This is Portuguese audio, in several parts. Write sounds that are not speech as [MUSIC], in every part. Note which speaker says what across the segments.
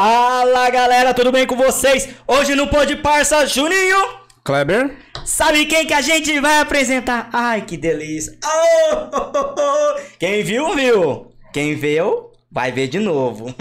Speaker 1: Fala galera, tudo bem com vocês? Hoje no Pode Parça, Juninho!
Speaker 2: Kleber?
Speaker 1: Sabe quem que a gente vai apresentar? Ai, que delícia! Oh, [LAUGHS] Quem viu, viu! Quem viu, vai ver de novo.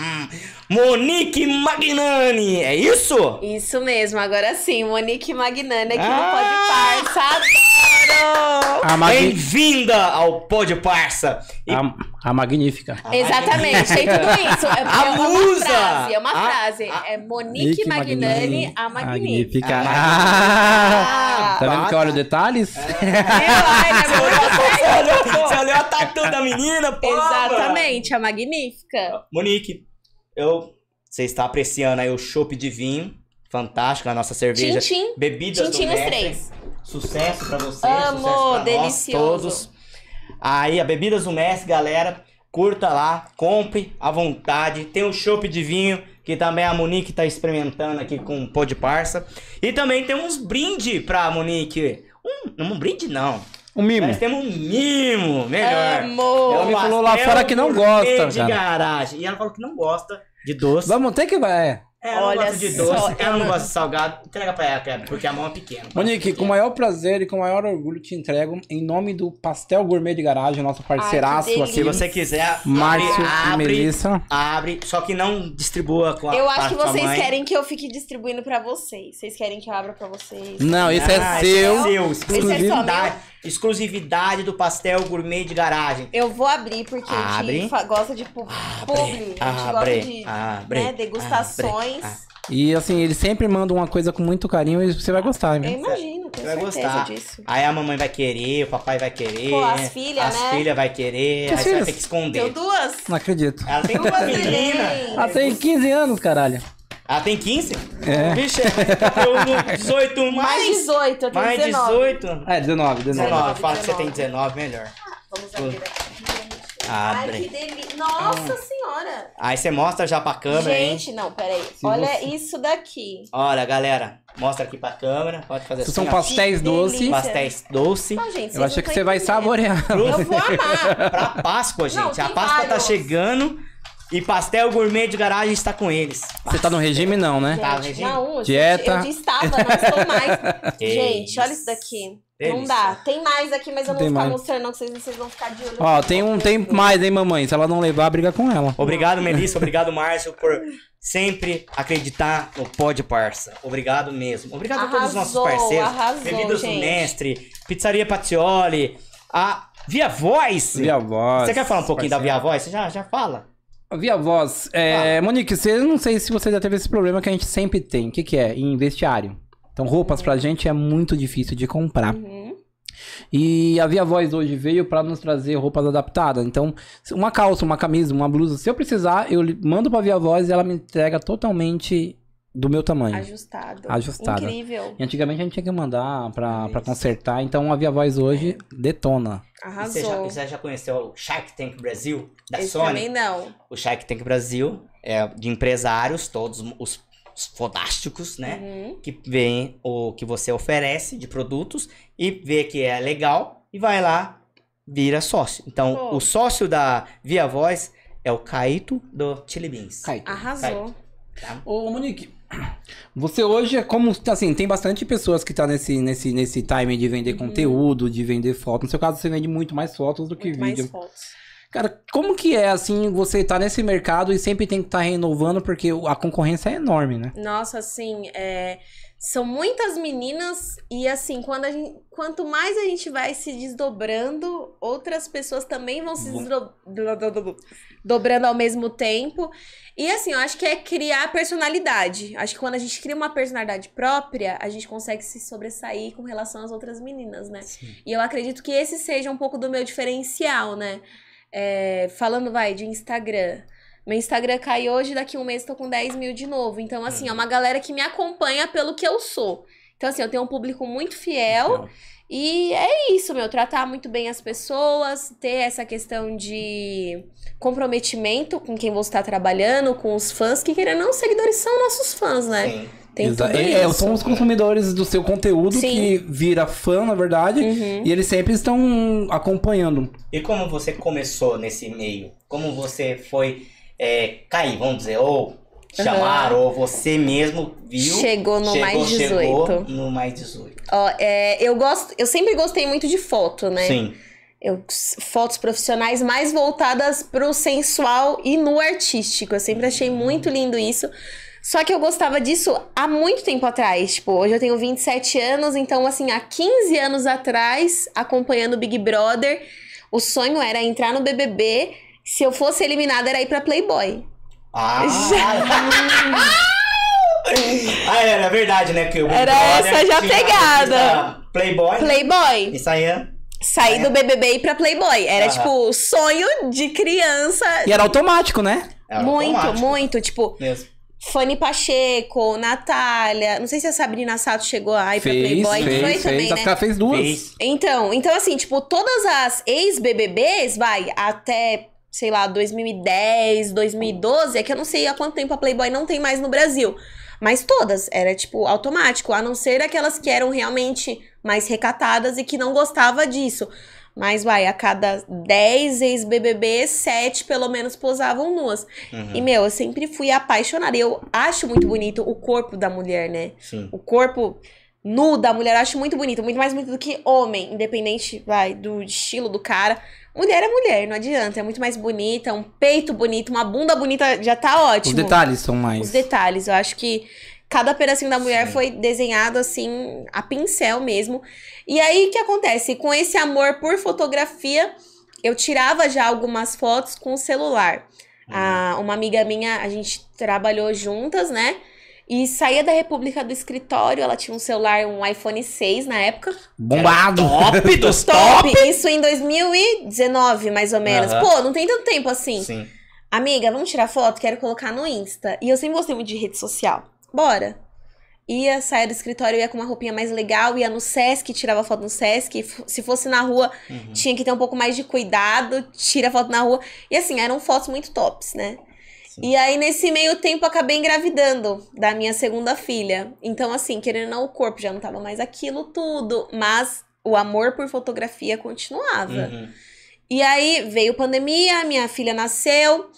Speaker 1: [LAUGHS] Monique Magnani, é isso?
Speaker 3: Isso mesmo, agora sim, Monique Magnani aqui
Speaker 1: Ah!
Speaker 3: no Pode Parça. Adoro!
Speaker 2: A, magni-
Speaker 1: Bem-vinda ao Pode Parça! E
Speaker 2: a, a magnífica.
Speaker 3: Exatamente, tem tudo isso. É,
Speaker 1: A
Speaker 3: é
Speaker 1: musa!
Speaker 3: uma frase, é uma
Speaker 1: A-
Speaker 3: frase.
Speaker 1: a-
Speaker 3: É Monique Magnani, a Magnani.
Speaker 2: Magnífica.
Speaker 1: Ah,
Speaker 2: tá vendo que eu
Speaker 1: bacana.
Speaker 2: olho detalhes?
Speaker 1: [LAUGHS]
Speaker 3: É.
Speaker 1: Você olhou, você olhou- você olhou a tatu da menina, pô!
Speaker 3: Exatamente, a Magnífica.
Speaker 1: Monique, eu, você está apreciando aí o chopp de vinho, fantástico, a nossa cerveja.
Speaker 3: Tintim.
Speaker 1: Bebidas
Speaker 3: Tintim
Speaker 1: do
Speaker 3: os
Speaker 1: mestre.
Speaker 3: três.
Speaker 1: Sucesso pra você,
Speaker 3: Amo,
Speaker 1: sucesso pra
Speaker 3: delicioso.
Speaker 1: nós todos. Aí, a Bebidas do Mestre, galera, curta lá, compre à vontade. Tem um chopp de vinho, que também a Monique tá experimentando aqui com o Pô de Parça. E também tem uns brinde pra Monique. Um, um brinde não,
Speaker 2: [LAUGHS] Um mimo.
Speaker 1: nós temos um mimo, melhor.
Speaker 3: Amo!
Speaker 2: Ela me falou lá
Speaker 1: pastel
Speaker 2: fora que não
Speaker 1: gourmet
Speaker 2: gosta,
Speaker 1: de
Speaker 2: cara.
Speaker 1: garagem. E ela falou que não gosta de doce.
Speaker 2: Vamos ter que vai.
Speaker 1: É, ela
Speaker 3: Olha
Speaker 1: não gosta de
Speaker 3: só,
Speaker 1: doce,
Speaker 3: eu
Speaker 1: ela não
Speaker 3: não-
Speaker 1: gosta de salgado. Entrega pra ela, Kleber, porque a mão é pequena.
Speaker 2: Monique, com o maior prazer e com o maior orgulho te entrego, em nome do Pastel Gourmet de Garagem, nosso parceiraço
Speaker 3: delícia.
Speaker 1: Se
Speaker 2: aqui,
Speaker 1: você quiser,
Speaker 2: Márcio e
Speaker 1: abre, abre,
Speaker 2: Melissa.
Speaker 1: abre, só que não distribua com a
Speaker 3: Eu
Speaker 1: pra
Speaker 3: acho que
Speaker 1: sua
Speaker 3: vocês
Speaker 1: mãe.
Speaker 3: querem que eu fique distribuindo pra vocês. Vocês querem que eu abra pra vocês?
Speaker 2: Não, esse
Speaker 1: Ah,
Speaker 2: é seu.
Speaker 3: é
Speaker 1: exclusividade, exclusividade do pastel gourmet de garagem.
Speaker 3: Eu vou abrir porque a
Speaker 1: Abre.
Speaker 3: gente fa- gosta de pub- publi, a gente
Speaker 1: abre,
Speaker 3: gosta de
Speaker 1: abre,
Speaker 3: né, degustações.
Speaker 1: abre,
Speaker 2: E assim, ele sempre manda uma coisa com muito carinho e você vai gostar,
Speaker 3: Eu
Speaker 2: viu?
Speaker 3: imagino, tenho
Speaker 1: Você vai
Speaker 3: certeza
Speaker 1: gostar.
Speaker 3: disso.
Speaker 1: Aí a mamãe vai querer, o papai vai querer.
Speaker 3: Pô, as filhas,
Speaker 1: As
Speaker 3: né?
Speaker 1: filhas vai querer,
Speaker 2: Que
Speaker 1: aí você vai
Speaker 2: filhas?
Speaker 1: ter que esconder.
Speaker 3: Deu duas?
Speaker 2: Não acredito.
Speaker 1: Ela tem
Speaker 3: Duas
Speaker 1: duas meninas.
Speaker 3: meninas.
Speaker 2: Ah, tem 15 anos, caralho.
Speaker 1: Ela Ah, tem 15?
Speaker 2: É.
Speaker 1: Vixe, eu- 18
Speaker 3: Mais
Speaker 1: mais.
Speaker 3: 18, eu tenho
Speaker 1: Mais
Speaker 3: 19.
Speaker 1: 18?
Speaker 2: Ah, é 19, 19.
Speaker 1: 19, fala que você tem 19, melhor.
Speaker 3: Vamos abrir aqui. Ai, que
Speaker 1: Abre.
Speaker 3: delícia. Nossa senhora.
Speaker 1: Aí você mostra já pra câmera, hein?
Speaker 3: Gente, não, peraí. Olha
Speaker 2: você-
Speaker 3: isso daqui.
Speaker 1: Olha, galera, mostra aqui pra câmera. Pode fazer
Speaker 2: Isso
Speaker 1: assim.
Speaker 2: são
Speaker 1: ó.
Speaker 2: pastéis
Speaker 3: Que
Speaker 2: doces.
Speaker 3: delícia.
Speaker 1: Pastéis doce.
Speaker 3: Não, Então, gente,
Speaker 2: Eu acho
Speaker 3: vocês
Speaker 2: que
Speaker 3: não
Speaker 2: você
Speaker 3: tão
Speaker 2: vai
Speaker 3: entendendo.
Speaker 2: saborear.
Speaker 3: Eu vou amar.
Speaker 1: [LAUGHS] Pra Páscoa,
Speaker 3: Não,
Speaker 1: gente. a
Speaker 3: tem
Speaker 1: Páscoa tá
Speaker 3: vários.
Speaker 1: chegando e pastel gourmet de garagem está com eles.
Speaker 2: Você tá no regime não, né?
Speaker 1: Tá,
Speaker 3: Gente,
Speaker 1: Regina?
Speaker 3: não, eu-
Speaker 2: Dieta.
Speaker 3: Eu estava, não estou mais.
Speaker 1: Que
Speaker 3: gente, olha
Speaker 1: isso.
Speaker 3: isso daqui. Não
Speaker 1: Delícia.
Speaker 3: dá. Tem mais aqui, mas eu não vou
Speaker 2: Tem
Speaker 3: ficar
Speaker 2: mais.
Speaker 3: mostrando, não, que vocês, vocês vão ficar de olho.
Speaker 2: Ó, tem um tem mais, hein, mamãe? Se ela não levar, briga com ela.
Speaker 1: Obrigado, Melissa. Obrigado, Márcio, por sempre acreditar no Pode Parça. Obrigado mesmo. Obrigado a todos os nossos
Speaker 3: Arrasou,
Speaker 1: parceiros.
Speaker 3: arrasou,
Speaker 1: Bebidas do
Speaker 3: gente.
Speaker 1: Mestre, Pizzaria Patioli, a Via Voice.
Speaker 2: Via voz.
Speaker 1: Você quer falar um pouquinho da Via Voice? Já, já fala.
Speaker 2: Via voz. É, Monique, você não sei se você já teve esse problema que a gente sempre tem. O que, que é? Em vestiário. Então, roupas pra gente é muito difícil de comprar.
Speaker 3: Uhum.
Speaker 2: E a Via Voz hoje veio pra nos trazer roupas adaptadas. Então, se- uma calça, uma camisa, uma blusa, se eu precisar, eu li- mando pra Via Voz e ela me entrega totalmente do meu tamanho.
Speaker 3: Ajustado.
Speaker 2: Ajustada.
Speaker 3: Incrível.
Speaker 2: E antigamente a gente tinha que mandar pra, pra
Speaker 1: Isso. É.
Speaker 2: consertar, então a Via Voz hoje detona.
Speaker 1: E Você já,
Speaker 3: Arrasou.
Speaker 1: você já conheceu o Shark Tank Brasil da
Speaker 3: Esse
Speaker 1: Sony?
Speaker 3: também não.
Speaker 1: O Shark Tank Brasil é de empresários, todos os, os fodásticos, né?
Speaker 3: Uhum.
Speaker 1: que vê o que você oferece de produtos e vê que é legal e vai lá, vira sócio. Então,
Speaker 3: Pô.
Speaker 1: o sócio da Via Voz é o Caíto do Chili Beans.
Speaker 3: Ah, Arrasou.
Speaker 2: Ô, Monique, você hoje é como, assim, tem bastante pessoas que tá nesse, nesse, nesse time de vender
Speaker 3: Uhum.
Speaker 2: conteúdo, de vender foto. No seu caso, você vende muito mais fotos do que
Speaker 3: Muito
Speaker 2: vídeo.
Speaker 3: mais fotos.
Speaker 2: Cara, como que é, assim, você tá nesse mercado e sempre tem que estar renovando, porque o- a concorrência é enorme, né?
Speaker 3: Nossa, assim, é, são muitas meninas e assim, quando a gente, quanto mais a gente vai se desdobrando, outras pessoas também vão se
Speaker 1: Bom.
Speaker 3: desdo- do- do- do- do- dobrando ao mesmo tempo. E assim, eu acho que é criar personalidade. Acho que quando a gente cria uma personalidade própria, a gente consegue se sobressair com relação às outras meninas, né?
Speaker 1: Sim.
Speaker 3: E eu acredito que esse seja um pouco do meu diferencial, né? É, falando, vai, de Instagram. Meu Instagram cai hoje, daqui um mês tô com 10 mil de novo. Então, assim, é uma galera que me acompanha pelo que eu sou. Então, assim, eu tenho um público muito
Speaker 1: Então,
Speaker 3: fiel. E é isso, meu. Tratar muito bem as pessoas, ter essa questão de comprometimento com quem você tá trabalhando, com os fãs, que querendo ou não, os seguidores são nossos fãs, né?
Speaker 1: Sim.
Speaker 3: Tem
Speaker 2: Exa-
Speaker 3: tudo
Speaker 2: é,
Speaker 3: isso.
Speaker 2: são os consumidores do seu conteúdo
Speaker 3: Sim.
Speaker 2: que vira fã, na verdade,
Speaker 3: Uhum.
Speaker 2: e eles sempre estão acompanhando.
Speaker 1: E como você começou nesse meio? Como você foi é, cair, vamos dizer, ou chamaram, ou você mesmo viu.
Speaker 3: Chegou no mais 18.
Speaker 1: Chegou no mais 18.
Speaker 3: Ó, é, eu gosto, eu sempre gostei muito de foto, né?
Speaker 1: Sim.
Speaker 3: Eu, fotos profissionais mais voltadas pro sensual e no artístico. Eu sempre achei muito lindo isso. Só que eu gostava disso há muito tempo atrás. Tipo, hoje eu tenho 27 anos, então, assim, há 15 anos atrás, acompanhando o Big Brother, o sonho era entrar no BBB. Se eu fosse eliminada, era ir pra Playboy.
Speaker 1: Ah! [LAUGHS] ah, era verdade, né? Que o Big
Speaker 3: Era
Speaker 1: Brother
Speaker 3: essa
Speaker 1: tinha
Speaker 3: já pegada.
Speaker 1: a revista Playboy. né?
Speaker 3: Playboy!
Speaker 1: E saía.
Speaker 3: Sair do BBB e ir pra Playboy. Era,
Speaker 1: Aham.
Speaker 3: tipo, sonho de criança.
Speaker 2: E era automático, né?
Speaker 1: era
Speaker 3: muito,
Speaker 1: automático
Speaker 3: muito. Tipo,
Speaker 1: Mesmo.
Speaker 3: Fanny Pacheco, Natália. Não sei se a Sabrina Sato chegou a ir pra
Speaker 2: fez,
Speaker 3: Playboy.
Speaker 2: fez,
Speaker 3: foi
Speaker 2: fez. tá
Speaker 3: também,
Speaker 2: a
Speaker 3: né?
Speaker 2: cara fez duas.
Speaker 1: Fez.
Speaker 3: Então, então, assim, tipo, todas as ex-BBBs, vai, até, sei lá, 2010, 2012, é que eu não sei há quanto tempo a Playboy não tem mais no Brasil. Mas todas, era, tipo, automático, a não ser aquelas que eram realmente mais recatadas e que não gostava disso. Mas, vai, a cada 10 ex-BBBs, 7 pelo menos posavam nuas.
Speaker 1: Uhum,
Speaker 3: E, meu, eu sempre fui apaixonada. E eu acho muito bonito o corpo da mulher, né?
Speaker 1: Sim.
Speaker 3: O corpo nu da mulher eu acho muito bonito, muito mais bonito do que homem, independente, vai, do estilo do cara. Mulher é mulher, não adianta, é muito mais bonita, um peito bonito, uma bunda bonita, já tá
Speaker 2: Os
Speaker 3: ótimo.
Speaker 2: detalhes são mais.
Speaker 3: Os detalhes, eu acho que cada pedacinho da mulher
Speaker 1: Sim.
Speaker 3: foi desenhado assim, a pincel mesmo. E aí o que acontece? Com esse amor por fotografia, eu tirava já algumas fotos com o celular. A-
Speaker 1: Uhum.
Speaker 3: uma amiga minha, a gente trabalhou juntas, né? E saía da República do escritório, ela tinha um celular, um iPhone 6 na época.
Speaker 2: Bombado. [LAUGHS]
Speaker 1: [LAUGHS] Top dos
Speaker 3: Top! Isso em 2019, mais ou menos.
Speaker 1: Aham.
Speaker 3: Pô, não tem tanto tempo assim.
Speaker 1: Sim.
Speaker 3: Amiga, vamos tirar foto? Quero colocar no Insta. E eu sempre gostei muito de rede social. Bora! Ia, saia do escritório, ia com uma roupinha mais legal, ia no Sesc, tirava foto no Sesc. F- Se fosse na rua,
Speaker 1: Uhum.
Speaker 3: tinha que ter um pouco mais de cuidado, tira foto na rua. E assim, eram fotos muito tops, né?
Speaker 1: Sim.
Speaker 3: E aí, nesse meio tempo, eu acabei engravidando da minha segunda filha. Então, assim, querendo ou não, o corpo já não tava mais aquilo tudo, mas o amor por fotografia continuava.
Speaker 1: Uhum.
Speaker 3: E aí veio pandemia, minha filha nasceu.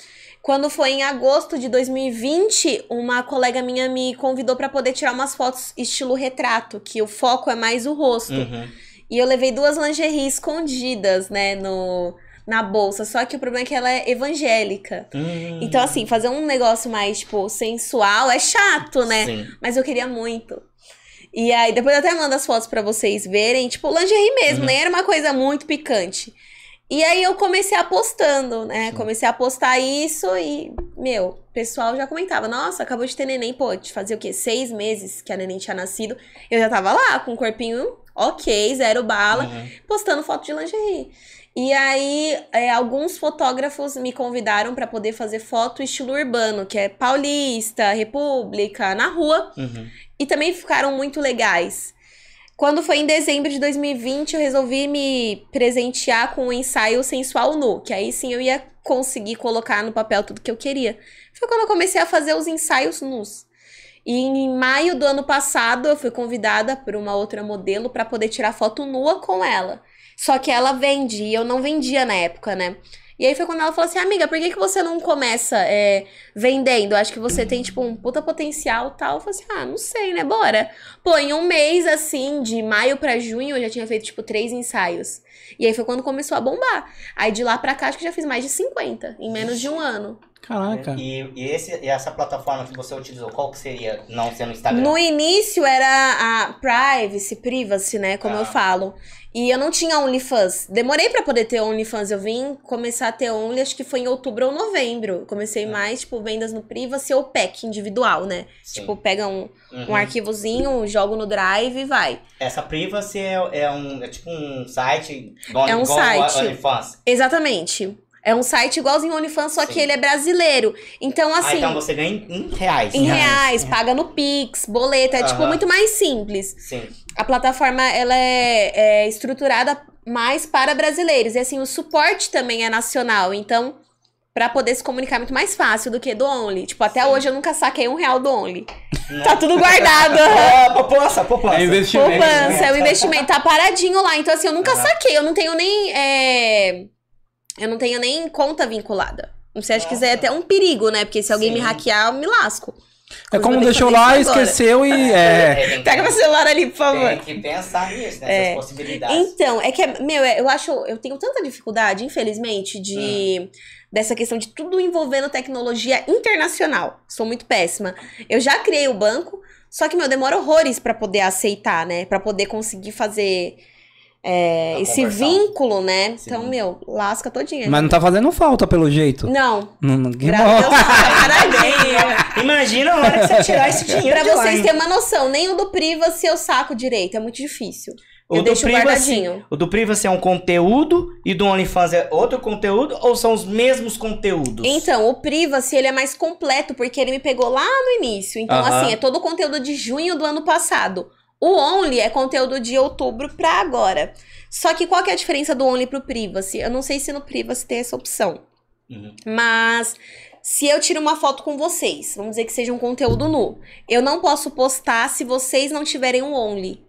Speaker 3: Quando foi em agosto de 2020, uma colega minha me convidou pra poder tirar umas fotos estilo retrato, que o foco é mais o rosto.
Speaker 1: Uhum.
Speaker 3: E eu levei duas lingeries escondidas, né, no na bolsa, só que o problema é que ela é evangélica.
Speaker 1: Uhum.
Speaker 3: Então assim, fazer um negócio mais tipo sensual é chato, né?
Speaker 1: Sim.
Speaker 3: Mas eu queria muito. E aí, depois eu até mando as fotos pra vocês verem. Tipo, lingerie mesmo,
Speaker 1: Uhum.
Speaker 3: nem era uma coisa muito picante. E aí eu comecei apostando, né?
Speaker 1: Sim.
Speaker 3: Comecei a postar isso e, meu, o pessoal já comentava: Nossa, acabou de ter neném, pô, de fazer o quê? Seis meses que a neném tinha nascido. Eu já tava lá com o corpinho ok, zero bala
Speaker 1: Uhum.
Speaker 3: postando foto de lingerie. E aí, é, alguns fotógrafos me convidaram pra poder fazer foto estilo urbano, que é paulista, república, na rua,
Speaker 1: Uhum.
Speaker 3: e também ficaram muito legais. Quando foi em dezembro de 2020, eu resolvi me presentear com um ensaio sensual nu, que aí sim eu ia conseguir colocar no papel tudo que eu queria. Foi quando eu comecei a fazer os ensaios nus. E em maio do ano passado, eu fui convidada por uma outra modelo pra poder tirar foto nua com ela. Só que ela vende, e eu não vendia na época, né? E aí foi quando ela falou assim, amiga, por que, que você não começa é, vendendo? Acho que você tem, tipo, um puta potencial e tal. Eu falei assim, ah, não sei, né? Bora. Pô, em um mês, assim, de maio pra junho, eu já tinha feito, tipo, três ensaios. E aí foi quando começou a bombar. Aí de lá pra cá, acho que já fiz mais de 50, em menos de um ano.
Speaker 1: Ah,
Speaker 3: É,
Speaker 2: Caraca.
Speaker 1: né? E, e esse, e essa plataforma que você utilizou, qual que seria? Não sendo Instagram.
Speaker 3: No início era a privacy, privacy, né? Como
Speaker 1: Ah.
Speaker 3: eu falo. E eu não tinha OnlyFans. Demorei pra poder ter OnlyFans. Eu vim começar a ter Only, acho que foi em outubro ou novembro.
Speaker 1: É.
Speaker 3: Comecei mais, tipo, vendas no privacy ou pack individual, né?
Speaker 1: Sim.
Speaker 3: Tipo, pega um,
Speaker 1: Uhum.
Speaker 3: um arquivozinho, jogo no drive e vai.
Speaker 1: Essa privacy é, é um é tipo um site igual,
Speaker 3: É um
Speaker 1: igual
Speaker 3: site.
Speaker 1: o OnlyFans.
Speaker 3: Exatamente. É um site igualzinho OnlyFans, só que
Speaker 1: Sim.
Speaker 3: ele é brasileiro. Então,
Speaker 1: ah,
Speaker 3: assim.
Speaker 1: então você ganha em, em reais. né?
Speaker 3: Em
Speaker 2: reais,
Speaker 3: reais,
Speaker 2: é.
Speaker 3: paga no Pix, boleto, é tipo
Speaker 1: Aham.
Speaker 3: muito mais simples.
Speaker 1: Sim.
Speaker 3: A plataforma ela é, é estruturada mais para brasileiros. E assim, o suporte também é nacional. Então, para poder se comunicar é muito mais fácil do que do Only. Tipo, até
Speaker 1: Sim.
Speaker 3: hoje eu nunca saquei um real do Only. Tá
Speaker 1: Nossa.
Speaker 3: tudo guardado.
Speaker 1: Ah, poupança, poupança.
Speaker 2: É investimento.
Speaker 3: Poupança,
Speaker 2: né?
Speaker 3: é um investimento. Tá paradinho lá. Então, assim, eu nunca
Speaker 1: Aham.
Speaker 3: saquei. Eu não tenho nem. é, Eu não tenho nem conta vinculada. Se acho que isso é até um perigo, né? Porque se alguém
Speaker 1: Sim.
Speaker 3: me hackear, eu me lasco.
Speaker 2: É
Speaker 3: Mas
Speaker 2: como
Speaker 3: eu vou ter que
Speaker 2: deixou
Speaker 3: fazer
Speaker 2: lá,
Speaker 3: isso agora.
Speaker 2: esqueceu e. É.
Speaker 1: tem,
Speaker 3: Pega meu celular ali, por favor.
Speaker 1: tem que pensar nisso, nessas
Speaker 3: É.
Speaker 1: possibilidades.
Speaker 3: Então, é que, é- meu, é- eu acho, eu tenho tanta dificuldade, infelizmente, de
Speaker 1: Ah.
Speaker 3: dessa questão de tudo envolvendo tecnologia internacional. Sou muito péssima. Eu já criei o banco, só que, meu, demora horrores pra poder aceitar, né? Pra poder conseguir fazer é,
Speaker 1: Pra
Speaker 3: esse
Speaker 1: conversar.
Speaker 3: vínculo, né?
Speaker 1: Sim.
Speaker 3: Então, meu, lasca todinha.
Speaker 2: Mas não tá fazendo falta pelo jeito.
Speaker 3: Não,
Speaker 2: Não, não- que
Speaker 3: graças a
Speaker 2: bom.
Speaker 3: Deus,
Speaker 2: [LAUGHS]
Speaker 3: parabéns.
Speaker 1: Imagina a hora que você tirar
Speaker 3: [LAUGHS]
Speaker 1: esse dinheiro
Speaker 3: Pra
Speaker 1: de lá,
Speaker 3: vocês
Speaker 1: hein?
Speaker 3: terem uma noção, nem o do Privacy eu saco direito, é muito difícil.
Speaker 1: O
Speaker 3: eu
Speaker 1: do
Speaker 3: deixo
Speaker 1: Privacy-
Speaker 3: guardadinho.
Speaker 1: O do Privacy é um conteúdo e do OnlyFans é outro conteúdo ou são os mesmos conteúdos?
Speaker 3: Então, o Privacy, ele é mais completo, porque ele me pegou lá no início. Então,
Speaker 1: Aham.
Speaker 3: assim, é todo o conteúdo de junho do ano passado. O Only é conteúdo de outubro pra agora. Só que qual que é a diferença do Only pro Privacy? Eu não sei se no Privacy tem essa opção.
Speaker 1: Uhum.
Speaker 3: Mas se eu tiro uma foto com vocês, vamos dizer que seja um conteúdo nu, eu não posso postar se vocês não tiverem um only.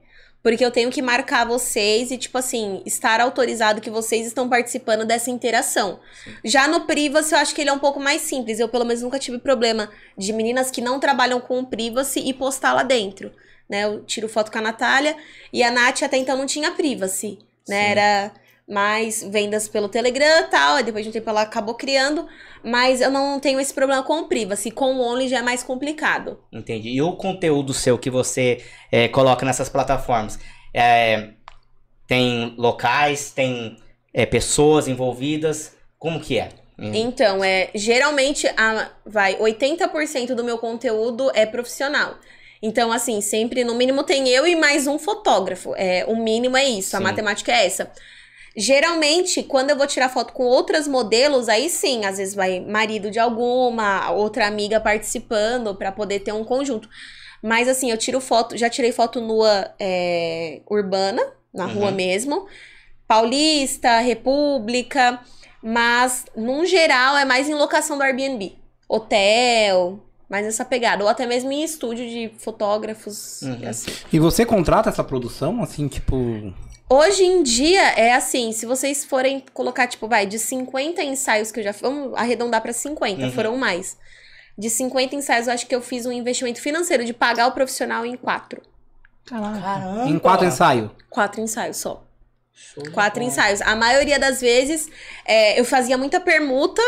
Speaker 3: Porque eu tenho que marcar vocês e, tipo assim, estar autorizado que vocês estão participando dessa interação. Já no Privacy, eu acho que ele é um pouco mais simples. Eu, pelo menos, nunca tive problema de meninas que não trabalham com o Privacy e postar lá dentro. Né? Eu tiro foto com a Natália e a Nath até então não tinha Privacy. Né?
Speaker 1: Sim.
Speaker 3: Era mais vendas pelo Telegram e tal. E depois de um tempo ela acabou criando. Mas eu não tenho esse problema com o Privacy. Com o Only já é mais complicado.
Speaker 1: Entendi. E o conteúdo seu que você é, coloca nessas plataformas? É, tem locais, tem é, pessoas envolvidas? Como que é? Hum,
Speaker 3: Então, é, geralmente a, vai 80% do meu conteúdo é profissional. Então, assim, sempre no mínimo tem eu e mais um fotógrafo. É, o mínimo é isso, a
Speaker 1: Sim.
Speaker 3: matemática é essa. Geralmente, quando eu vou tirar foto com outras modelos, aí sim, às vezes vai marido de alguma, outra amiga participando pra poder ter um conjunto. Mas assim, eu tiro foto, já tirei foto nua é, urbana, na rua
Speaker 1: Uhum.
Speaker 3: mesmo. Paulista, República, mas, num geral, é mais em locação do Airbnb. Hotel, mais essa pegada. Ou até mesmo em estúdio de fotógrafos.
Speaker 1: Uhum.
Speaker 3: assim.
Speaker 2: E você contrata essa produção, assim, tipo.
Speaker 3: Hoje em dia, é assim, se vocês forem colocar, tipo, vai, de 50 ensaios que eu já... Vamos arredondar pra 50,
Speaker 1: Uhum.
Speaker 3: foram mais. De 50 ensaios, eu acho que eu fiz um investimento financeiro de pagar o profissional em quatro.
Speaker 1: Caramba!
Speaker 2: Em quatro ensaios.
Speaker 3: Quatro ensaios só.
Speaker 1: Show de
Speaker 3: Quatro
Speaker 1: bola.
Speaker 3: ensaios. A maioria das vezes é, eu fazia muita permuta.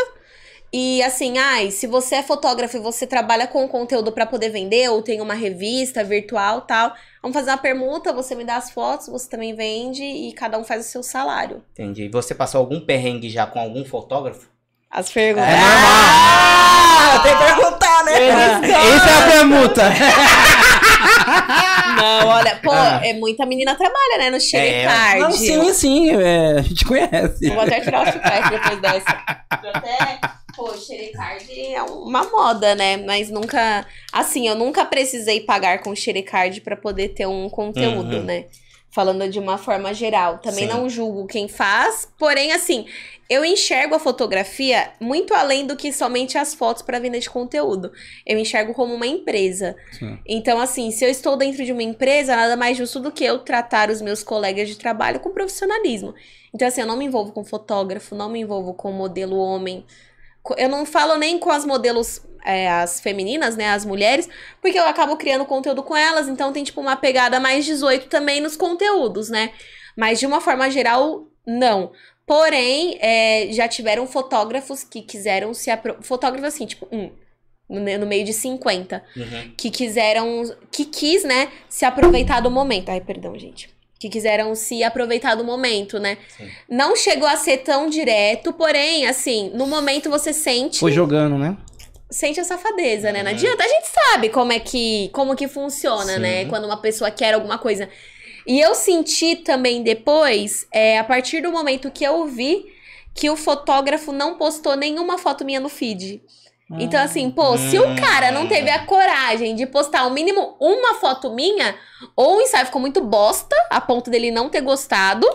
Speaker 3: E assim, ai, se você é fotógrafo e você trabalha com conteúdo pra poder vender, ou tem uma revista virtual tal, vamos fazer uma permuta, você me dá as fotos, você também vende e cada um faz o seu salário.
Speaker 1: Entendi. Você passou algum perrengue já com algum fotógrafo?
Speaker 3: As perguntas.
Speaker 2: É
Speaker 1: Ah, tem que perguntar, né?
Speaker 2: Essa é a permuta.
Speaker 3: Não, olha, pô,
Speaker 1: Ah.
Speaker 3: é muita menina trabalha, né? Não chega
Speaker 1: É.
Speaker 3: tarde.
Speaker 2: Não, sim, sim. é, a gente conhece.
Speaker 3: Eu Vou até tirar o chiclete depois dessa. Eu até. Pô, xerecard é uma moda, né? Mas nunca. Assim, eu nunca precisei pagar com xerecard pra poder ter um conteúdo,
Speaker 1: Uhum.
Speaker 3: né? Falando de uma forma geral. Também
Speaker 1: Sim.
Speaker 3: não julgo quem faz, porém, assim, eu enxergo a fotografia muito além do que somente as fotos pra venda de conteúdo. Eu enxergo como uma empresa.
Speaker 2: Sim.
Speaker 3: Então, assim, se eu estou dentro de uma empresa, é nada mais justo do que eu tratar os meus colegas de trabalho com profissionalismo. Então, assim, eu não me envolvo com fotógrafo, não me envolvo com modelo homem. Co- Eu não falo nem com as modelos, é, as femininas, né, as mulheres, porque eu acabo criando conteúdo com elas, então tem, tipo, uma pegada mais 18 também nos conteúdos, né? Mas, de uma forma geral, não. Porém, é, já tiveram fotógrafos que quiseram se apro... Fotógrafo, assim, tipo, um, no me- no meio de 50
Speaker 1: Uhum.
Speaker 3: que quiseram, que quis, né, se aproveitar do momento. Ai, perdão, gente. Que quiseram se aproveitar do momento, né?
Speaker 1: Sim.
Speaker 3: Não chegou a ser tão direto, porém, assim, no momento você sente,
Speaker 2: Foi jogando, né?
Speaker 3: sente a safadeza, né? Não
Speaker 1: Uhum.
Speaker 3: adianta, a gente sabe como é que, como que funciona,
Speaker 1: Sim.
Speaker 3: né? Quando uma pessoa quer alguma coisa. E eu senti também depois, é, a partir do momento que eu vi que o fotógrafo não postou nenhuma foto minha no feed. Então, assim, pô, se o cara não teve a coragem de postar ao mínimo uma foto minha, ou o ensaio ficou muito bosta, a ponto dele não ter gostado,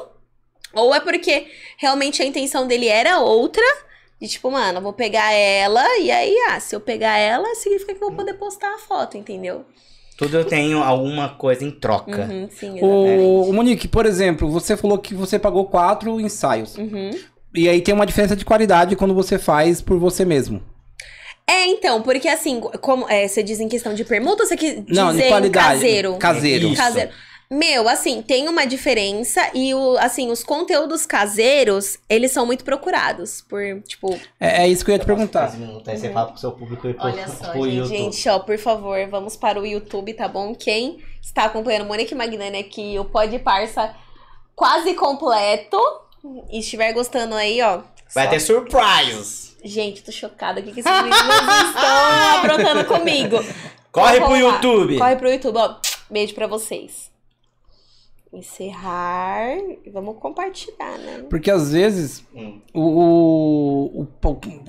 Speaker 3: ou é porque realmente a intenção dele era outra, e tipo, mano, eu vou pegar ela, e aí, ah, se eu pegar ela, significa que eu vou poder postar a foto, entendeu?
Speaker 1: Tudo eu tenho alguma coisa em troca.
Speaker 3: Uhum, sim, exatamente.
Speaker 2: O, o Monique, por exemplo, você falou que você pagou quatro ensaios.
Speaker 3: Uhum.
Speaker 2: E aí tem uma diferença de qualidade quando você faz por você mesmo.
Speaker 3: É, então, porque assim, como é, você diz em questão de permuta, ou você quis
Speaker 2: Não,
Speaker 3: dizer
Speaker 2: de qualidade.
Speaker 3: caseiro.
Speaker 2: Caseiro.
Speaker 1: Isso.
Speaker 3: Caseiro. Meu, assim, tem uma diferença e o, assim, os conteúdos caseiros, eles são muito procurados por, tipo,
Speaker 2: É, é isso que eu ia te perguntar.
Speaker 1: Aí um você fala pro seu público e pro,
Speaker 3: olha só,
Speaker 1: pro
Speaker 3: gente,
Speaker 1: YouTube.
Speaker 3: gente, ó, por favor, vamos para o YouTube, tá bom? Quem está acompanhando Monique Magnani aqui, o Pod Parça quase completo, e estiver gostando aí, ó,
Speaker 1: Vai
Speaker 3: só-
Speaker 1: ter surprises.
Speaker 3: Gente, tô chocada. O que, que esses meninos [LAUGHS] estão
Speaker 1: [LAUGHS]
Speaker 3: aprontando comigo?
Speaker 1: Corre
Speaker 3: Vou
Speaker 1: pro
Speaker 3: rolar.
Speaker 1: YouTube.
Speaker 3: Corre pro YouTube, ó. Beijo pra vocês. Encerrar. Vamos compartilhar, né?
Speaker 2: Porque às vezes
Speaker 1: Hum.
Speaker 2: o, o- o-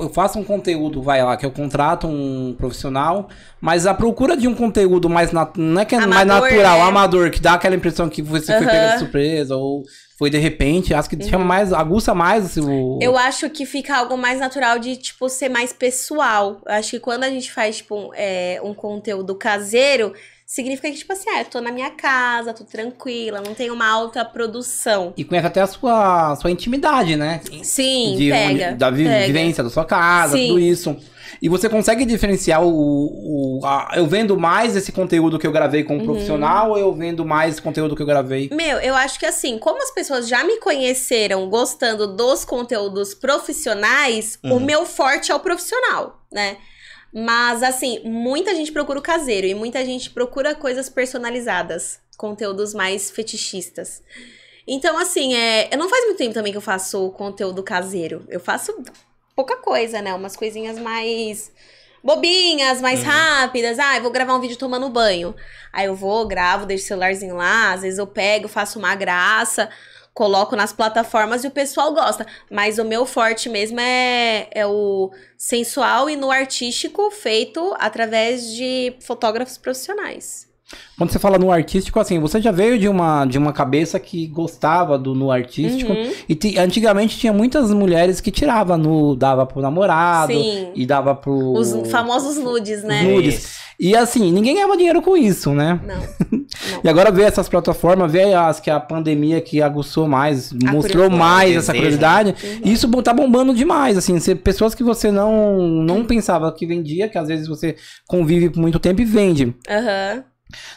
Speaker 2: eu faço um conteúdo, vai lá, que eu contrato um profissional, mas a procura de um conteúdo mais nat- não é que é mais
Speaker 3: Amador,
Speaker 2: natural,
Speaker 3: né?
Speaker 2: amador, que dá aquela impressão que você foi
Speaker 3: Aham. Uhum.
Speaker 2: pegando de surpresa ou foi de repente, acho que chama mais, aguça mais assim, o.
Speaker 3: Eu acho que fica algo mais natural de, tipo, ser mais pessoal. Eu acho que quando a gente faz, tipo, um, é, um conteúdo caseiro, significa que, tipo assim, ah, eu tô na minha casa, tô tranquila, não tenho uma alta produção.
Speaker 2: E conhece até a sua, sua intimidade, né?
Speaker 3: Sim,
Speaker 2: de onde-
Speaker 3: pega.
Speaker 2: da vi-
Speaker 3: pega.
Speaker 2: vivência da sua casa,
Speaker 3: Sim.
Speaker 2: tudo isso. E você consegue diferenciar o. o- a- eu vendo mais esse conteúdo que eu gravei com um
Speaker 3: Uhum.
Speaker 2: profissional ou eu vendo mais esse conteúdo que eu gravei?
Speaker 3: Meu, eu acho que assim, como as pessoas já me conheceram gostando dos conteúdos profissionais,
Speaker 1: Uhum.
Speaker 3: o meu forte é o profissional, né? Mas assim, muita gente procura o caseiro e muita gente procura coisas personalizadas, conteúdos mais fetichistas. Então, assim, é, eu não faz muito tempo também que eu faço conteúdo caseiro. Eu faço pouca coisa, né? Umas coisinhas mais bobinhas, mais
Speaker 1: Uhum.
Speaker 3: rápidas. Ah, eu vou gravar um vídeo tomando banho. Aí eu vou, gravo, deixo o celularzinho lá, às vezes eu pego, faço uma graça, coloco nas plataformas e o pessoal gosta. Mas o meu forte mesmo é, é o sensual e no artístico feito através de fotógrafos profissionais.
Speaker 2: Quando você fala no artístico, assim, você já veio de uma, de uma cabeça que gostava do no artístico.
Speaker 3: Uhum,
Speaker 2: E ti- antigamente tinha muitas mulheres que tirava nu, dava pro namorado
Speaker 3: Sim.
Speaker 2: e dava pro.
Speaker 3: Os famosos nudes, né?
Speaker 2: Nudes. E assim, ninguém ganhava dinheiro com isso, né?
Speaker 3: Não.
Speaker 2: E agora vê essas plataformas, vê as que a pandemia que aguçou mais, mostrou
Speaker 3: curiosidade.
Speaker 2: mais
Speaker 1: Desejo,
Speaker 2: essa
Speaker 1: né?
Speaker 2: curiosidade.
Speaker 3: Uhum.
Speaker 2: Isso bo- tá bombando demais, assim, cê- pessoas que você não não pensava que vendia, que às vezes você convive por muito tempo e vende.
Speaker 3: Aham.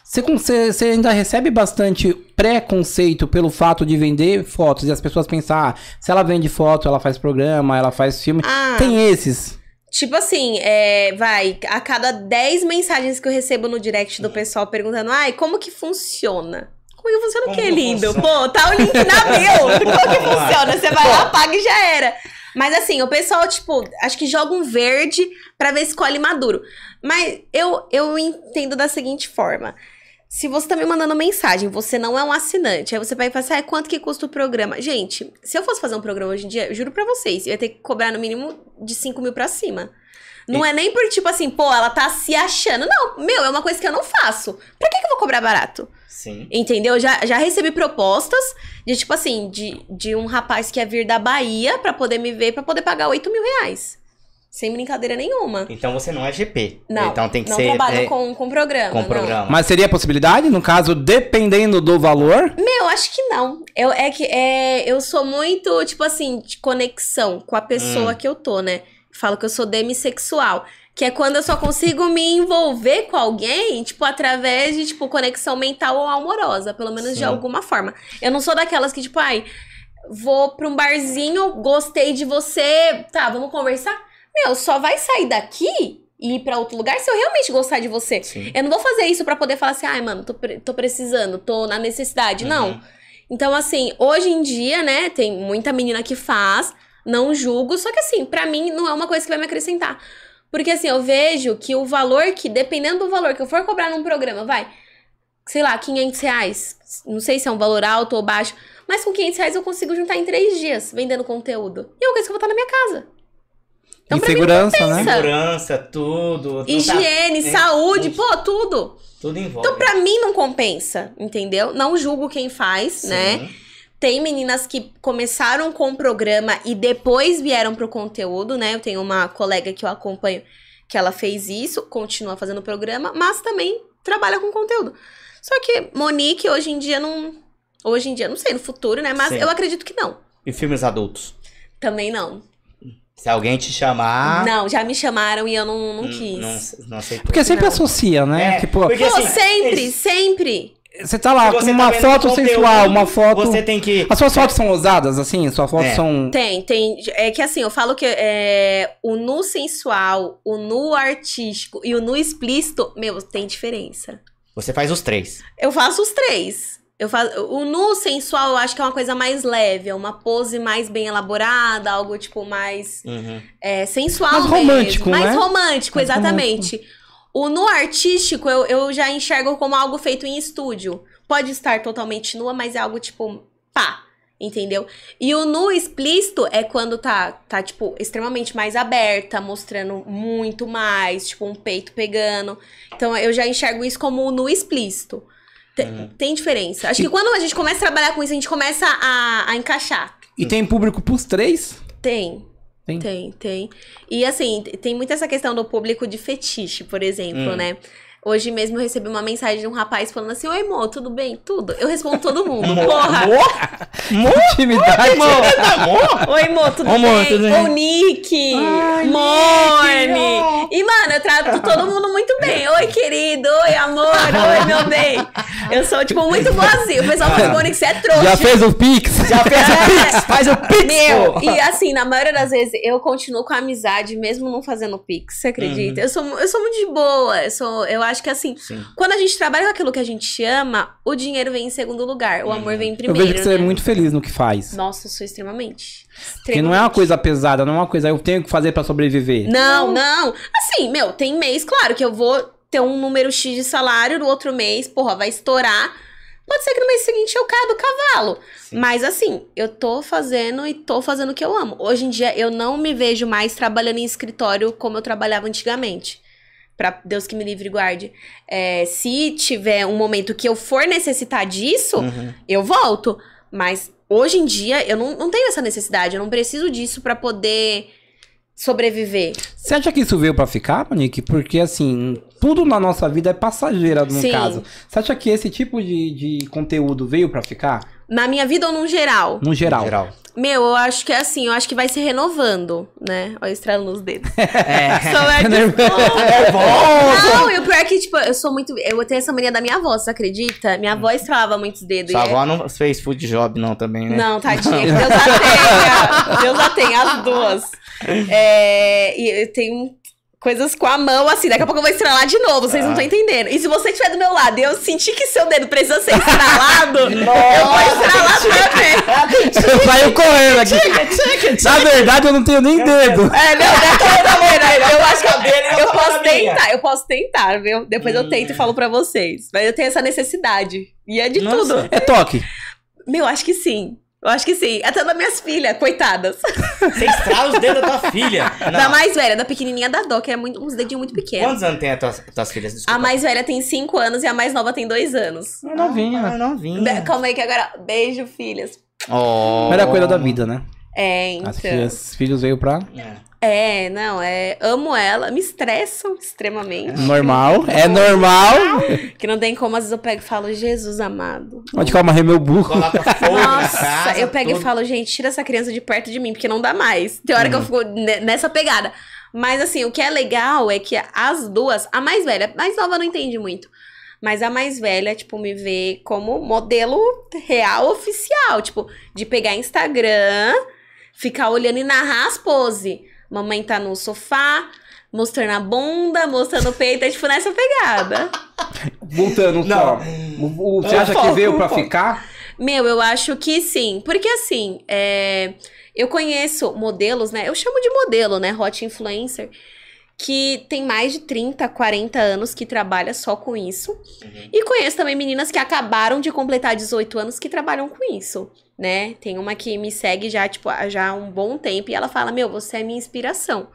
Speaker 2: Você con- Você você ainda recebe bastante preconceito pelo fato de vender fotos e as pessoas pensar, ah, se ela vende foto, ela faz programa, ela faz filme.
Speaker 3: Ah.
Speaker 2: Tem esses.
Speaker 3: Tipo assim, é, vai, a cada 10 mensagens que eu recebo no direct do pessoal perguntando, ai, como que funciona? Como que funciona o
Speaker 1: Como
Speaker 3: quê,
Speaker 1: que
Speaker 3: lindo?
Speaker 1: funciona?
Speaker 3: Pô, tá o link na meu! Como que funciona? Você vai lá, paga e já era. Mas assim, o pessoal, tipo, acho que joga um verde pra ver se colhe maduro. Mas eu, eu entendo da seguinte forma. Se você tá me mandando mensagem, você não é um assinante, aí você vai passar, ah, quanto que custa o programa? Gente, se eu fosse fazer um programa hoje em dia, eu juro pra vocês, eu ia ter que cobrar no mínimo de 5 mil pra cima. Não é nem por tipo assim, pô, ela tá se achando. Não, meu, é uma coisa que eu não faço. Pra que, que eu vou cobrar barato?
Speaker 1: Sim.
Speaker 3: Entendeu? Já, já recebi propostas de tipo assim, de, de um rapaz que ia vir da Bahia pra poder me ver, pra poder pagar 8 mil reais. Sem brincadeira nenhuma.
Speaker 1: Então você não é GP.
Speaker 3: Não,
Speaker 1: Então tem que
Speaker 3: não
Speaker 1: ser
Speaker 3: trabalho
Speaker 1: é,
Speaker 3: com, com programa.
Speaker 1: com
Speaker 3: não.
Speaker 1: programa.
Speaker 2: Mas seria a possibilidade, no caso, dependendo do valor?
Speaker 3: Meu, acho que não. Eu, é que é, eu sou muito, tipo assim, de conexão com a pessoa que eu tô, né? Falo que eu sou demissexual. Que é quando eu só consigo me envolver com alguém, tipo, através de, tipo, conexão mental ou amorosa, pelo menos
Speaker 1: Sim.
Speaker 3: de alguma forma. Eu não sou daquelas que, tipo, ai, vou pra um barzinho, gostei de você, tá, vamos conversar? Meu, só vai sair daqui e ir pra outro lugar se eu realmente gostar de você.
Speaker 1: Sim.
Speaker 3: Eu não vou fazer isso pra poder falar assim, ai, mano, tô, pre- tô precisando, tô na necessidade. Não.
Speaker 1: Uhum.
Speaker 3: Então, assim, hoje em dia, né, tem muita menina que faz, não julgo, só que assim, pra mim não é uma coisa que vai me acrescentar. Porque assim, eu vejo que o valor que, dependendo do valor que eu for cobrar num programa, vai, sei lá, 500 reais. Não sei se é um valor alto ou baixo, mas com 500 reais eu consigo juntar em três dias vendendo conteúdo. E é uma coisa que eu vou estar na minha casa. Então, pra mim,
Speaker 2: Insegurança, né?
Speaker 1: Segurança, tudo. tudo tá-
Speaker 3: Higiene,
Speaker 1: é,
Speaker 3: saúde,
Speaker 1: tudo.
Speaker 3: pô, tudo.
Speaker 1: Tudo envolve.
Speaker 3: Então, pra mim, não compensa, entendeu? Não julgo quem faz,
Speaker 1: Sim.
Speaker 3: né? Tem meninas que começaram com o programa e depois vieram pro conteúdo, né? Eu tenho uma colega que eu acompanho que ela fez isso, continua fazendo o programa, mas também trabalha com conteúdo. Só que Monique, hoje em dia, não. Hoje em dia, não sei, no futuro, né? Mas
Speaker 1: Sim.
Speaker 3: eu acredito que não.
Speaker 1: E filmes adultos.
Speaker 3: Também não.
Speaker 1: Se alguém te chamar.
Speaker 3: Não, já me chamaram e eu não, não
Speaker 1: n-
Speaker 3: quis.
Speaker 1: Ah. Hum, Não, não aceitou.
Speaker 2: Porque sempre
Speaker 3: Não.
Speaker 2: associa, né?
Speaker 1: É,
Speaker 2: tipo,
Speaker 1: porque
Speaker 3: Pô,
Speaker 1: assim,
Speaker 3: sempre,
Speaker 1: esse-
Speaker 3: sempre.
Speaker 2: você tá lá
Speaker 1: se
Speaker 2: com
Speaker 1: você tá
Speaker 2: uma
Speaker 1: vendo
Speaker 2: foto
Speaker 1: conteúdo,
Speaker 2: sensual, uma foto.
Speaker 1: Você tem que.
Speaker 2: As suas fotos são ousadas, assim? Suas fotos
Speaker 1: É.
Speaker 2: são.
Speaker 3: Tem, tem. É que assim, eu falo que é, o nu sensual, o nu artístico e o nu explícito, meu, tem diferença.
Speaker 1: Você faz os três.
Speaker 3: Eu faço os três. Eu faço, o nu sensual eu acho que é uma coisa mais leve, é uma pose mais bem elaborada, algo tipo mais
Speaker 1: Uhum.
Speaker 3: é, sensual
Speaker 2: Mais
Speaker 3: mesmo.
Speaker 2: romântico,
Speaker 3: mais
Speaker 2: né?
Speaker 3: romântico,
Speaker 2: Mais
Speaker 3: exatamente. O nu artístico eu, eu já enxergo como algo feito em estúdio. Pode estar totalmente nua, mas é algo tipo pá, entendeu? E o nu explícito é quando tá, tá tipo, extremamente mais aberta, mostrando muito mais, tipo, um peito pegando. Então eu já enxergo isso como o nu explícito. Te-
Speaker 1: Uhum.
Speaker 3: Tem diferença. Acho que quando a gente começa a trabalhar com isso, a gente começa a, a encaixar.
Speaker 2: E tem público pros três?
Speaker 3: Tem.
Speaker 2: Tem?
Speaker 3: Tem. tem, E assim, t- tem muito essa questão do público de fetiche, por exemplo,
Speaker 1: Hum.
Speaker 3: né? Hoje mesmo eu recebi uma mensagem de um rapaz falando assim: Oi, amor, tudo bem? Tudo. Eu respondo todo mundo.
Speaker 1: Uhum.
Speaker 3: Porra!
Speaker 2: [LAUGHS] Intimidade.
Speaker 3: Oi, amor, tudo
Speaker 1: Ô, amor,
Speaker 3: bem?
Speaker 1: tudo bem?
Speaker 3: Ô, Nick!
Speaker 1: Ai, Nick, ó.
Speaker 3: Morne! E, mano, eu trato todo mundo muito bem. Oi, querido. Oi, amor. Oi, meu bem. Eu sou, tipo, muito boazinha. O pessoal
Speaker 1: [LAUGHS]
Speaker 3: responde que você é trouxa.
Speaker 2: Já fez o Pix? [LAUGHS] Já fez
Speaker 3: É.
Speaker 2: Faz o Pix!
Speaker 3: Meu,
Speaker 2: pô.
Speaker 3: e assim, na maioria das vezes eu continuo com a amizade, mesmo não fazendo pix, você acredita?
Speaker 2: Uhum.
Speaker 3: Eu, sou, mu- eu sou muito de boa, eu, sou, eu acho que assim,
Speaker 1: Sim.
Speaker 3: quando a gente trabalha com aquilo que a gente ama, o dinheiro vem em segundo lugar, o amor vem em
Speaker 2: Eu
Speaker 3: primeiro.
Speaker 2: vejo que você é
Speaker 3: né?
Speaker 2: muito feliz no que faz.
Speaker 3: Nossa, eu sou extremamente.
Speaker 2: Porque não é uma coisa pesada, não é uma coisa eu tenho que fazer pra sobreviver.
Speaker 3: Não, não. Assim, meu, tem mês, claro, que eu vou ter um número X de salário, no outro mês, porra, vai estourar. Pode ser que no mês seguinte eu caia do cavalo.
Speaker 1: Sim.
Speaker 3: [LAUGHS] Mas assim, eu tô fazendo e tô fazendo o que eu amo. Hoje em dia eu não me vejo mais trabalhando em escritório como eu trabalhava antigamente. Pra Deus que me livre e guarde. É, se tiver um momento que eu for necessitar disso,
Speaker 1: Uhum.
Speaker 3: eu volto. Mas hoje em dia eu não, não tenho essa necessidade. Eu não preciso disso pra poder sobreviver.
Speaker 2: Você acha que isso veio pra ficar, Monique? Porque assim, tudo na nossa vida é passageira, no
Speaker 3: Sim.
Speaker 2: caso. Você acha que esse tipo de, de conteúdo veio pra ficar?
Speaker 3: Na minha vida ou num geral?
Speaker 2: No geral.
Speaker 1: Geral.
Speaker 3: Meu, eu acho que é assim, eu acho que vai se renovando, né? Olha, estralando
Speaker 1: [LAUGHS]
Speaker 3: os dedos. [LAUGHS]
Speaker 1: É.
Speaker 3: Sou eu que sou.
Speaker 1: Nervoso.
Speaker 3: Não, e o pior é que, tipo, eu sou muito. Eu tenho essa mania da minha avó, você acredita? Minha avó estralava muitos dedos.
Speaker 1: Hum. Sua
Speaker 3: e é-
Speaker 1: avó não fez food job, não, também, né?
Speaker 3: Não,
Speaker 1: [LAUGHS]
Speaker 3: tadinha. Deus a tenha. Deus a tenha, as duas. É, e eu tenho coisas com a mão, assim. Daqui a pouco eu vou estralar de novo, vocês não
Speaker 1: Ah.
Speaker 3: estão entendendo. E se você estiver do meu lado e eu sentir que seu dedo precisa ser estralado,
Speaker 1: [LAUGHS]
Speaker 3: eu vou estralar também.
Speaker 2: [LAUGHS] Eu saio correndo aqui. Na verdade, eu não tenho nem dedo.
Speaker 3: É, não, deve Eu acho que eu, eu
Speaker 1: falo
Speaker 3: posso
Speaker 1: da minha.
Speaker 3: tentar, eu posso tentar, viu? Depois eu
Speaker 1: Hum.
Speaker 3: tento e falo pra vocês. Mas eu tenho essa necessidade. E é de
Speaker 1: Nossa.
Speaker 3: tudo.
Speaker 2: É toque.
Speaker 3: Meu, acho que sim. Eu acho que sim. Até das minhas filhas, coitadas.
Speaker 1: Você estrala os dedos da tua filha.
Speaker 3: [LAUGHS] Da
Speaker 1: Não.
Speaker 3: mais velha, da pequenininha da Dó, que é muito, uns dedinhos muito pequenos.
Speaker 1: Quantos anos tem as tuas, tuas filhas? Desculpa.
Speaker 3: A mais velha tem 5 anos e a mais nova tem 2 anos.
Speaker 2: É novinha.
Speaker 1: Ah,
Speaker 2: Hum.
Speaker 1: novinha.
Speaker 3: Be- Calma aí que agora... Beijo, filhas.
Speaker 1: Oh.
Speaker 2: Primeira coisa da vida, né?
Speaker 3: É,
Speaker 2: As
Speaker 3: então...
Speaker 2: filhas, filhos veio pra
Speaker 1: É.
Speaker 3: É, não, é... Amo ela. Me estressam extremamente.
Speaker 2: normal. É normal.
Speaker 3: Que não tem como, às vezes eu pego e falo, Jesus amado.
Speaker 2: Pode calma, meu burro.
Speaker 1: Coloca fogo
Speaker 3: Nossa,
Speaker 1: na casa.
Speaker 3: eu pego
Speaker 1: tudo.
Speaker 3: e falo, gente, tira essa criança de perto de mim, porque não dá mais. Tem hora que eu fico ne- nessa pegada. Mas assim, o que é legal é que as duas, a mais velha, a mais nova não entende muito. Mas a mais velha, tipo, me vê como modelo real oficial. Tipo, de pegar Instagram, ficar olhando e narrar as poses. Mamãe tá no sofá, mostrando a bunda, mostrando o peito, é tipo nessa pegada.
Speaker 2: Voltando
Speaker 1: Não.
Speaker 2: só. O- o-
Speaker 3: É
Speaker 2: Você acha que
Speaker 1: Foco,
Speaker 2: veio pra
Speaker 1: foco.
Speaker 2: ficar?
Speaker 3: Meu, eu acho que sim. Porque assim, é, eu conheço modelos, né? Eu chamo de modelo, né? Hot influencer. Que tem mais de 30, 40 anos que trabalha só com isso. E conheço também meninas que acabaram de completar 18 anos que trabalham com isso, né? Tem uma que me segue já, tipo, há- já há um bom tempo e ela fala: Meu, você é minha inspiração.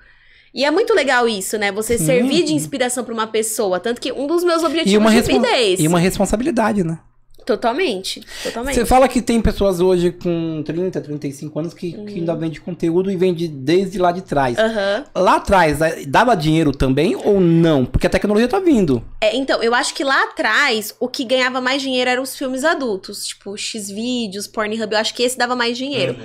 Speaker 3: E é muito legal isso, né? Você
Speaker 2: Sim.
Speaker 3: servir de inspiração pra uma pessoa. Tanto que um dos meus objetivos
Speaker 2: E uma,
Speaker 3: de
Speaker 2: respo-
Speaker 3: vida é esse.
Speaker 2: e uma responsabilidade, né?
Speaker 3: Totalmente. Totalmente.
Speaker 2: Você fala que tem pessoas hoje com 30, 35 anos que, que
Speaker 3: Hum.
Speaker 2: ainda vende conteúdo e vende desde lá de trás.
Speaker 3: Aham.
Speaker 2: Lá atrás, eh, dava dinheiro também ou não? Porque a tecnologia tá vindo.
Speaker 3: É, então, eu acho que lá atrás, o que ganhava
Speaker 1: Uhum.
Speaker 3: mais dinheiro eram os filmes adultos, tipo X-Vídeos, Pornhub, eu acho que esse dava mais dinheiro.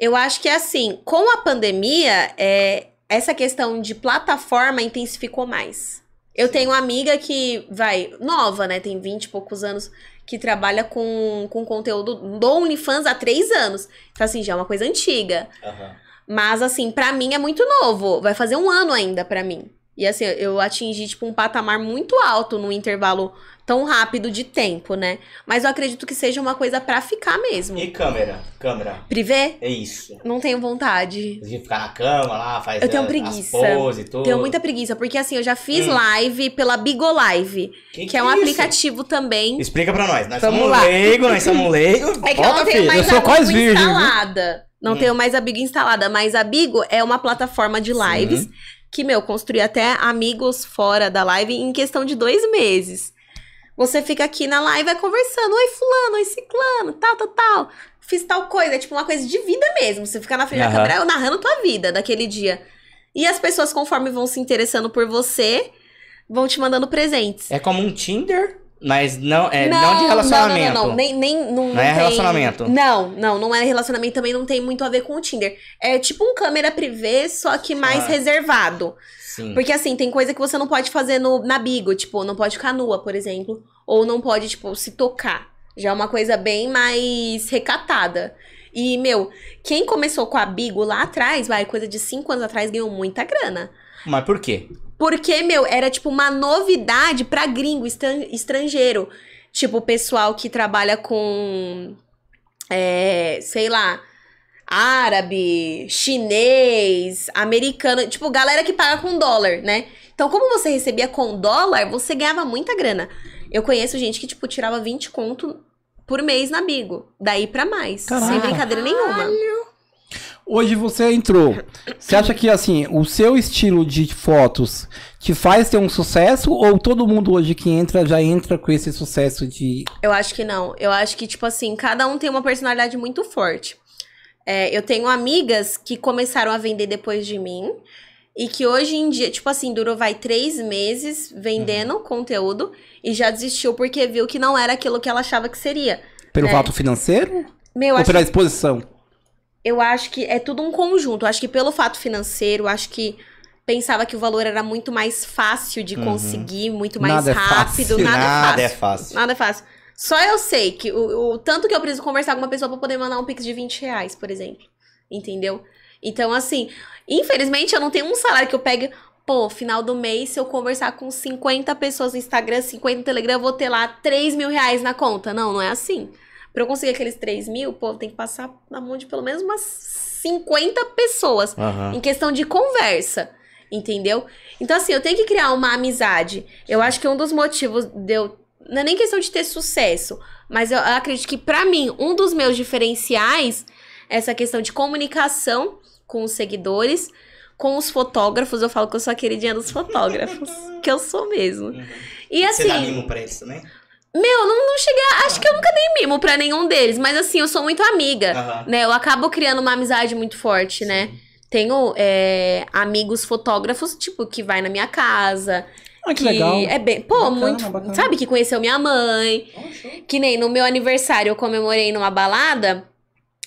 Speaker 3: Eu acho que é assim, com a pandemia, é, essa questão de plataforma intensificou mais. Eu tenho uma amiga que, vai, nova, né? Tem 20 e poucos anos, que trabalha com, com conteúdo do OnlyFans há três anos. Então, assim, já é uma coisa antiga.
Speaker 1: Aham.
Speaker 3: Mas, assim, pra mim é muito novo. Vai fazer um ano ainda pra mim. E, assim, eu atingi, tipo, um patamar muito alto num intervalo tão rápido de tempo, né? Mas eu acredito que seja uma coisa pra ficar mesmo.
Speaker 1: uhum. E câmera? Câmera.
Speaker 3: Privé?
Speaker 1: É isso.
Speaker 3: Não tenho vontade.
Speaker 1: De ficar na cama lá, faz
Speaker 3: Eu tenho
Speaker 1: as-
Speaker 3: preguiça.
Speaker 1: As pose e tudo.
Speaker 3: Tenho muita preguiça, porque assim, eu já fiz
Speaker 1: Hum.
Speaker 3: live pela Bigolive, que, é um
Speaker 1: isso?
Speaker 3: aplicativo também.
Speaker 1: Explica pra nós. Nós
Speaker 3: Vamos
Speaker 1: somos
Speaker 3: lá.
Speaker 1: leigo, nós
Speaker 3: [LAUGHS]
Speaker 1: somos leigo.
Speaker 3: É que eu
Speaker 1: Bota,
Speaker 3: não tenho
Speaker 1: filho.
Speaker 3: mais
Speaker 2: eu sou
Speaker 3: a
Speaker 2: quase
Speaker 3: Bigo
Speaker 2: virgem, viu?
Speaker 3: instalada. Não
Speaker 1: Hum.
Speaker 3: tenho mais a Bigo instalada, mas a Bigo é uma plataforma de lives que, meu, construí até amigos fora da live em questão de dois meses. Você fica aqui na live vai conversando, oi fulano, oi ciclano, tal, tal, tal. Fiz tal coisa, é tipo uma coisa de vida mesmo. Você fica na frente
Speaker 2: Aham.
Speaker 3: da câmera eu narrando tua vida daquele dia. E as pessoas, conforme vão se interessando por você, vão te mandando presentes.
Speaker 1: É como um Tinder, mas não, é, não, de relacionamento.
Speaker 3: Não, não, não. Nem, nem, não,
Speaker 1: Não é
Speaker 3: tem-
Speaker 1: relacionamento.
Speaker 3: Não, não, não é relacionamento. Também não tem muito a ver com o Tinder. É tipo um câmera privê, só que
Speaker 1: Ah.
Speaker 3: mais
Speaker 1: Hum.
Speaker 3: reservado.
Speaker 1: Sim.
Speaker 3: Porque assim, tem coisa que você não pode fazer no, na Bigo. Tipo, não pode ficar nua, por exemplo. Ou não pode, tipo, se tocar. Já é uma coisa bem mais recatada. E, meu, quem começou com a Bigo lá atrás, vai, coisa de cinco anos atrás, ganhou muita grana.
Speaker 1: Mas por quê?
Speaker 3: Porque, meu, era tipo uma novidade pra gringo, estan- estrangeiro. Tipo, o pessoal que trabalha com. é, sei lá. Árabe, chinês, americano. Tipo, galera que paga com dólar, né? Então, como você recebia com dólar, você ganhava muita grana. Eu conheço gente que, tipo, tirava 20 conto por mês na Bigo. Daí pra mais. Sem
Speaker 2: Caraca.
Speaker 3: brincadeira nenhuma.
Speaker 2: Hoje você entrou. Você acha que assim, o seu estilo de fotos te faz ter um sucesso ou todo mundo hoje que entra já entra com esse sucesso de
Speaker 3: Eu acho que não. Eu acho que, tipo assim, cada um tem uma personalidade muito forte. É, eu tenho amigas que começaram a vender depois de mim. E que hoje em dia, tipo assim, durou vai três meses vendendo conteúdo e já desistiu porque viu que não era aquilo que ela achava que seria.
Speaker 2: pelo
Speaker 3: É.
Speaker 2: fato financeiro
Speaker 3: Meu,
Speaker 2: ou
Speaker 3: acho
Speaker 2: pela exposição?
Speaker 3: eu acho que é tudo um conjunto. Eu acho que pelo fato financeiro, eu acho que pensava que o valor era muito mais fácil de
Speaker 1: Uhum.
Speaker 3: conseguir, muito mais
Speaker 2: Nada é
Speaker 3: rápido,
Speaker 2: fácil.
Speaker 3: nada, é
Speaker 1: é
Speaker 3: fácil.
Speaker 1: fácil.
Speaker 3: Nada é fácil. Só eu sei que o, o tanto que eu preciso conversar com uma pessoa pra poder mandar um pix de 20 reais, por exemplo. Entendeu? Então, assim, infelizmente eu não tenho um salário que eu pegue. Pô, final do mês, se eu conversar com 50 pessoas no Instagram, 50 no Telegram, eu vou ter lá 3 mil reais na conta. Não, não é assim. Pra eu conseguir aqueles 3 mil, pô, tem que passar na mão de pelo menos umas 50 pessoas
Speaker 1: Aham.
Speaker 3: em questão de conversa, entendeu? Então, assim, eu tenho que criar uma amizade. Eu acho que um dos motivos de eu. Não é nem questão de ter sucesso, mas eu acredito que, pra mim, um dos meus diferenciais é essa questão de comunicação com os seguidores, com os fotógrafos. Eu falo que eu sou a queridinha dos
Speaker 1: [LAUGHS]
Speaker 3: fotógrafos, que eu sou mesmo.
Speaker 1: Uhum.
Speaker 3: E
Speaker 1: Você dá
Speaker 3: assim,
Speaker 1: mimo pra isso né? também?
Speaker 3: meu, não, não cheguei. a- Acho que eu nunca dei mimo pra nenhum deles, mas assim, eu sou muito amiga
Speaker 1: Aham.
Speaker 3: né? Eu acabo criando uma amizade muito forte, né? Tenho é, amigos fotógrafos, tipo, que vai na minha casa.
Speaker 2: Ah, que, legal.
Speaker 3: É bem. Pô,
Speaker 2: Bacana,
Speaker 3: muito.
Speaker 2: bacana.
Speaker 3: Sabe, que conheceu minha mãe. Que nem no meu aniversário eu comemorei numa balada.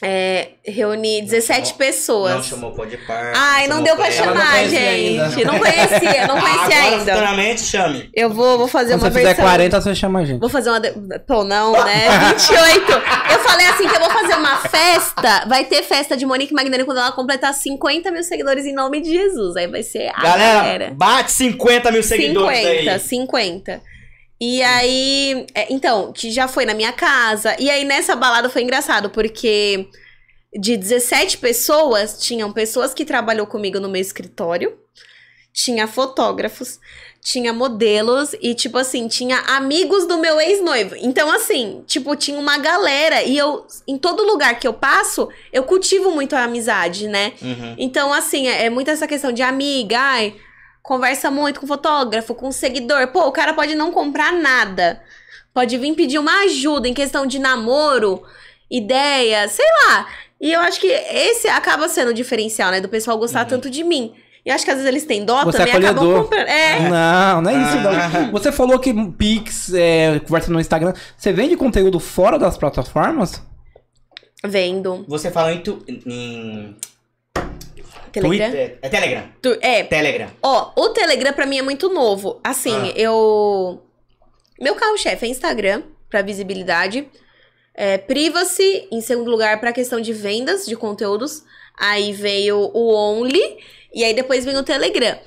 Speaker 3: é, reuni 17
Speaker 1: chamou- Não
Speaker 3: pessoas.
Speaker 1: chamou pode par.
Speaker 3: Ai, não deu pra
Speaker 2: Ela não
Speaker 3: chamar,
Speaker 2: conhecia
Speaker 3: gente.
Speaker 2: ainda. Ah,
Speaker 3: Não conhecia, não conhecia
Speaker 1: Agora,
Speaker 2: tá-
Speaker 3: ainda.
Speaker 1: futuramente, chame.
Speaker 3: Eu vou, vou fazer
Speaker 2: Quando
Speaker 3: uma
Speaker 2: você fizer
Speaker 3: versão.
Speaker 2: 40, você chama a gente.
Speaker 3: Vou fazer uma. de- Pô, não, né? 28. Eu falei assim que eu vou fazer uma festa. Vai ter festa de Monique Magnani quando ela completar 50 mil seguidores em nome de Jesus. Aí vai ser a
Speaker 1: Galera,
Speaker 3: galera.
Speaker 1: bate 50 mil seguidores
Speaker 3: 50,
Speaker 1: aí.
Speaker 3: 50. E aí. é, então, que já foi na minha casa. E aí nessa balada foi engraçado, porque de 17 pessoas, tinham pessoas que trabalhou comigo no meu escritório, tinha fotógrafos, tinha modelos e, tipo assim, tinha amigos do meu ex-noivo. Então, assim, tipo, tinha uma galera. E eu, em todo lugar que eu passo, eu cultivo muito a amizade, né?
Speaker 1: Uhum.
Speaker 3: Então, assim, é, é muito essa questão de amiga, ai, conversa muito com fotógrafo, com seguidor. Pô, o cara pode não comprar nada. Pode vir pedir uma ajuda em questão de namoro, ideia, sei lá. E eu acho que esse acaba sendo o diferencial, né? Do pessoal gostar
Speaker 1: Uhum.
Speaker 3: tanto de mim. E acho que às vezes eles têm dó
Speaker 2: Você é
Speaker 3: também, acabam
Speaker 2: acolhedor.
Speaker 3: comprando. É,
Speaker 2: Não, não é isso
Speaker 1: Ah.
Speaker 2: não. Você falou que Pix, é, conversa no Instagram. Você vende conteúdo fora das plataformas?
Speaker 3: Vendo.
Speaker 1: Você falou em, tu, em
Speaker 3: Telegram.
Speaker 1: Twitter. É Telegram.
Speaker 3: Tu- é.
Speaker 1: Telegram.
Speaker 3: Ó, o Telegram pra mim é muito novo. Assim,
Speaker 1: Ah.
Speaker 3: eu. Meu carro-chefe é Instagram, pra visibilidade. É, Privacy, em segundo lugar, pra questão de vendas de conteúdos. Aí veio o Only. E aí depois vem o Telegram.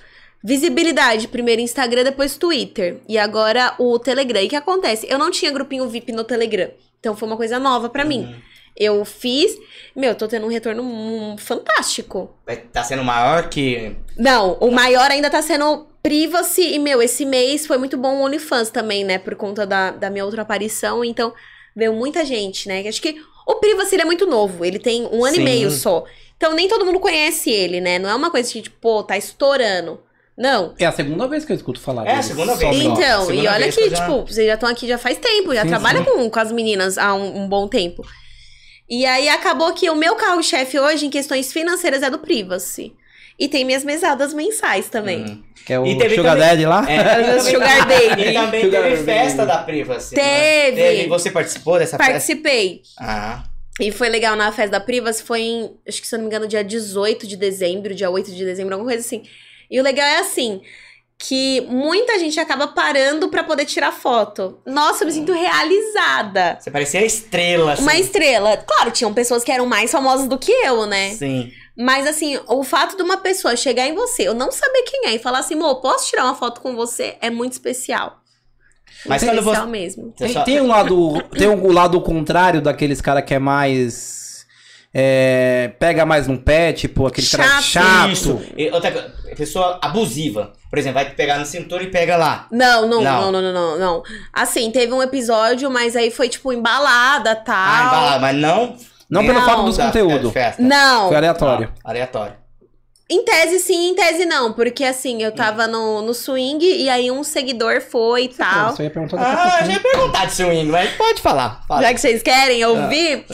Speaker 3: Visibilidade, primeiro Instagram, depois Twitter. E agora o Telegram. E o que acontece? Eu não tinha grupinho VIP no Telegram. Então foi uma coisa nova pra mim.
Speaker 1: Uhum.
Speaker 3: Eu fiz. Meu, tô tendo um retorno hum, fantástico.
Speaker 1: Vai- Tá sendo maior que.
Speaker 3: Não, o maior ainda tá sendo Privacy. E, meu, esse mês foi muito bom o OnlyFans também, né? Por conta da, da minha outra aparição. Então, veio muita gente, né? Acho que o Privacy ele é muito novo. Ele tem um ano
Speaker 1: Sim.
Speaker 3: e meio só. Então, nem todo mundo conhece ele, né? Não é uma coisa que, tipo, pô, tá estourando. Não.
Speaker 2: É a segunda vez que eu escuto falar
Speaker 1: É, a
Speaker 2: dele,
Speaker 1: segunda
Speaker 2: só
Speaker 1: vez.
Speaker 2: um pra-
Speaker 1: Então-
Speaker 3: Então,
Speaker 1: segunda
Speaker 3: e olha
Speaker 1: vez
Speaker 3: que,
Speaker 1: que eu já-
Speaker 3: tipo, vocês já estão aqui já faz tempo, já
Speaker 2: Sim,
Speaker 3: trabalham com, com as meninas há um, um bom tempo. E aí acabou que o meu carro-chefe hoje, em questões financeiras, é do Privacy. E tem minhas mesadas mensais também. [LAUGHS]
Speaker 1: Uhum.
Speaker 2: Que é o
Speaker 1: E teve
Speaker 2: Sugar
Speaker 1: também-
Speaker 2: Daddy lá?
Speaker 1: É,
Speaker 3: Era
Speaker 1: e também-
Speaker 3: Sugar Baby.
Speaker 1: E também
Speaker 2: Sugar
Speaker 1: teve
Speaker 2: Baby.
Speaker 1: festa da Privacy. não é?
Speaker 3: Teve.
Speaker 1: Teve. Você participou dessa festa?
Speaker 3: Participei.
Speaker 1: Ah.
Speaker 3: E foi legal na festa da Privas, foi em, acho que se eu não me engano, dia 18 de dezembro, dia 8 de dezembro, alguma coisa assim. E o legal é assim, que muita gente acaba parando pra poder tirar foto. Nossa, eu me sinto realizada.
Speaker 1: Você parecia estrela, assim.
Speaker 3: Uma estrela. Claro, tinham pessoas que eram mais famosas do que eu, né?
Speaker 1: Sim.
Speaker 3: Mas assim, o fato de uma pessoa chegar em você, eu não saber quem é, e falar assim, amor, posso tirar uma foto com você? É muito especial.
Speaker 1: Mas quando
Speaker 3: especial
Speaker 1: você.
Speaker 3: mesmo.
Speaker 1: você
Speaker 2: Tem,
Speaker 1: só-
Speaker 2: tem um lado, tem um lado contrário daqueles cara que é mais. é, pega mais no pé, tipo, aquele cara
Speaker 3: Chato.
Speaker 1: Isso.
Speaker 2: chato.
Speaker 1: E outra coisa, pessoa abusiva. Por exemplo, vai te pegar no cintura e pega lá.
Speaker 3: Não, não,
Speaker 1: Não.
Speaker 3: não, não, não, não, não. Assim, teve um episódio, mas aí foi tipo embalada, tal.
Speaker 1: Ah, embalada, mas não. Tá,
Speaker 2: Não pelo
Speaker 3: Não,
Speaker 2: fato dos
Speaker 1: da-
Speaker 2: conteúdos.
Speaker 1: de Festa.
Speaker 3: Não.
Speaker 2: Foi aleatório.
Speaker 1: Não, aleatório.
Speaker 3: Em tese sim, em tese não, porque assim, eu tava no, no swing e aí um seguidor foi e
Speaker 1: tá
Speaker 3: tal.
Speaker 2: Isso é eu ia perguntar daqui a
Speaker 1: Ah,
Speaker 2: pouquinho.
Speaker 1: já ia perguntar de swing, mas pode falar. Fala.
Speaker 3: Já que vocês
Speaker 1: Ah. [LAUGHS]
Speaker 3: querem ouvir.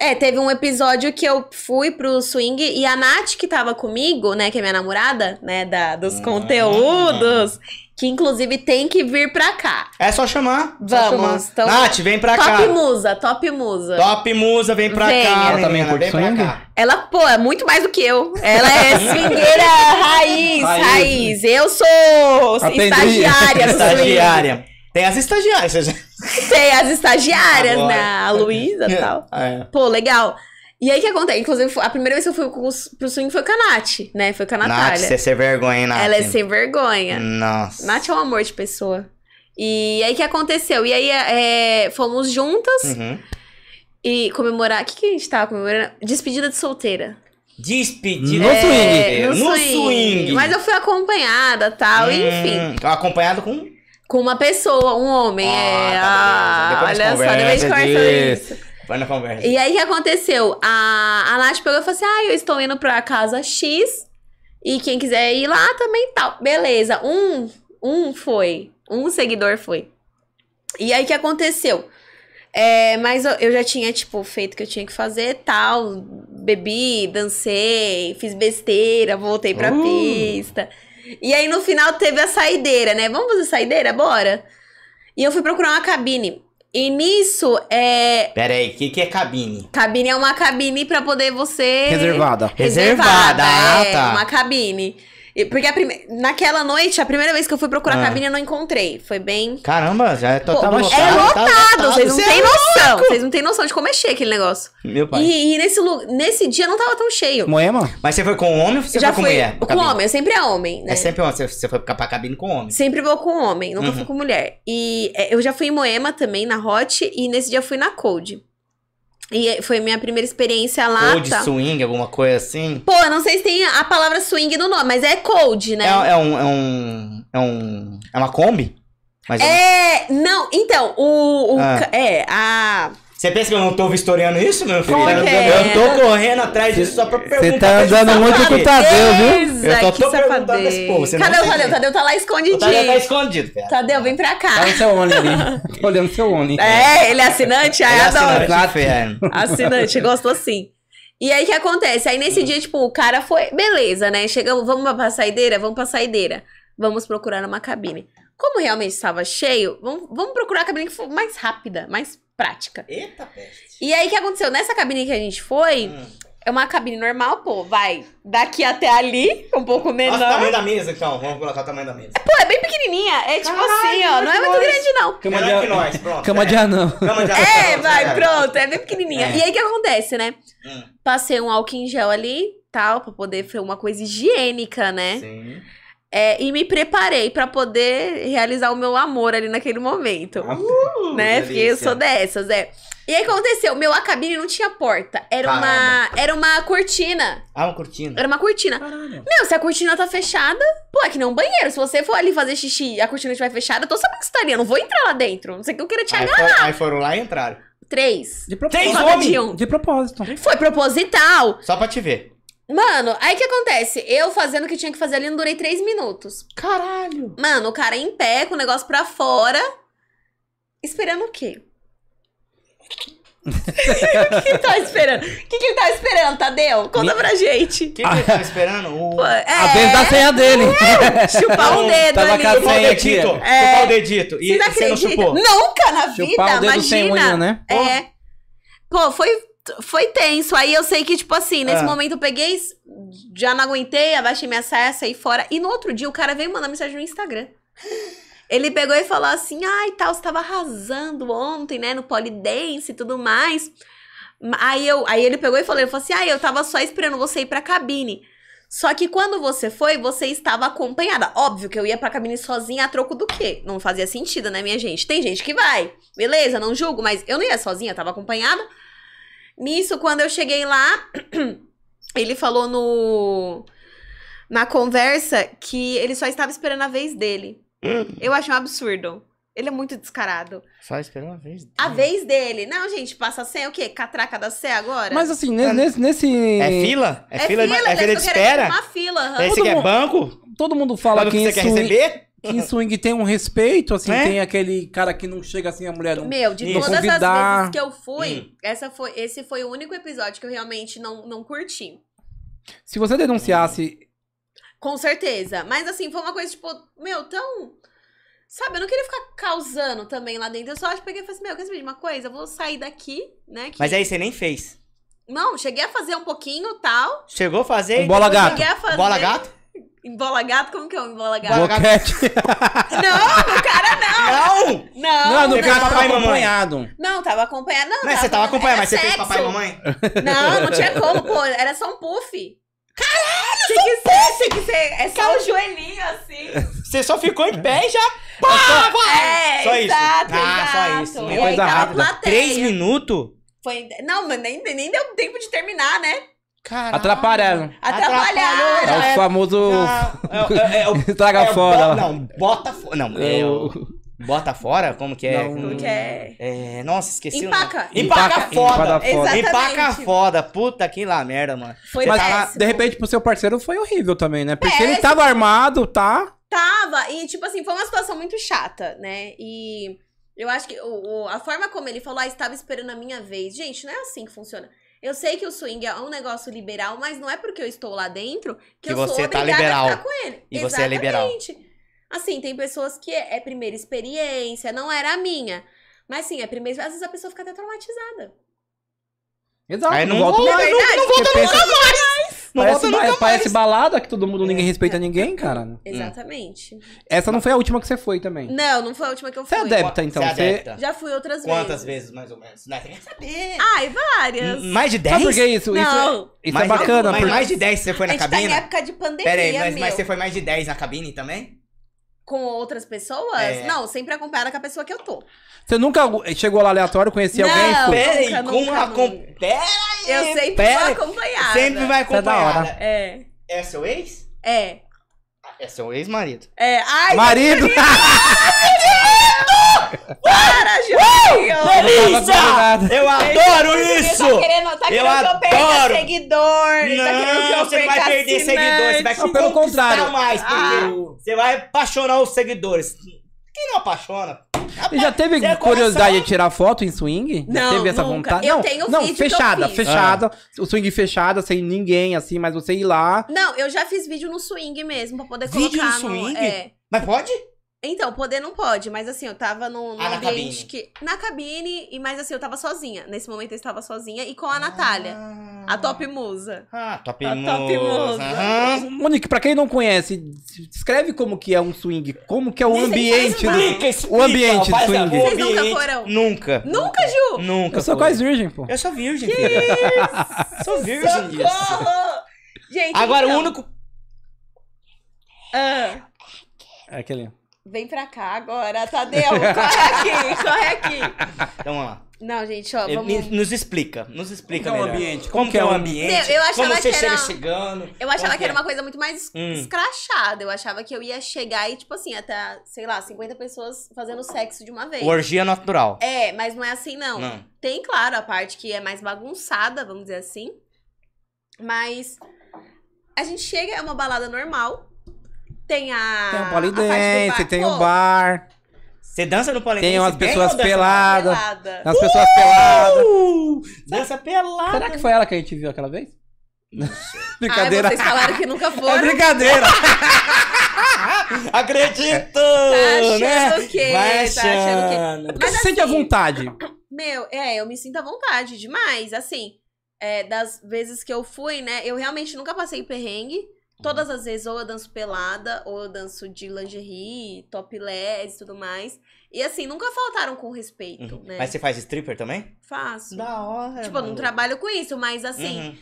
Speaker 3: É, teve um episódio que eu fui pro swing e a Nath, que tava comigo, né, que é minha namorada, né, da, dos
Speaker 1: Hum.
Speaker 3: conteúdos, que inclusive tem que vir pra cá.
Speaker 1: É só chamar. só
Speaker 3: Vamos,
Speaker 1: chamar.
Speaker 3: então-
Speaker 1: Nath, vem pra
Speaker 3: top
Speaker 1: cá.
Speaker 3: musa, top musa.
Speaker 1: Top musa, vem pra
Speaker 3: Venha.
Speaker 1: cá.
Speaker 2: Ela
Speaker 1: menina,
Speaker 2: também curte
Speaker 1: vem pra
Speaker 2: swing?
Speaker 1: cá.
Speaker 3: Ela, pô, é muito mais do que eu. Ela é
Speaker 1: [LAUGHS]
Speaker 3: swingueira raiz,
Speaker 2: Raiz.
Speaker 3: raiz. Eu sou
Speaker 2: Aprendi.
Speaker 1: [LAUGHS]
Speaker 3: estagiária do swing.
Speaker 1: Estagiária. Tem as estagiárias. você já-
Speaker 3: Tem as estagiárias,
Speaker 1: Agora.
Speaker 3: né? A Luísa e tal.
Speaker 1: É.
Speaker 3: Pô, legal. E aí, o que acontece? Inclusive, a primeira vez que eu fui com os- pro swing foi com a Nath, né? Foi com a
Speaker 1: Nath,
Speaker 3: Natália.
Speaker 1: você é sem vergonha, hein, Hum. Nath?
Speaker 3: Ela é sem vergonha.
Speaker 1: Nossa.
Speaker 3: Nath é um amor de pessoa. E aí, o que aconteceu? E aí, é, fomos juntas
Speaker 1: Uhum.
Speaker 3: e comemorar... O que, que a gente tava comemorando? Despedida de solteira.
Speaker 1: Despedida.
Speaker 2: No swing.
Speaker 3: É,
Speaker 1: No, swing.
Speaker 3: Mas eu fui acompanhada, tal, e enfim.
Speaker 1: Hum, Acompanhado com
Speaker 3: Com uma pessoa, um homem,
Speaker 1: Ah,
Speaker 3: é.
Speaker 1: tá,
Speaker 3: ah,
Speaker 1: beleza.
Speaker 3: olha
Speaker 1: Depois
Speaker 3: só, depois
Speaker 1: conversa
Speaker 3: de
Speaker 1: disso.
Speaker 3: conversa isso.
Speaker 1: Vai na conversa.
Speaker 3: E aí o que aconteceu? A, a Nath pegou e falou assim: ah, eu estou indo pra casa X e quem quiser ir lá também tal. Beleza, um, um foi. Um seguidor foi. E aí o que aconteceu? É, mas eu, eu já tinha, tipo, feito o que eu tinha que fazer tal. Bebi, dancei, fiz besteira, voltei pra
Speaker 2: Uh.
Speaker 3: pista. E aí no final teve a saideira, né? Vamos fazer saideira? Bora! E eu fui procurar uma cabine. E nisso, é.
Speaker 1: Pera aí, o que, que é cabine?
Speaker 3: Cabine é uma cabine pra poder você.
Speaker 2: Reservada.
Speaker 1: Reservada,
Speaker 3: Reservada.
Speaker 1: ah,
Speaker 3: é,
Speaker 1: tá.
Speaker 3: Uma cabine. E- Porque a prime- naquela noite, a primeira vez que eu fui procurar
Speaker 1: Ah.
Speaker 3: cabine, eu não encontrei. Foi bem.
Speaker 1: Caramba, já tô,
Speaker 3: Pô,
Speaker 1: tava
Speaker 3: é
Speaker 1: lotado, tava
Speaker 3: Nada, vocês não
Speaker 1: Você
Speaker 3: têm
Speaker 1: é
Speaker 3: noção. Vocês não têm noção de como é cheio aquele negócio.
Speaker 1: Meu pai.
Speaker 3: E, e nesse, lu- nesse dia não tava tão cheio.
Speaker 2: Moema?
Speaker 1: Mas você foi com homem ou você
Speaker 3: já
Speaker 1: foi com
Speaker 3: fui
Speaker 1: mulher?
Speaker 3: com
Speaker 1: Cabine.
Speaker 3: homem, eu sempre é homem, né?
Speaker 1: É sempre homem. Você, você foi pra pra cabine com homem.
Speaker 3: Sempre vou com homem, nunca
Speaker 1: Uhum.
Speaker 3: fui com mulher. E é, eu já fui em Moema também, na Hot, e nesse dia eu fui na Cold. E é, foi minha primeira experiência lá.
Speaker 1: Ou de
Speaker 3: tá.
Speaker 1: swing, alguma coisa assim.
Speaker 3: Pô, eu não sei se tem a palavra swing no nome, mas é cold,
Speaker 1: É,
Speaker 3: né?
Speaker 1: é um, é um. É um. É uma Kombi? Mas
Speaker 3: É, não, então, o. o
Speaker 1: Ah.
Speaker 3: ca- É, a.
Speaker 1: Você pensa que eu não tô vistoriando isso, meu filho?
Speaker 3: Como é que é?
Speaker 1: Eu tô correndo atrás disso só pra perguntar.
Speaker 2: Você tá
Speaker 1: pra gente
Speaker 2: andando muito
Speaker 1: saber.
Speaker 2: com o Tadeu, viu?
Speaker 3: Beleza,
Speaker 1: Eu só tô
Speaker 3: que
Speaker 1: perguntando
Speaker 3: safadeza.
Speaker 1: pra esse povo, você não
Speaker 3: Cadê o
Speaker 1: tem
Speaker 3: Tadeu?
Speaker 1: jeito.
Speaker 3: Tadeu tá
Speaker 1: O Tadeu
Speaker 3: lá
Speaker 1: tá
Speaker 3: escondidinho.
Speaker 1: escondido, velho.
Speaker 3: Tadeu, vem pra cá.
Speaker 2: Tá no seu
Speaker 1: [LAUGHS]
Speaker 2: Oni ali. Tá olhando seu Oni.
Speaker 3: É, ele é assinante? Ai,
Speaker 1: Ele assim, né?
Speaker 3: adoro.
Speaker 1: assinante do inferno.
Speaker 3: Assinante, gostou sim. E aí o que acontece? Aí
Speaker 1: Hum.
Speaker 3: nesse dia, tipo, o cara foi. Beleza, né? Chegamos, vamos pra saideira? Vamos pra saideira. Vamos procurar uma cabine. Como realmente estava cheio, vamos, vamos procurar a cabine que for mais rápida, mais prática.
Speaker 1: Eita peste.
Speaker 3: E aí, o que aconteceu? Nessa cabine que a gente foi,
Speaker 1: Hum.
Speaker 3: é uma cabine normal, pô, vai daqui até ali, um pouco
Speaker 1: Olha o
Speaker 3: menor.
Speaker 1: tamanho da mesa, então. Vamos colocar o tamanho da mesa.
Speaker 3: Pô, é bem pequenininha, é tipo
Speaker 1: Caralho,
Speaker 3: assim, ó, não é
Speaker 1: que
Speaker 3: muito
Speaker 1: nós.
Speaker 3: grande não.
Speaker 2: Cama
Speaker 1: Menor é que
Speaker 2: de,
Speaker 1: nós, pronto.
Speaker 2: cama de
Speaker 1: é.
Speaker 2: anão.
Speaker 1: Cama de
Speaker 3: [LAUGHS] É,
Speaker 1: anão,
Speaker 3: vai,
Speaker 1: é.
Speaker 3: pronto, é bem pequenininha.
Speaker 1: É.
Speaker 3: E aí o que acontece, né?
Speaker 1: Hum,
Speaker 3: Passei um álcool em gel ali, tal, pra poder ser uma coisa higiênica, né?
Speaker 1: Sim.
Speaker 3: É, e me preparei pra poder realizar o meu amor ali naquele momento.
Speaker 1: Uh,
Speaker 3: né?
Speaker 1: delícia.
Speaker 3: Porque eu sou dessas, é. E aí o que aconteceu? Meu a cabine não tinha porta. Era uma,
Speaker 1: Caramba.
Speaker 3: era uma cortina.
Speaker 1: Ah, uma cortina.
Speaker 3: Era uma cortina.
Speaker 2: Caralho.
Speaker 3: Meu, se a cortina tá fechada, pô, é que nem um banheiro. Se você for ali fazer xixi e a cortina estiver fechada, eu tô sabendo que você tá ali. Eu não vou entrar lá dentro. Não sei o que eu queria te
Speaker 1: Aí,
Speaker 3: agarrar.
Speaker 1: for- aí foram lá e entraram.
Speaker 3: Três.
Speaker 2: De
Speaker 1: Tem É.
Speaker 2: propósito.
Speaker 3: Só
Speaker 1: homem?
Speaker 3: de um.
Speaker 2: De propósito.
Speaker 3: Foi proposital.
Speaker 1: Só pra te ver.
Speaker 3: Mano, aí o que acontece? Eu fazendo o que tinha que fazer ali, não durei três minutos.
Speaker 1: Caralho.
Speaker 3: Mano, o cara em pé, com o negócio pra fora. Esperando o quê? [LAUGHS] o que ele tá esperando? O que, que ele tá esperando, Tadeu? Conta pra gente.
Speaker 1: Quem que ele [LAUGHS] tava esperando? O...
Speaker 3: Pô, é,
Speaker 2: A vez da senha dele. [LAUGHS]
Speaker 3: chupar um dedo
Speaker 2: Tava
Speaker 3: ali.
Speaker 2: com a
Speaker 1: Chupar o
Speaker 2: senha aqui.
Speaker 1: dedito.
Speaker 3: É.
Speaker 1: Chupar o dedito. E
Speaker 3: Você não
Speaker 1: você não
Speaker 3: acredita?
Speaker 1: chupou.
Speaker 3: Nunca na vida,
Speaker 2: Chupar o dedo sem
Speaker 3: imagina.
Speaker 2: unha, né?
Speaker 3: É. Pô, foi, foi tenso. Aí eu sei que, tipo assim, nesse
Speaker 1: Ah.
Speaker 3: momento eu peguei, já não aguentei, abaixei minha saia, saí fora. E no outro dia o cara veio mandar mensagem no Instagram. Ele pegou e falou assim: ai, tal, você tava arrasando ontem, né, no polidense e tudo mais. Aí, eu, aí ele pegou e falou, ele falou assim, ah, eu tava só esperando você ir pra cabine. Só que quando você foi, você estava acompanhada. Óbvio que eu ia pra cabine sozinha a troco do quê? Não fazia sentido, né, minha gente? Tem gente que vai, beleza, não julgo, mas eu não ia sozinha, eu tava acompanhada. Nisso, quando eu cheguei lá, [CLEARS THROAT] ele falou no... Na conversa que ele só estava esperando a vez dele.
Speaker 1: Hum.
Speaker 3: Eu acho um absurdo. Ele é muito descarado.
Speaker 1: Só esperando uma vez.
Speaker 3: A vez dele. Não, gente, passa a senha o quê? Catraca da senha agora?
Speaker 2: Mas assim, ne- nesse. nesse-
Speaker 1: É fila? É, fila, de, é fila de
Speaker 3: eles tão querendo
Speaker 1: espera? É.
Speaker 3: Uma fila. aham.
Speaker 1: Aí você
Speaker 2: Todo
Speaker 1: quer
Speaker 2: mundo-
Speaker 1: banco?
Speaker 2: Todo mundo
Speaker 1: Fala
Speaker 2: fala
Speaker 1: o
Speaker 2: que
Speaker 1: que
Speaker 2: em,
Speaker 1: você quer
Speaker 2: swing,
Speaker 1: receber?
Speaker 2: que em swing tem um respeito, assim,
Speaker 1: É?
Speaker 2: tem aquele cara que não chega assim, a mulher não.
Speaker 3: Meu, de
Speaker 1: Isso.
Speaker 3: todas
Speaker 2: Convidar.
Speaker 3: as vezes que eu
Speaker 1: Hum.
Speaker 3: fui, essa foi, esse foi o único episódio que eu realmente não, não curti.
Speaker 2: Se você denunciasse.
Speaker 3: Com certeza. Mas assim, foi uma coisa, tipo, meu, tão. Sabe, eu não queria ficar causando também lá dentro. Eu só acho que peguei e falei assim, meu, quer saber de uma coisa? Eu vou sair daqui, né? que-
Speaker 1: Mas aí você nem fez.
Speaker 3: Não, cheguei a fazer um pouquinho tal.
Speaker 1: Chegou a fazer.
Speaker 2: Um bola gato.
Speaker 3: Cheguei a fazer.
Speaker 1: Bola gato?
Speaker 3: Embola gato? Como que é um embola gato?
Speaker 1: Bola-
Speaker 2: Boquete.
Speaker 3: [LAUGHS] Não, no cara
Speaker 1: [LAUGHS] Não!
Speaker 3: não. Não,
Speaker 2: Não,
Speaker 1: Você
Speaker 2: no
Speaker 1: fez
Speaker 2: cara tava
Speaker 1: papai e mamãe.
Speaker 2: acompanhado.
Speaker 3: Não, tava acompanhada. Não,
Speaker 1: Mas você tava
Speaker 3: acompanhada,
Speaker 1: acompanhando, mas você
Speaker 3: era
Speaker 1: fez papai e mamãe?
Speaker 3: sexo. Não, não tinha como, pô. Era só um puff. Caralho, um tinha que ser, tinha que ser. É só o joelhinho, assim.
Speaker 1: Você só ficou em pé e já. Pá, vai!
Speaker 3: É,
Speaker 1: só isso.
Speaker 3: exato,
Speaker 1: Ah, só
Speaker 3: exato. É
Speaker 1: isso.
Speaker 3: E
Speaker 1: Uma
Speaker 3: aí
Speaker 2: coisa
Speaker 3: tava
Speaker 2: rápida.
Speaker 3: plateia.
Speaker 1: Três minutos?
Speaker 3: Foi... Não, mas nem, nem deu tempo de terminar, né?
Speaker 1: Caralho.
Speaker 2: Atrapalharam.
Speaker 3: Atrapalhou.
Speaker 2: É o famoso.
Speaker 1: É, [LAUGHS] é, é, é,
Speaker 2: [LAUGHS]
Speaker 1: o-
Speaker 2: Traga
Speaker 1: Ah, é o
Speaker 2: fora.
Speaker 1: bo- Não, bota fora. Não, é o- Bota fora? Como que é?
Speaker 2: Não.
Speaker 3: Como que é?
Speaker 1: É, Nossa, esqueci. o nome.
Speaker 3: Empaca.
Speaker 1: Empaca foda.
Speaker 2: Empaca foda.
Speaker 3: Exatamente.
Speaker 1: Empaca foda. Puta que lá merda, mano.
Speaker 3: Foi
Speaker 1: Mas ah,
Speaker 3: péssimo.
Speaker 2: ah,
Speaker 3: É,
Speaker 2: De repente, pro seu parceiro foi horrível também, né? Porque ele
Speaker 3: Péssimo.
Speaker 2: tava armado, tá?
Speaker 3: tava, e tipo assim, foi uma situação muito chata, né? E eu acho que o, o- a forma como ele falou, ah, estava esperando a minha vez. Gente, não é assim que funciona. Eu sei que o swing é um negócio liberal, mas não é porque eu estou lá dentro que,
Speaker 1: Que
Speaker 3: eu sou
Speaker 1: você tá
Speaker 3: obrigada
Speaker 1: liberal.
Speaker 3: a ficar com ele.
Speaker 1: E você é liberal.
Speaker 3: Exatamente. Assim, tem pessoas que é, é primeira experiência, não era a minha. Mas sim, é primeira. Às vezes a pessoa fica até traumatizada.
Speaker 1: Hum.
Speaker 2: Exato.
Speaker 1: Aí não
Speaker 2: volta
Speaker 1: volta,
Speaker 2: mais.
Speaker 1: não, não volta
Speaker 2: Porque
Speaker 1: nunca
Speaker 2: pensa-
Speaker 1: mais. Não
Speaker 2: parece,
Speaker 1: volta
Speaker 2: ba-
Speaker 1: nunca mais.
Speaker 2: parece balada que todo mundo,
Speaker 3: É.
Speaker 2: ninguém respeita ninguém, cara.
Speaker 3: Exatamente.
Speaker 2: Essa não foi a última que você foi também.
Speaker 3: Não, não foi a última que eu
Speaker 2: Você
Speaker 3: fui.
Speaker 2: é adepta, então.
Speaker 1: Você é
Speaker 2: Você...
Speaker 1: adepta.
Speaker 3: Já fui outras
Speaker 1: Quantas Hum,
Speaker 3: vezes.
Speaker 1: vezes, mais ou menos? Não, você quer saber.
Speaker 3: Ai, várias.
Speaker 1: M- Mais de 10?
Speaker 2: Sabe por que
Speaker 1: hum.
Speaker 2: isso? Isso, é-
Speaker 3: não.
Speaker 2: isso
Speaker 1: mais
Speaker 2: é bacana.
Speaker 1: De,
Speaker 2: porque...
Speaker 1: mas mais de 10 você foi
Speaker 3: a
Speaker 1: na
Speaker 3: gente
Speaker 1: cabine?
Speaker 3: tá em época de pandemia,
Speaker 1: Pera aí, mas,
Speaker 3: meu.
Speaker 1: mas você foi mais de 10 na cabine também?
Speaker 3: Com outras pessoas?
Speaker 1: É.
Speaker 3: Não, sempre acompanhada com a pessoa que eu tô.
Speaker 2: Você nunca chegou lá aleatório, conhecia
Speaker 3: Não.
Speaker 2: alguém? tipo, Foi...
Speaker 1: Pera aí,
Speaker 3: nunca,
Speaker 1: como
Speaker 3: nunca,
Speaker 1: a... Com...
Speaker 3: nunca.
Speaker 1: Pera aí!
Speaker 3: Eu sempre
Speaker 1: pera,
Speaker 3: vou acompanhada.
Speaker 1: Sempre vai
Speaker 2: Isso é da hora.
Speaker 1: acompanhada.
Speaker 3: É,
Speaker 1: É seu ex?
Speaker 3: é,
Speaker 1: Ah, É seu ex-marido.
Speaker 3: é. Ai,
Speaker 2: Marido! [LAUGHS]
Speaker 3: para, Juninho!
Speaker 2: Delícia!
Speaker 1: Uh! Eu adoro
Speaker 3: Você
Speaker 1: isso!
Speaker 3: Tá querendo, tá querendo que eu perca
Speaker 1: adoro!
Speaker 3: seguidor. tá querendo que eu
Speaker 1: Não, você não vai
Speaker 3: perca
Speaker 1: perder seguidores, você vai
Speaker 2: Não,
Speaker 1: conquistar
Speaker 2: pelo contrário.
Speaker 1: mais, porque
Speaker 3: Ah.
Speaker 1: você vai apaixonar os seguidores. Quem não apaixona?
Speaker 2: E já teve
Speaker 1: Você é
Speaker 2: curiosidade de tirar foto em swing? Já
Speaker 3: Não,
Speaker 2: teve essa
Speaker 3: nunca.
Speaker 2: vontade?
Speaker 3: Eu
Speaker 2: não,
Speaker 3: tenho
Speaker 2: não
Speaker 3: vídeo que eu
Speaker 2: fechada,
Speaker 3: fiz.
Speaker 2: fechada.
Speaker 1: Ah.
Speaker 2: O swing fechada, sem ninguém, assim, mas você ir lá.
Speaker 3: Não, eu já fiz vídeo no swing mesmo, pra poder
Speaker 1: Vídeo
Speaker 3: colocar
Speaker 1: no swing?
Speaker 3: É.
Speaker 1: Mas pode?
Speaker 3: Então, poder não pode, mas assim, eu tava num, num
Speaker 1: Ah, na cabine.
Speaker 3: ambiente que. Na cabine, e mas assim, eu tava sozinha. Nesse momento eu estava sozinha e com a Natália, a top musa.
Speaker 1: Ah, top
Speaker 3: A
Speaker 1: a
Speaker 3: top musa.
Speaker 2: Monique, pra quem não conhece, descreve como que é um swing, como que é o
Speaker 3: Vocês fazem
Speaker 2: ambiente. Do...
Speaker 1: Explica, explica.
Speaker 2: O ambiente
Speaker 1: faz
Speaker 2: do swing.
Speaker 1: a- o
Speaker 3: Vocês nunca
Speaker 1: ambiente-
Speaker 3: foram?
Speaker 1: Nunca. [LAUGHS]
Speaker 3: Nunca, Ju!
Speaker 1: Nunca.
Speaker 2: Eu sou
Speaker 1: fui.
Speaker 2: quase virgem, pô.
Speaker 1: Eu sou virgem, filho. Sou virgem disso.
Speaker 3: Socorro! Gente,
Speaker 1: Agora,
Speaker 3: então,
Speaker 1: o único...
Speaker 3: ah,
Speaker 2: É aquele.
Speaker 3: vem pra cá agora, Tadeu. Corre aqui, corre aqui.
Speaker 1: Então, vamos lá.
Speaker 3: Não, gente, ó,
Speaker 1: Ele
Speaker 3: Então, vamos.
Speaker 1: Nos nos explica. Nos explica
Speaker 2: Como que é o
Speaker 1: melhor.
Speaker 2: ambiente?
Speaker 1: Como que é o ambiente?
Speaker 3: Meu, eu achava
Speaker 1: Como você
Speaker 3: que
Speaker 1: chega
Speaker 3: era-
Speaker 1: chegando.
Speaker 3: Eu achava
Speaker 1: Como
Speaker 3: que era
Speaker 1: é?
Speaker 3: uma coisa muito mais
Speaker 1: Hum.
Speaker 3: escrachada. Eu achava que eu ia chegar e, tipo assim, até, sei lá, 50 pessoas fazendo sexo de uma vez.
Speaker 1: Orgia natural.
Speaker 3: É, mas não é assim, não.
Speaker 1: Não.
Speaker 3: Tem, claro, a parte que é mais bagunçada, vamos dizer assim. Mas a gente chega, é uma balada normal. Tem Ah, a.
Speaker 2: Tem o
Speaker 3: a parte
Speaker 2: polidense,
Speaker 3: do
Speaker 2: tem um
Speaker 3: bar.
Speaker 2: o bar,
Speaker 1: Você dança no paletó?
Speaker 2: tem umas
Speaker 1: você
Speaker 2: pessoas
Speaker 1: bem ou dança mal?
Speaker 3: é
Speaker 2: peladas.
Speaker 3: Pelada.
Speaker 2: As pessoas peladas.
Speaker 1: Uh, dança pelada.
Speaker 2: Será que foi ela que a gente viu aquela vez? [LAUGHS]
Speaker 3: Brincadeira.
Speaker 2: Brincadeira.
Speaker 3: Ai, vocês falaram que nunca
Speaker 2: [LAUGHS] É
Speaker 3: foram.
Speaker 2: brincadeira.
Speaker 1: Acredito!
Speaker 3: Tá achando
Speaker 1: né?
Speaker 3: o quê?
Speaker 1: Vai
Speaker 3: Tá achando o quê?
Speaker 1: achando.
Speaker 2: Você se
Speaker 3: assim,
Speaker 2: sente à vontade.
Speaker 3: Meu, é, eu me sinto à vontade demais. Assim, é, das vezes que eu fui, né? Eu realmente nunca passei perrengue. Todas as vezes, ou eu danço pelada, ou eu danço de lingerie, topless e tudo mais. E assim, nunca faltaram com respeito,
Speaker 1: Uhum.
Speaker 3: né?
Speaker 1: Mas você faz stripper também?
Speaker 3: Faço.
Speaker 1: Da hora.
Speaker 3: Tipo, eu não trabalho com isso, mas assim,
Speaker 1: Uhum.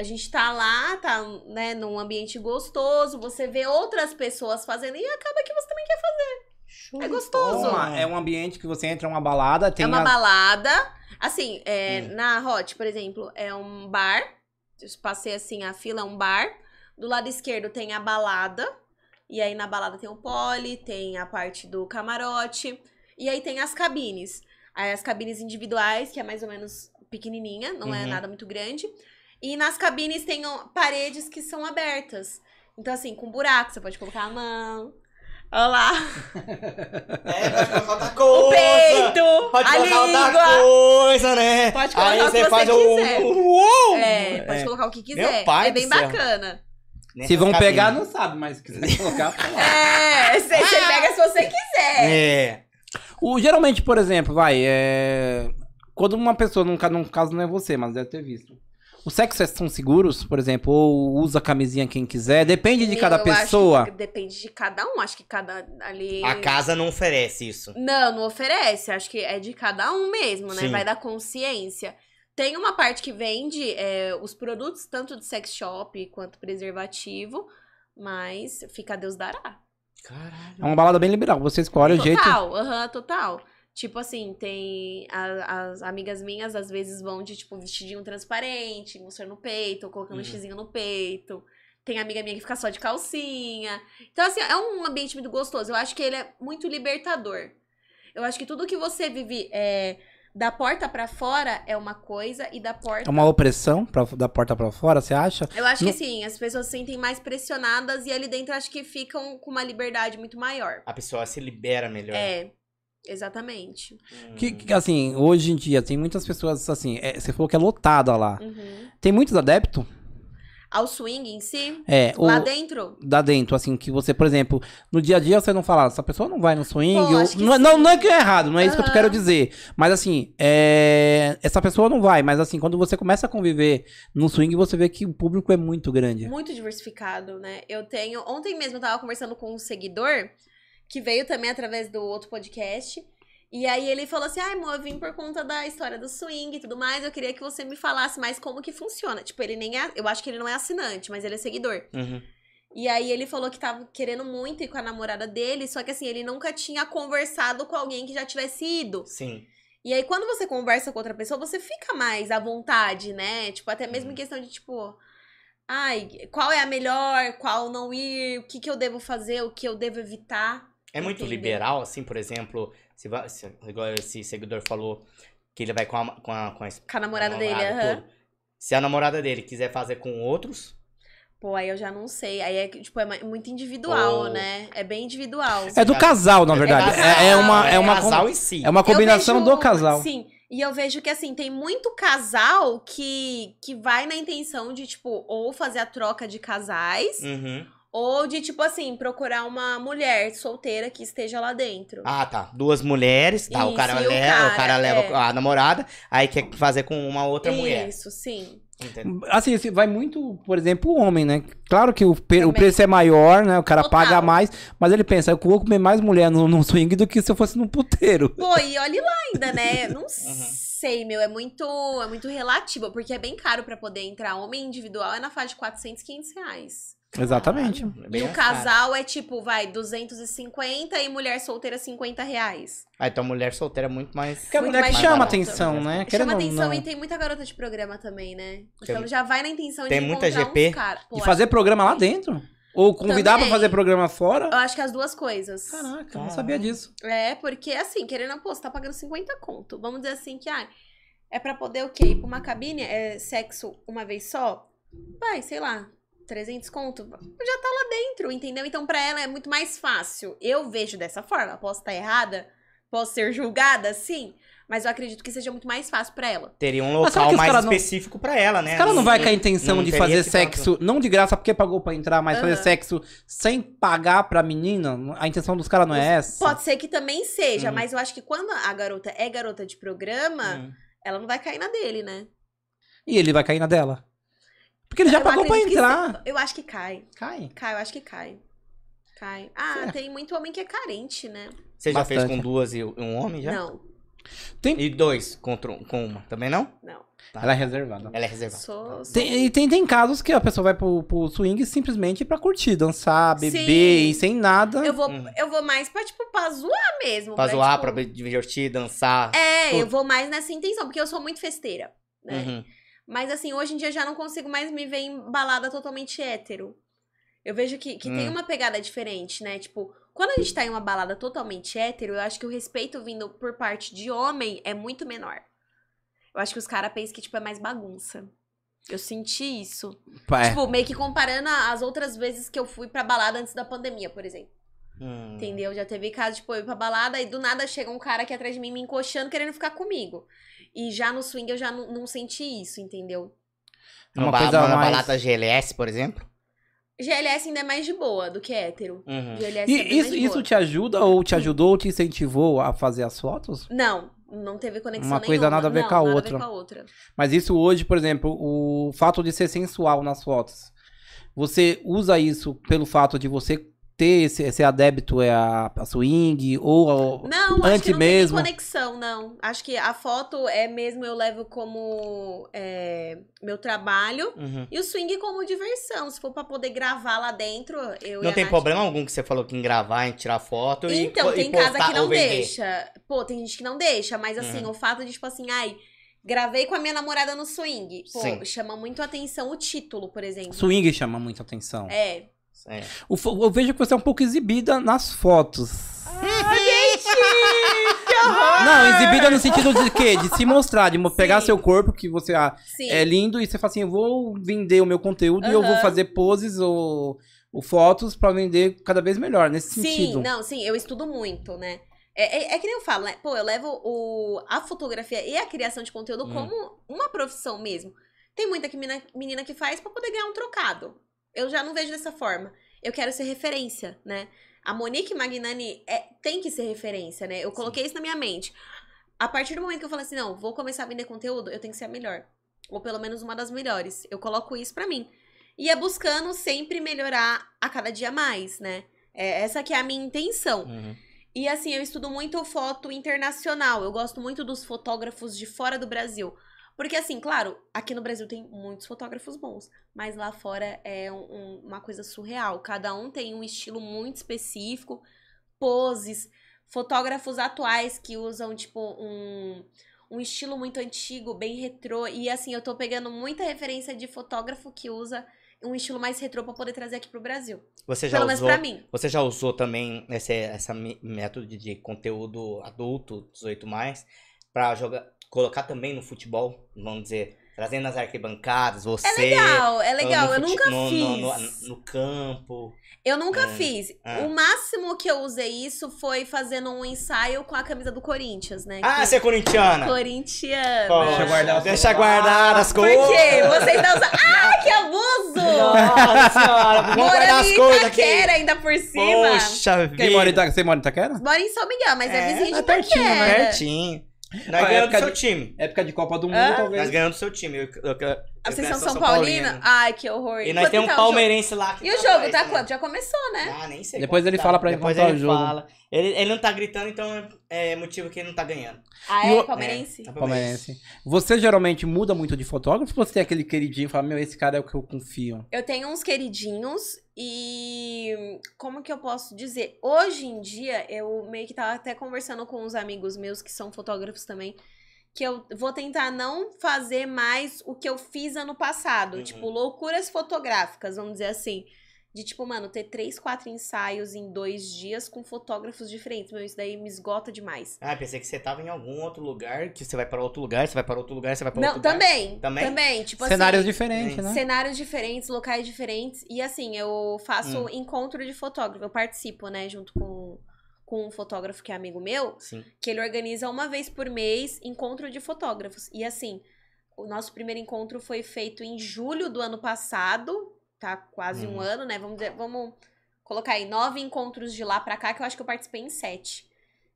Speaker 3: a gente tá lá, tá, né, num ambiente gostoso, você vê outras pessoas fazendo e acaba que você também quer fazer. É gostoso.
Speaker 2: Vamos lá, É um ambiente que você entra em uma balada, tem
Speaker 3: é uma
Speaker 2: as-
Speaker 3: balada. Assim, é,
Speaker 1: Hum.
Speaker 3: na Hot, por exemplo, é um bar. Eu passei assim a fila, é um bar. Do lado esquerdo tem a balada. E aí na balada tem o pole, tem a parte do camarote. E aí tem as cabines. Aí as cabines individuais, que é mais ou menos pequenininha, não é
Speaker 1: Uhum.
Speaker 3: nada muito grande. E nas cabines tem ó, paredes que são abertas. Então, assim, com buraco, você pode colocar a mão. Olha lá.
Speaker 1: É, pode colocar outra
Speaker 3: O
Speaker 1: coisa.
Speaker 3: peito!
Speaker 1: Pode
Speaker 3: a
Speaker 1: colocar outra
Speaker 3: língua!
Speaker 1: coisa, né?
Speaker 3: Pode colocar
Speaker 1: Aí
Speaker 3: o que você
Speaker 1: faz
Speaker 3: quiser.
Speaker 1: o... Uh! Uou!
Speaker 3: É, pode colocar o que quiser.
Speaker 1: pai
Speaker 3: é bem
Speaker 1: do céu.
Speaker 3: bacana.
Speaker 2: Se vão pegar, não sabe, mas se quiser colocar. [LAUGHS] pô.
Speaker 3: É, [LAUGHS] você você pega se você quiser.
Speaker 1: É.
Speaker 2: o, geralmente, por exemplo, vai. É... Quando uma pessoa, num, ca- num caso não é você, mas deve ter visto. Os sexos são seguros, por exemplo, ou usa a camisinha quem quiser, depende de
Speaker 3: Meu,
Speaker 2: cada
Speaker 3: eu acho
Speaker 2: pessoa.
Speaker 3: que depende de cada um. Acho que cada ali.
Speaker 1: É, A casa não oferece isso.
Speaker 3: Não, não oferece. Acho que é de cada um mesmo, né?
Speaker 1: Sim.
Speaker 3: Vai da consciência. Tem uma parte que vende é, os produtos, tanto de sex shop quanto preservativo. Mas fica a Deus dará.
Speaker 1: Caralho.
Speaker 2: É uma balada bem liberal, você escolhe o jeito.
Speaker 3: Total, aham, total. Tipo assim, tem. a- as amigas minhas às vezes vão de, tipo, vestidinho transparente, mostrando o peito, ou colocando um
Speaker 1: Uhum.
Speaker 3: xizinho no peito. Tem amiga minha que fica só de calcinha. Então, assim, é um ambiente muito gostoso. Eu acho que ele é muito libertador. Eu acho que tudo que você vive é, da porta pra fora é uma coisa e da porta.
Speaker 2: É uma opressão pra, da porta pra fora, você acha?
Speaker 3: Eu acho
Speaker 2: Não-
Speaker 3: que sim, as pessoas se sentem mais pressionadas e ali dentro acho que ficam com uma liberdade muito maior.
Speaker 1: A pessoa se libera melhor.
Speaker 3: É, exatamente.
Speaker 1: Hum.
Speaker 2: Que, que, assim, hoje em dia tem muitas pessoas assim, é, você falou que é lotada lá.
Speaker 3: Uhum.
Speaker 2: Tem muitos adeptos?
Speaker 3: ao swing em si,
Speaker 2: É,
Speaker 3: lá
Speaker 2: ou-
Speaker 3: dentro.
Speaker 2: dá dentro, assim, que você, por exemplo, no dia a dia você não fala, essa pessoa não vai no swing,
Speaker 3: Pô,
Speaker 2: ou-
Speaker 3: acho que
Speaker 2: não, é-
Speaker 3: sim.
Speaker 2: não, não é que é errado, não é isso que eu
Speaker 3: Aham.
Speaker 2: quero dizer, mas assim, é, essa pessoa não vai, mas assim, quando você começa a conviver no swing, você vê que o público é muito grande.
Speaker 3: Muito diversificado, né? Eu tenho. Ontem mesmo eu tava conversando com um seguidor que veio também através do outro podcast. E aí ele falou assim: ai, amor, eu vim por conta da história do swing e tudo mais. Eu queria que você me falasse mais como que funciona. Tipo, ele nem é. Eu acho que ele não é assinante, mas ele é seguidor.
Speaker 1: Uhum.
Speaker 3: E aí ele falou que tava querendo muito ir com a namorada dele, só que assim, ele nunca tinha conversado com alguém que já tivesse ido.
Speaker 1: Sim.
Speaker 3: E aí, quando você conversa com outra pessoa, você fica mais à vontade, né? Tipo, até mesmo em
Speaker 1: Uhum.
Speaker 3: questão de, tipo, ai, qual é a melhor, qual não ir, o que, que eu devo fazer, o que eu devo evitar.
Speaker 1: É muito
Speaker 3: Entendeu?
Speaker 1: liberal, assim, por exemplo, se, va- se, igual esse seguidor falou que ele vai com a, com a, com a, es-
Speaker 2: Tá
Speaker 3: Com a namorada dele,
Speaker 1: namorada,
Speaker 3: aham.
Speaker 1: tudo. Se a namorada dele quiser fazer com outros,
Speaker 3: Pô, aí eu já não sei. Aí é, que, tipo, é ma- muito individual,
Speaker 1: Oh.
Speaker 3: né? É bem individual.
Speaker 2: É do casal, na verdade.
Speaker 1: casal,
Speaker 2: É, é uma, é,
Speaker 1: é
Speaker 2: uma,
Speaker 1: casal
Speaker 2: com-
Speaker 1: em si.
Speaker 2: é uma
Speaker 3: Eu
Speaker 2: combinação
Speaker 3: vejo-
Speaker 2: do casal.
Speaker 3: Sim. E eu vejo que, assim, tem muito casal
Speaker 2: Hum.
Speaker 3: que, que vai na intenção de, tipo, ou fazer a troca de casais,
Speaker 1: Uhum.
Speaker 3: Ou de, tipo assim, procurar uma mulher solteira que esteja lá dentro.
Speaker 1: Ah, tá. Duas mulheres, tá? o
Speaker 3: Isso,
Speaker 1: cara
Speaker 3: e o
Speaker 1: leva, o
Speaker 3: cara,
Speaker 1: cara leva
Speaker 3: é.
Speaker 1: a namorada, aí quer fazer com uma outra mulher.
Speaker 3: Isso, sim.
Speaker 1: Entendeu?
Speaker 2: Assim, assim, vai muito, por exemplo, o homem, né? Claro que o, pe- o
Speaker 3: Também.
Speaker 2: preço é maior, né? O cara
Speaker 3: Total.
Speaker 2: paga mais, mas ele pensa, eu vou comer mais mulher no, no swing do que se eu fosse num puteiro.
Speaker 3: Pô, e olhe lá ainda, né? Não sei, meu. É muito, é muito relativo, porque é bem caro pra poder entrar. Homem individual é na faixa de 400, 500 reais.
Speaker 2: Exatamente.
Speaker 1: Caralho, é bem
Speaker 3: E o
Speaker 1: caro.
Speaker 3: casal é tipo, vai, 250 e mulher solteira 50 reais.
Speaker 1: Ah, então mulher solteira é muito mais.
Speaker 2: Porque a
Speaker 3: Muito
Speaker 2: mulher que
Speaker 3: mais
Speaker 2: chama
Speaker 3: barato.
Speaker 2: atenção, né? Querendo
Speaker 3: Chama
Speaker 2: ou
Speaker 3: atenção
Speaker 2: não.
Speaker 3: e tem muita garota de programa também, né?
Speaker 1: Tem-
Speaker 3: Então já vai na intenção
Speaker 1: tem
Speaker 3: de
Speaker 1: muita
Speaker 3: encontrar
Speaker 1: GP?
Speaker 3: uns cara. Pô,
Speaker 2: E fazer programa lá dentro. Ou convidar pra
Speaker 3: Também.
Speaker 2: fazer programa fora.
Speaker 3: Eu acho que é as duas coisas.
Speaker 2: Caraca, eu não
Speaker 1: Caraca.
Speaker 2: sabia disso.
Speaker 3: É, porque assim, querendo, pô, você tá pagando 50 conto. Vamos dizer assim que, ah, é pra poder o quê? Ir pra uma cabine, é sexo uma vez só? Vai, sei lá, 300 conto? Já tá lá dentro, entendeu? Então pra ela é muito mais fácil. Eu vejo dessa forma, posso estar errada, posso ser julgada, sim, mas eu acredito que seja muito mais fácil pra ela.
Speaker 1: Teria um
Speaker 2: Mas sabe
Speaker 1: local
Speaker 2: que os
Speaker 1: mais
Speaker 2: cara não-
Speaker 1: específico pra ela, né?
Speaker 2: Os caras É, não vai
Speaker 1: Sim.
Speaker 2: com a intenção
Speaker 1: Não
Speaker 2: de
Speaker 1: teria
Speaker 2: fazer
Speaker 1: esse papo.
Speaker 2: sexo, não de graça porque pagou pra entrar, mas fazer
Speaker 3: Aham.
Speaker 2: sexo sem pagar pra menina. A intenção dos caras não é essa.
Speaker 3: Pode ser que também seja,
Speaker 2: Uhum.
Speaker 1: Hum.
Speaker 3: mas eu acho que quando a garota é garota de programa,
Speaker 1: Hum.
Speaker 3: ela não vai cair na dele, né?
Speaker 2: E ele vai cair na dela. Porque ele já
Speaker 3: Eu
Speaker 2: pagou pra
Speaker 3: acredito que
Speaker 2: entrar.
Speaker 3: se- Eu acho que cai.
Speaker 2: Cai.
Speaker 3: Cai, eu acho que cai. Cai. Ah,
Speaker 2: Será?
Speaker 3: tem muito homem que é carente, né?
Speaker 1: Você já fez
Speaker 2: Bastante.
Speaker 1: com duas e um homem já?
Speaker 3: Não,
Speaker 1: E dois contra, um, com uma. Também não?
Speaker 3: não.
Speaker 2: Ela é reservada.
Speaker 1: Ela é reservada.
Speaker 3: Sou.
Speaker 2: Tem, e tem, tem casos que a pessoa vai pro, pro swing simplesmente pra curtir, dançar,
Speaker 3: Sim.
Speaker 2: beber e sem nada.
Speaker 3: Eu vou,
Speaker 1: Uhum.
Speaker 3: eu vou mais pra, tipo, pra zoar mesmo.
Speaker 1: Pra zoar,
Speaker 3: tipo-
Speaker 1: pra divertir, dançar.
Speaker 3: É, eu
Speaker 1: Tudo.
Speaker 3: vou mais nessa intenção, porque eu sou muito festeira, né?
Speaker 1: Uhum.
Speaker 3: Mas assim, hoje em dia eu já não consigo mais me ver em balada totalmente hétero. Eu vejo que, que tem
Speaker 1: Hum.
Speaker 3: uma pegada diferente, né? Tipo, quando a gente tá em uma balada totalmente hétero, eu acho que o respeito vindo por parte de homem é muito menor. Eu acho que os caras pensam que, tipo, é mais bagunça. Eu senti isso.
Speaker 2: Pá, é.
Speaker 3: Tipo, meio que comparando a- as outras vezes que eu fui pra balada antes da pandemia, por exemplo.
Speaker 1: Hum.
Speaker 3: Entendeu? Já teve caso, tipo, eu ir pra balada e do nada chega um cara aqui atrás de mim me encoxando, querendo ficar comigo. E já no swing eu já não, não senti isso, entendeu?
Speaker 2: Uma
Speaker 1: Uma, ba-
Speaker 2: coisa
Speaker 1: uma
Speaker 2: mais-
Speaker 1: balada GLS, por exemplo?
Speaker 3: GLS ainda é mais de boa do que hétero.
Speaker 1: Uhum.
Speaker 3: GLS é bem
Speaker 2: Hum. E
Speaker 3: mais
Speaker 2: isso,
Speaker 3: de
Speaker 2: isso
Speaker 3: boa.
Speaker 2: te ajuda ou te ajudou ou te incentivou a fazer as fotos?
Speaker 3: Não, não teve conexão
Speaker 2: Uma coisa
Speaker 3: nenhuma.
Speaker 2: nada a ver
Speaker 3: Não,
Speaker 2: com a
Speaker 3: nada
Speaker 2: outra.
Speaker 3: com a outra.
Speaker 2: Mas isso hoje, por exemplo, o fato de ser sensual nas fotos. Você usa isso pelo fato de você ter esse, esse adébito é a, a swing ou ao-
Speaker 3: Não, acho
Speaker 2: Antes
Speaker 3: que não
Speaker 2: mesmo.
Speaker 3: tem nem conexão, não. Acho que a foto é mesmo, eu levo como é, meu trabalho.
Speaker 1: Uhum.
Speaker 3: E o swing como diversão. Se for pra poder gravar lá dentro, eu e
Speaker 1: Não
Speaker 3: a
Speaker 1: tem
Speaker 3: Nath-
Speaker 1: problema algum que você falou que em gravar, em tirar foto e
Speaker 3: Então,
Speaker 1: po- e
Speaker 3: tem casa
Speaker 1: postar
Speaker 3: que
Speaker 1: ou
Speaker 3: não
Speaker 1: vender.
Speaker 3: deixa. Pô, tem gente que não deixa, mas assim,
Speaker 1: Uhum.
Speaker 3: o fato de, tipo assim, ai, gravei com a minha namorada no swing. Pô,
Speaker 1: Sim.
Speaker 3: chama muito atenção o título, por exemplo.
Speaker 2: swing chama muita atenção.
Speaker 3: É.
Speaker 1: É.
Speaker 2: O fo- eu vejo que você é um pouco exibida nas fotos.
Speaker 3: Ah,
Speaker 2: Não, exibida no sentido de quê? De se mostrar, de mo- pegar seu corpo que você ah,
Speaker 3: Sim.
Speaker 2: é lindo e você fala assim, eu vou vender o meu conteúdo e eu vou
Speaker 3: Aham.
Speaker 2: fazer poses ou, ou fotos pra vender cada vez melhor nesse
Speaker 3: Sim,
Speaker 2: sentido.
Speaker 3: não, sim, eu estudo muito, né? É, é, é que nem eu falo, né? Pô, eu levo o, a fotografia e a criação de conteúdo
Speaker 1: Hum.
Speaker 3: como uma profissão mesmo. Tem muita que menina, menina que faz pra poder ganhar um trocado. Eu já não vejo dessa forma. Eu quero ser referência, né? A Monique Magnani é, tem que ser referência, né? Eu coloquei isso na minha mente. A partir do momento que eu falei assim, não, vou começar a vender conteúdo, eu tenho que ser a melhor. Ou pelo menos uma das melhores. Eu coloco isso pra mim. E é buscando sempre melhorar a cada dia mais, né? É, essa que é a minha intenção.
Speaker 1: Uhum.
Speaker 3: E assim, eu estudo muito foto internacional. Eu gosto muito dos fotógrafos de fora do Brasil. Porque, assim, claro, aqui no Brasil tem muitos fotógrafos bons, mas lá fora é um- um- uma coisa surreal. Cada um tem um estilo muito específico, poses, fotógrafos atuais que usam, tipo, um, um estilo muito antigo, bem retrô. E, assim, eu tô pegando muita referência de fotógrafo que usa um estilo mais retrô pra poder trazer aqui pro Brasil.
Speaker 1: Você já
Speaker 3: Pelo menos
Speaker 1: usou?
Speaker 3: pra mim.
Speaker 1: Você já usou também esse essa mi- método de conteúdo adulto, 18 mais, para jogar, colocar também no futebol, vamos dizer, trazendo nas arquibancadas, você
Speaker 3: legal, é
Speaker 1: ah,
Speaker 3: legal.
Speaker 1: no
Speaker 3: Eu
Speaker 1: fute-
Speaker 3: nunca
Speaker 1: no-
Speaker 3: fiz.
Speaker 1: no- no- no campo.
Speaker 3: Eu nunca
Speaker 1: É,
Speaker 3: fiz.
Speaker 1: é.
Speaker 3: O máximo que eu usei isso foi fazendo um ensaio com a camisa do Corinthians, né?
Speaker 1: Ah,
Speaker 3: Que-
Speaker 1: você é corintiana.
Speaker 3: Corintiana.
Speaker 1: Poxa,
Speaker 2: Deixa guardar as
Speaker 1: Deixa
Speaker 2: coisas.
Speaker 1: guardar as
Speaker 3: Por
Speaker 1: coisas.
Speaker 3: quê? Vocês não usam. Ah, que abuso!
Speaker 1: Ah, Nossa senhora, vamos guardar
Speaker 3: Morando
Speaker 1: as
Speaker 3: em
Speaker 1: coisas aqui.
Speaker 3: Itaquera ainda por cima.
Speaker 1: Poxa vida.
Speaker 2: Quem mora em Itaquera? Você mora em Itaquera?
Speaker 3: Mora em São Miguel, mas é,
Speaker 1: É,
Speaker 3: vizinho de
Speaker 2: é pertinho, né?
Speaker 3: Itaquera.
Speaker 1: Pertinho. Nós
Speaker 2: Ah,
Speaker 1: ganhamos do
Speaker 2: época
Speaker 1: seu
Speaker 2: de-
Speaker 1: time.
Speaker 2: Época de Copa do Mundo,
Speaker 3: Hã?
Speaker 1: Nós
Speaker 2: talvez.
Speaker 1: ganhamos do seu time. Eu- eu- eu-
Speaker 3: Ah, Vocês
Speaker 1: eu
Speaker 3: são São
Speaker 1: Paulino.
Speaker 3: Paulina? Ai, que horror.
Speaker 1: E nós
Speaker 3: Quanto
Speaker 1: temos
Speaker 3: tá
Speaker 1: um
Speaker 3: o jogo?
Speaker 1: palmeirense lá. que
Speaker 3: E
Speaker 1: tá
Speaker 3: o jogo,
Speaker 1: atrás,
Speaker 3: tá
Speaker 1: né?
Speaker 3: quanto? Já começou, né?
Speaker 1: Ah, nem sei.
Speaker 2: Depois
Speaker 1: quanto
Speaker 2: ele
Speaker 1: tá.
Speaker 2: fala pra ele
Speaker 1: Depois
Speaker 2: contar
Speaker 1: ele
Speaker 2: o jogo.
Speaker 1: fala. Ele, ele não tá gritando, então é motivo que ele não tá ganhando.
Speaker 3: Ah,
Speaker 2: E
Speaker 3: é
Speaker 2: o-
Speaker 3: palmeirense?
Speaker 1: É, tá
Speaker 2: Palmeirense. Você geralmente muda muito de fotógrafo ou você tem aquele queridinho e fala, meu, esse cara é o que eu confio?
Speaker 3: Eu tenho uns queridinhos e como que eu posso dizer? Hoje em dia, eu meio que tava até conversando com uns amigos meus que são fotógrafos também, que eu vou tentar não fazer mais o que eu fiz ano passado.
Speaker 1: Uhum.
Speaker 3: Tipo, loucuras fotográficas, vamos dizer assim. De tipo, mano, ter três, quatro ensaios em dois dias com fotógrafos diferentes. Meu, isso daí me esgota demais.
Speaker 1: Ah, pensei que você tava em algum outro lugar, que você vai para outro lugar, você vai para outro lugar, você vai para
Speaker 3: Não,
Speaker 1: outro lugar.
Speaker 3: também.
Speaker 1: Também?
Speaker 3: Também. tipo
Speaker 2: Cenários
Speaker 3: assim,
Speaker 2: diferentes, né?
Speaker 3: Cenários diferentes, locais diferentes. E assim, eu faço encontro de fotógrafo. Eu participo, né, junto com, com um fotógrafo que é amigo meu,
Speaker 1: Sim.
Speaker 3: que ele organiza uma vez por mês encontro de fotógrafos. E assim, o nosso primeiro encontro foi feito em julho do ano passado. Tá quase
Speaker 1: Hum.
Speaker 3: um ano, né? Vamos, dizer- vamos colocar aí nove encontros de lá pra cá, que eu acho que eu participei em sete.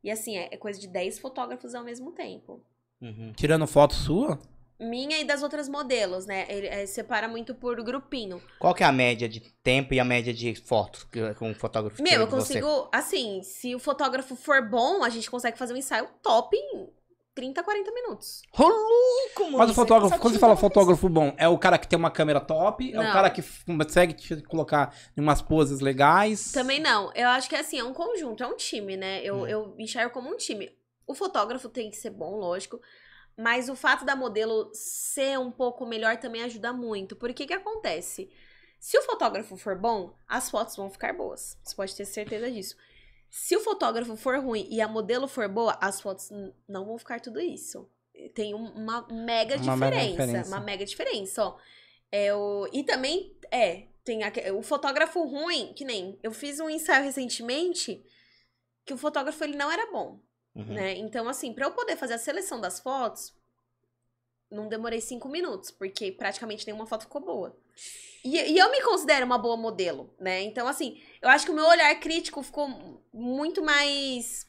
Speaker 3: E assim, é é coisa de dez fotógrafos ao mesmo tempo
Speaker 1: Uhum.
Speaker 2: Tirando foto sua?
Speaker 3: minha e das outras modelos, né? Ele eh, separa muito por grupinho.
Speaker 1: Qual que é a média de tempo e a média de fotos que que um fotógrafo tira
Speaker 3: Meu, eu
Speaker 1: de você?
Speaker 3: consigo, assim, se o fotógrafo for bom, a gente consegue fazer um ensaio top em 30, 40 minutos.
Speaker 1: Ô, louco, mano. é
Speaker 2: Mas
Speaker 1: você
Speaker 2: o fotógrafo,
Speaker 1: sabe
Speaker 2: quando você
Speaker 1: de
Speaker 2: fala
Speaker 1: nada.
Speaker 2: fotógrafo bom, é o cara que tem uma câmera top? É o
Speaker 3: Não.
Speaker 2: cara que f- consegue te colocar em umas poses legais?
Speaker 3: Também não. Eu acho que assim, é um conjunto, é um time, né? Eu,
Speaker 1: Hum.
Speaker 3: eu enxergo como um time. O fotógrafo tem que ser bom, lógico. Mas o fato da modelo ser um pouco melhor também ajuda muito. Porque que acontece? Se o fotógrafo for bom, as fotos vão ficar boas. Você pode ter certeza disso. Se o fotógrafo for ruim e a modelo for boa, as fotos n- não vão ficar tudo isso. Tem um- uma mega
Speaker 2: Uma
Speaker 3: diferença,
Speaker 2: mega diferença.
Speaker 3: Uma mega diferença, ó. É, o... E também, é, tem aque- o fotógrafo ruim, que nem... Eu fiz um ensaio recentemente que o fotógrafo, ele não era bom
Speaker 1: Uhum.
Speaker 3: né? Então, assim, pra eu poder fazer a seleção das fotos, não demorei cinco minutos, porque praticamente nenhuma foto ficou boa. E, e eu me considero uma boa modelo, né? Então, assim, eu acho que o meu olhar crítico ficou muito mais.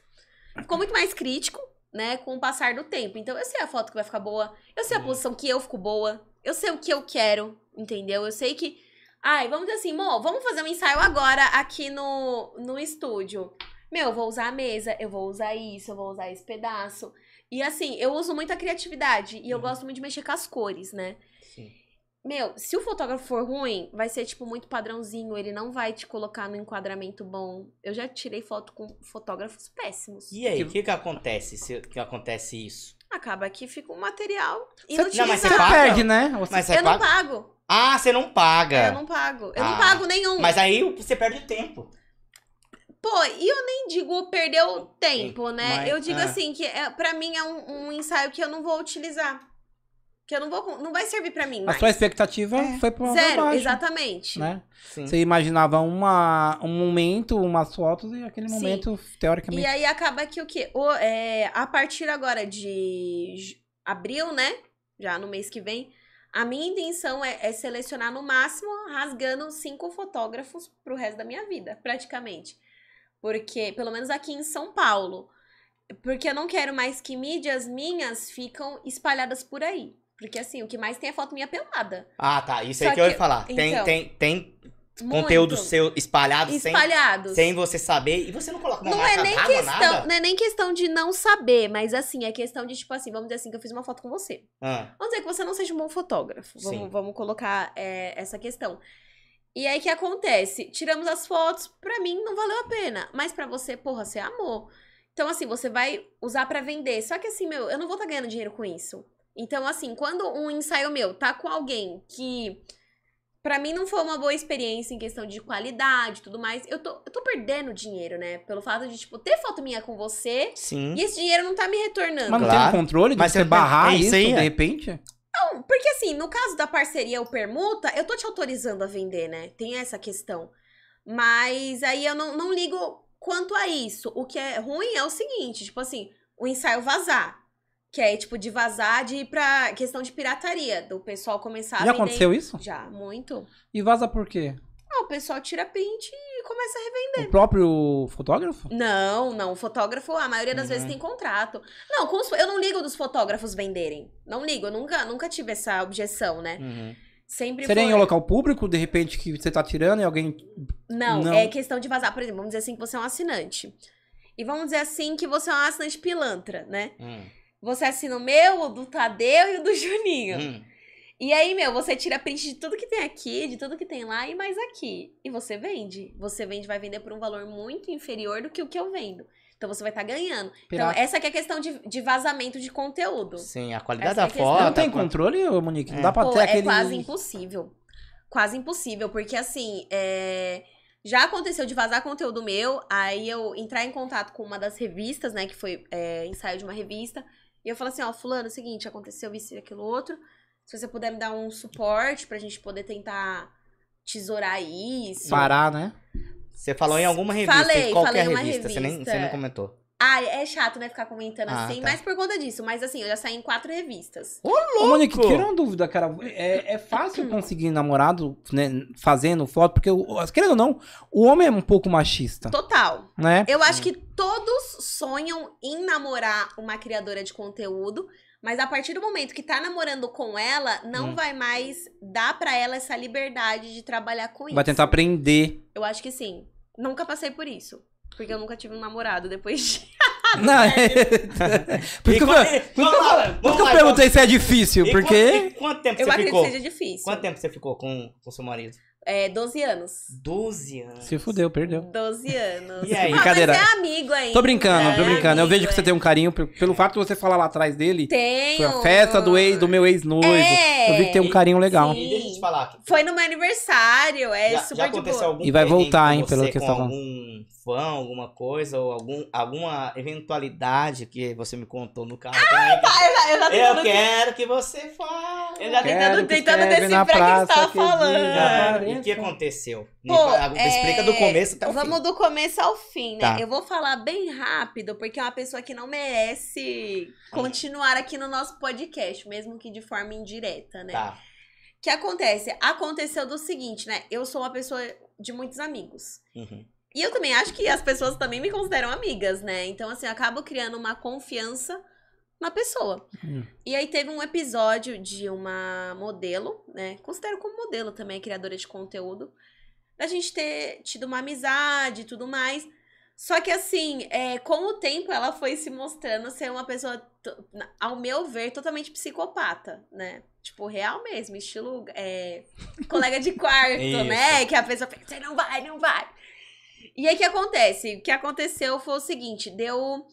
Speaker 3: Ficou muito mais crítico, né? Com o passar do tempo. Então, eu sei a foto que vai ficar boa, eu sei a
Speaker 1: Uhum.
Speaker 3: posição que eu fico boa, eu sei o que eu quero, entendeu? Eu sei que. Ai, vamos dizer assim, Mo, vamos fazer um ensaio agora aqui no, no estúdio. Meu, eu vou usar a mesa, eu vou usar isso, eu vou usar esse pedaço. E assim, eu uso muito a criatividade e eu
Speaker 1: Uhum.
Speaker 3: gosto muito de mexer com as cores, né?
Speaker 1: Sim.
Speaker 3: Meu, se o fotógrafo for ruim, vai ser, tipo, muito padrãozinho. Ele não vai te colocar no enquadramento bom. Eu já tirei foto com fotógrafos péssimos.
Speaker 1: E aí, o
Speaker 2: Que-
Speaker 1: que que acontece se que acontece isso?
Speaker 3: Acaba que fica um material
Speaker 1: Não, mas você
Speaker 2: Você
Speaker 1: paga?
Speaker 3: inutilizável.
Speaker 2: perde, né? Você-
Speaker 1: Mas você
Speaker 3: Eu não
Speaker 1: paga?
Speaker 3: pago.
Speaker 1: Ah, você não paga.
Speaker 3: É, Eu não pago. Eu
Speaker 1: Ah,
Speaker 3: não pago nenhum.
Speaker 1: Mas aí você perde tempo.
Speaker 3: Pô, e eu nem digo perder o tempo, né?
Speaker 1: Mas-
Speaker 3: eu digo
Speaker 1: ah.
Speaker 3: assim, que é, para mim é um, um ensaio que eu não vou utilizar. Que eu não vou. Não vai servir pra mim.
Speaker 2: A
Speaker 3: Mais.
Speaker 2: sua expectativa foi pra
Speaker 3: Zero,
Speaker 2: baixo,
Speaker 3: exatamente.
Speaker 2: né?
Speaker 1: Sim.
Speaker 2: Você imaginava uma, um momento, umas fotos, e aquele
Speaker 3: Sim.
Speaker 2: momento,
Speaker 3: E
Speaker 2: teoricamente.
Speaker 3: aí acaba que o quê? O, é, a partir agora de j- abril, né? Já no mês que vem, a minha intenção é, é selecionar no máximo, rasgando cinco fotógrafos pro resto da minha vida, praticamente. Porque, pelo menos aqui em São Paulo. Porque eu não quero mais que mídias minhas ficam espalhadas por aí. Porque assim, o que mais tem é foto minha pelada.
Speaker 1: Ah, tá. Isso aí
Speaker 3: Só
Speaker 1: que eu ia
Speaker 3: que-
Speaker 1: falar. Tem,
Speaker 3: então,
Speaker 1: tem, tem
Speaker 3: Muito.
Speaker 1: conteúdo seu espalhado, sem-
Speaker 3: espalhados.
Speaker 1: sem, você saber. E você não coloca uma
Speaker 3: Não é
Speaker 1: marca
Speaker 3: nem
Speaker 1: d'água,
Speaker 3: questão,
Speaker 1: nada?
Speaker 3: não é nem questão de não saber, mas assim, é questão de tipo assim, vamos dizer assim, que eu fiz uma foto com você.
Speaker 1: Ah,
Speaker 3: Vamos dizer que você não seja um bom fotógrafo.
Speaker 1: Sim.
Speaker 3: Vamos, vamos colocar é, essa questão. E aí o que acontece? Tiramos as fotos, pra mim não valeu a pena, mas pra você, porra, você amou. Então assim, você vai usar pra vender. Só que assim, meu, eu não vou estar ganhando dinheiro com isso. Então assim, quando um ensaio meu tá com alguém que pra mim não foi uma boa experiência em questão de qualidade, e tudo mais, eu tô, eu tô perdendo dinheiro, né? Pelo fato de tipo ter foto minha com você
Speaker 1: sim.
Speaker 3: e esse dinheiro não tá me retornando.
Speaker 2: Mas não
Speaker 1: Claro.
Speaker 2: tem um controle de
Speaker 1: Mas
Speaker 2: você
Speaker 1: você-
Speaker 2: barrar
Speaker 1: é isso
Speaker 2: isso,
Speaker 1: aí,
Speaker 2: de
Speaker 1: é.
Speaker 2: repente?
Speaker 3: Não, porque assim, no caso da parceria ou permuta, eu tô te autorizando a vender, né? Tem essa questão. Mas aí eu não, não ligo quanto a isso. O que é ruim é o seguinte, tipo assim, o ensaio vazar. Que é, tipo, de vazar, de ir pra questão de pirataria, do pessoal começar a
Speaker 2: Já
Speaker 3: vender-
Speaker 2: aconteceu isso?
Speaker 3: Já, muito.
Speaker 2: E vaza por quê?
Speaker 3: Ah, o pessoal tira print e começa a revender.
Speaker 2: O próprio fotógrafo?
Speaker 3: Não, não. O fotógrafo, a maioria das
Speaker 2: Uhum.
Speaker 3: vezes tem contrato. Não, com os- eu não ligo dos fotógrafos venderem. Não ligo, eu nunca, nunca tive essa objeção, né?
Speaker 1: Uhum,
Speaker 3: Sempre
Speaker 2: Seria
Speaker 3: foi... Então,
Speaker 2: em local público, de repente, que você tá tirando e alguém.
Speaker 3: Não,
Speaker 2: Não.
Speaker 3: é questão de vazar. Por exemplo, vamos dizer assim que você é um assinante. E vamos dizer assim que você é um assinante pilantra, né?
Speaker 1: uhum.
Speaker 3: Você assina o meu, o do Tadeu e o do Juninho.
Speaker 1: Uhum.
Speaker 3: E aí, meu, você tira print de tudo que tem aqui, de tudo que tem lá e mais aqui. E você vende. Você vende, vai vender por um valor muito inferior do que o que eu vendo. Então você vai estar ganhando.
Speaker 2: Pirata.
Speaker 3: Então, essa que é a questão de, de vazamento de conteúdo.
Speaker 1: Sim, a qualidade
Speaker 3: Essa
Speaker 1: da
Speaker 3: é a questão.
Speaker 1: foto.
Speaker 2: não tem
Speaker 1: a qua-
Speaker 2: controle, ô, Monique? Não dá pra
Speaker 3: Pô,
Speaker 2: ter
Speaker 3: é
Speaker 2: aquele.
Speaker 3: quase impossível. Quase impossível, porque assim, é, já aconteceu de vazar conteúdo meu, aí eu entrar em contato com uma das revistas, né, que foi é, ensaio de uma revista, e eu falo assim, ó, fulano, é o seguinte, aconteceu isso e aquilo outro, se você puder me dar um suporte pra gente poder tentar tesourar isso.
Speaker 2: Parar, né?
Speaker 1: Você falou em alguma revista,
Speaker 3: Falei,
Speaker 1: em qualquer
Speaker 3: falei uma
Speaker 1: revista. Você, nem,
Speaker 3: revista.
Speaker 1: você não comentou.
Speaker 3: Ah, é chato, né, ficar comentando
Speaker 1: Ah,
Speaker 3: assim,
Speaker 1: tá.
Speaker 3: mas por conta disso, mas assim, eu já saí em quatro revistas.
Speaker 2: Ô, Monique, tira uma dúvida, cara. É, é
Speaker 3: Hum.
Speaker 2: fácil conseguir namorado, né, fazendo foto, porque, o- querendo ou não, o homem é um pouco machista,
Speaker 3: Total.
Speaker 2: né?
Speaker 3: Eu acho que todos sonham em namorar uma criadora de conteúdo, mas a partir do momento que tá namorando com ela, não
Speaker 1: Hum.
Speaker 3: vai mais dar pra ela essa liberdade de trabalhar com
Speaker 2: Vai
Speaker 3: isso.
Speaker 2: tentar aprender.
Speaker 3: Eu acho que sim. Nunca passei por isso. Porque eu nunca tive um namorado depois de.
Speaker 2: Não, é... [LAUGHS] Por isso que eu,
Speaker 1: quanto-
Speaker 2: por isso que eu-
Speaker 1: Vamos lá,
Speaker 2: por isso
Speaker 1: vamos
Speaker 2: que eu
Speaker 1: lá,
Speaker 2: perguntei se é difícil,
Speaker 1: então. E
Speaker 2: porque...
Speaker 1: Quanto, e quanto tempo
Speaker 3: Eu
Speaker 1: você
Speaker 3: acredito
Speaker 1: ficou?
Speaker 3: que seja difícil.
Speaker 1: Quanto tempo você ficou com o seu marido?
Speaker 3: É, 12 anos.
Speaker 1: 12 anos.
Speaker 2: Se fudeu, perdeu.
Speaker 3: 12 anos.
Speaker 1: E aí?
Speaker 3: Ah,
Speaker 2: Brincadeira.
Speaker 3: Mas é amigo ainda.
Speaker 2: Tô brincando, tô
Speaker 3: é
Speaker 2: brincando. Eu
Speaker 3: amigo,
Speaker 2: vejo que você
Speaker 3: é.
Speaker 2: tem um carinho pe- pelo fato de você falar lá atrás dele. Foi
Speaker 3: Tenho.
Speaker 2: a festa do ex, do meu ex-noivo.
Speaker 3: É.
Speaker 2: Eu vi que tem um carinho legal.
Speaker 3: Sim.
Speaker 1: E deixa eu te falar. que
Speaker 3: É. Foi no meu aniversário. É
Speaker 1: já,
Speaker 3: super
Speaker 1: já
Speaker 3: de
Speaker 1: aconteceu
Speaker 3: boa.
Speaker 1: algum
Speaker 2: E vai
Speaker 1: perrengue
Speaker 2: voltar,
Speaker 1: com
Speaker 2: hein, pelo
Speaker 1: você
Speaker 2: que tá eu
Speaker 1: com
Speaker 2: tava-
Speaker 1: algum fã, alguma coisa, ou algum, alguma eventualidade que você me contou no carro.
Speaker 3: Ah, eu já, eu já tô
Speaker 1: eu
Speaker 3: dando-
Speaker 1: quero que você fale.
Speaker 3: Eu já
Speaker 2: Quero
Speaker 3: Tá tentando,
Speaker 2: que
Speaker 3: tentando
Speaker 2: escreve na
Speaker 3: decifrar o que você
Speaker 2: praça
Speaker 3: tava
Speaker 2: que diga.
Speaker 3: falando.
Speaker 1: Ah, e o que aconteceu? Me
Speaker 3: Pô,
Speaker 1: fala-
Speaker 3: é,
Speaker 1: Explica do começo até o
Speaker 3: Vamos
Speaker 1: Tá fim.
Speaker 3: do começo ao fim, né?
Speaker 1: Tá.
Speaker 3: Eu vou falar bem rápido, porque é uma pessoa que não merece continuar aqui no nosso podcast, mesmo que de forma indireta, né?
Speaker 1: Tá.
Speaker 3: O que acontece? Aconteceu do seguinte, né? Eu sou uma pessoa de muitos amigos.
Speaker 1: Uhum.
Speaker 3: E eu também acho que as pessoas também me consideram amigas, né? Então, assim, eu acabo criando uma confiança na pessoa.
Speaker 2: Hum.
Speaker 3: E aí teve um episódio de uma modelo, né? Considero como modelo também, criadora de conteúdo. Da gente ter tido uma amizade e tudo mais. Só que assim, é, com o tempo ela foi se mostrando ser uma pessoa, to- na- ao meu ver, totalmente psicopata, né? Tipo, real mesmo, estilo é, colega de quarto,
Speaker 1: Isso.
Speaker 3: né? Que a pessoa fica, você não vai, não vai. E aí o que acontece? O que aconteceu foi o seguinte, deu.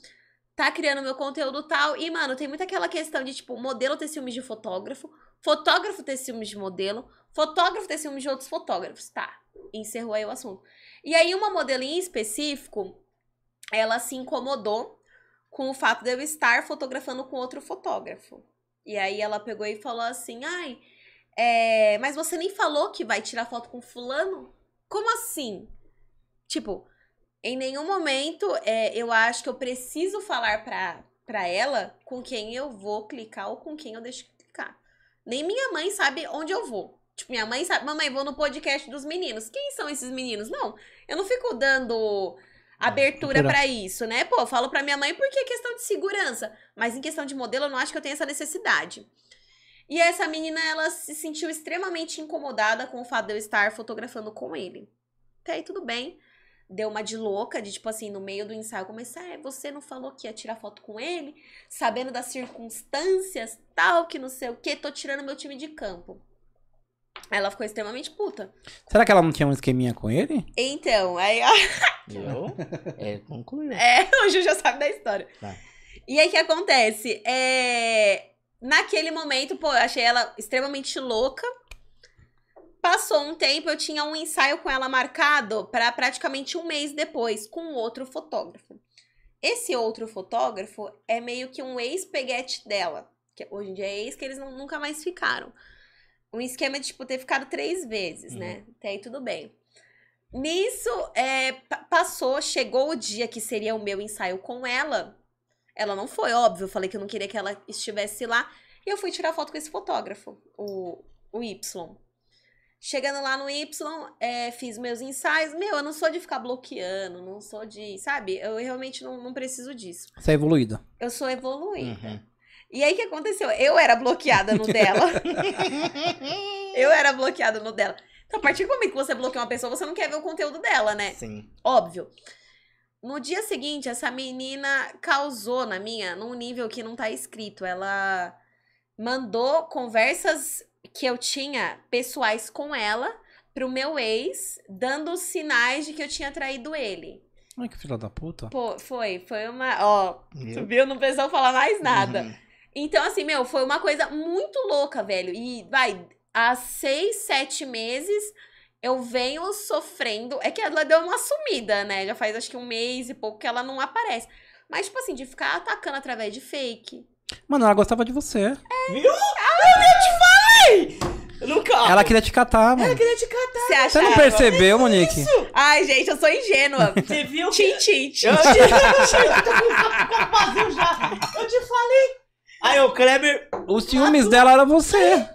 Speaker 3: Tá criando meu conteúdo tal. E, mano, tem muito aquela questão de, tipo, modelo ter ciúmes de fotógrafo, fotógrafo ter ciúmes de modelo, fotógrafo ter ciúmes de outros fotógrafos. Tá. Encerrou aí o assunto. E aí, uma modelinha em específico, ela se incomodou com o fato de eu estar fotografando com outro fotógrafo. E aí ela pegou e falou assim: ai, é, mas você nem falou que vai tirar foto com fulano? Como assim? Tipo, em nenhum momento é, eu acho que eu preciso falar pra, pra ela com quem eu vou clicar ou com quem eu deixo clicar. Nem minha mãe sabe onde eu vou. Tipo, minha mãe sabe, mamãe, vou no podcast dos meninos. Quem são esses meninos? Não, eu não fico dando abertura
Speaker 2: Abertura.
Speaker 3: pra isso, né? Pô, eu falo pra minha mãe porque é questão de segurança. Mas em questão de modelo, eu não acho que eu tenho essa necessidade. E essa menina, ela se sentiu extremamente incomodada com o fato de eu estar fotografando com ele. Até aí, tudo bem. Deu uma de louca, de tipo assim, no meio do ensaio, começar, é, você não falou que ia tirar foto com ele, sabendo das circunstâncias, tal, que não sei o quê, tô tirando meu time de campo. Ela ficou extremamente puta.
Speaker 2: Será que ela não tinha um esqueminha com ele?
Speaker 3: Então, aí, ó, [LAUGHS]
Speaker 1: Eu? É, concluí.
Speaker 3: É, o Ju já sabe da história.
Speaker 1: Tá.
Speaker 3: E aí, o que acontece? É... Naquele momento, pô, eu achei ela extremamente louca. Passou um tempo, eu tinha um ensaio com ela marcado para praticamente um mês depois, com outro fotógrafo. Esse outro fotógrafo é meio que um ex-peguete dela. Que hoje em dia é ex que eles não- nunca mais ficaram. Um esquema de, tipo, ter ficado três vezes,
Speaker 1: Uhum.
Speaker 3: né? Até aí tudo bem. Nisso, é, pa- passou, chegou o dia que seria o meu ensaio com ela. Ela não foi, óbvio. Eu falei que eu não queria que ela estivesse lá. E eu fui tirar foto com esse fotógrafo, o, o Y. Chegando lá no Y, é, fiz meus ensaios. Meu, eu não sou de ficar bloqueando, não sou de. Sabe? Eu realmente não, não preciso disso.
Speaker 2: Você é evoluída.
Speaker 3: Eu sou evoluída.
Speaker 1: Uhum.
Speaker 3: E aí o que aconteceu? Eu era bloqueada no dela. eu era bloqueada no dela. Então, a partir do momento que você bloqueia uma pessoa, você não quer ver o conteúdo dela, né?
Speaker 1: Sim.
Speaker 3: Óbvio. No dia seguinte, essa menina causou na minha num nível que não tá escrito. Ela mandou conversas que eu tinha pessoais com ela pro meu ex, dando sinais de que eu tinha traído ele.
Speaker 2: Ai, que filha da puta.
Speaker 3: Pô, foi, foi uma, ó, subiu, não precisou falar mais nada.
Speaker 1: Uhum.
Speaker 3: Então, assim, meu, foi uma coisa muito louca, velho. E, vai, há seis, sete meses eu venho sofrendo. É que ela deu uma sumida, né? Já faz acho que um mês e pouco que ela não aparece. Mas, tipo assim, de ficar atacando através de fake.
Speaker 2: Mano, ela gostava de você.
Speaker 1: Viu? Ah, eu te falei! No carro.
Speaker 2: Ela queria te catar, mano.
Speaker 1: Ah. queria te catar.
Speaker 3: Você acha?
Speaker 2: Você não percebeu, Monique?
Speaker 3: Ai, gente, eu sou
Speaker 2: [LAUGHS]
Speaker 3: ingênua.
Speaker 1: Você
Speaker 3: [LAUGHS]
Speaker 1: viu?
Speaker 3: tchim, tchim, tchim.
Speaker 1: Eu
Speaker 2: tá
Speaker 1: te, eu te, eu tô com o copo vazio já. Eu te falei. Aí o Kleber.
Speaker 2: Os ciúmes dela era você.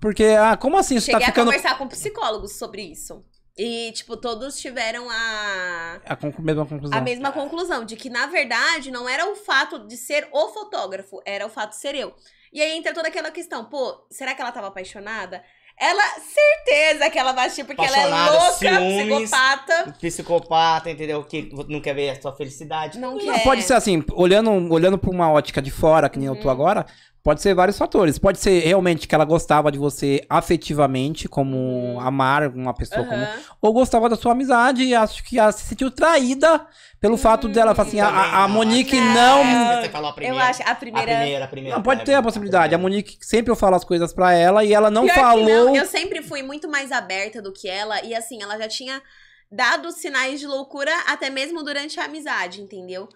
Speaker 2: Porque, ah, como assim? Você tá
Speaker 3: Cheguei
Speaker 2: ficando.
Speaker 3: a conversar com psicólogos sobre isso. E, tipo, todos tiveram a.
Speaker 2: A con- mesma conclusão.
Speaker 3: a mesma conclusão, de que na verdade não era o fato de ser o fotógrafo, era o fato de ser eu. E aí entra toda aquela questão, pô, será que ela tava apaixonada? Ela, certeza que ela vai assistir, porque ela é
Speaker 1: Apaixonada,
Speaker 3: louca,
Speaker 1: ciúmes.
Speaker 3: psicopata.
Speaker 1: Psicopata, entendeu? Que não quer ver a sua felicidade.
Speaker 3: Não,
Speaker 2: Não,
Speaker 3: quer.
Speaker 2: pode ser assim, olhando, olhando pra uma ótica de fora, que nem eu tô
Speaker 3: Uhum.
Speaker 2: agora, pode ser vários fatores. Pode ser realmente que ela gostava de você afetivamente,
Speaker 3: Uhum.
Speaker 2: como amar uma pessoa. Como...
Speaker 3: Aham.
Speaker 2: Ou gostava da sua amizade e acho que ela se sentiu traída pelo fato dela falar assim,
Speaker 3: Uhum.
Speaker 2: a- a, a Monique não...
Speaker 1: Você falou a primeira.
Speaker 3: Eu acho, a
Speaker 1: A
Speaker 3: primeira.
Speaker 1: primeira, a primeira.
Speaker 2: Não, pode ter a
Speaker 1: Kleber.
Speaker 2: possibilidade. A Monique, sempre eu falo as coisas pra ela e ela não
Speaker 3: Pior que
Speaker 2: falou...
Speaker 3: não, eu sempre fui muito mais aberta do que ela, e assim, ela já tinha dado sinais de loucura até mesmo durante a amizade, entendeu?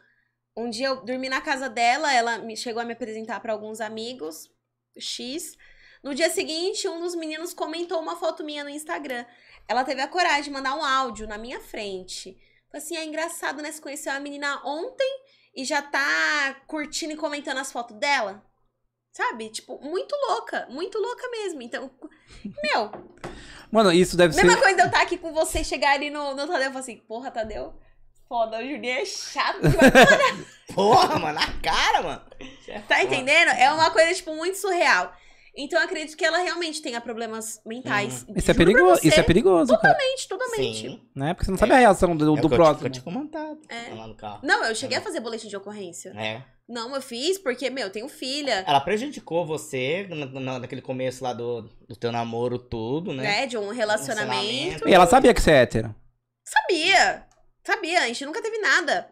Speaker 3: Um dia eu dormi na casa dela, ela me chegou a me apresentar pra alguns amigos, X. No dia seguinte, um dos meninos comentou uma foto minha no Instagram. Ela teve a coragem de mandar um áudio na minha frente. Falei assim, é engraçado, né? Você conheceu a menina ontem e já tá curtindo e comentando as fotos dela. Sabe? Tipo, muito louca. Muito louca mesmo. Então, meu,
Speaker 2: Mano, isso deve
Speaker 3: mesma
Speaker 2: ser...
Speaker 3: coisa de eu estar aqui com você, chegar ali no, no Tadeu e falar assim, porra, Tadeu, foda, o Juninho é chato demais.
Speaker 1: [LAUGHS] Porra, mano, na cara, mano.
Speaker 3: Tá entendendo? É uma coisa, tipo, muito surreal. Então, eu acredito que ela realmente tenha problemas mentais.
Speaker 2: Isso é,
Speaker 3: Juro pra
Speaker 2: perigoso,
Speaker 3: você,
Speaker 2: isso é perigoso, cara.
Speaker 3: Totalmente, totalmente.
Speaker 1: Uhum. Sim.
Speaker 2: Né? Porque você não sabe a reação do,
Speaker 1: É
Speaker 2: do
Speaker 1: o que eu te-
Speaker 2: próximo.
Speaker 1: Eu tinha comentado. Tá
Speaker 3: É.
Speaker 1: Lá no carro.
Speaker 3: Não, eu cheguei a fazer boletim de ocorrência.
Speaker 1: É.
Speaker 3: Não, eu fiz porque, meu, eu tenho filha,
Speaker 1: Ela prejudicou você na- na- naquele começo lá do, do teu namoro, tudo, né?
Speaker 3: né? De um relacionamento.
Speaker 2: E ela sabia que você é hétero.
Speaker 3: Sabia! Sabia, a gente nunca teve nada.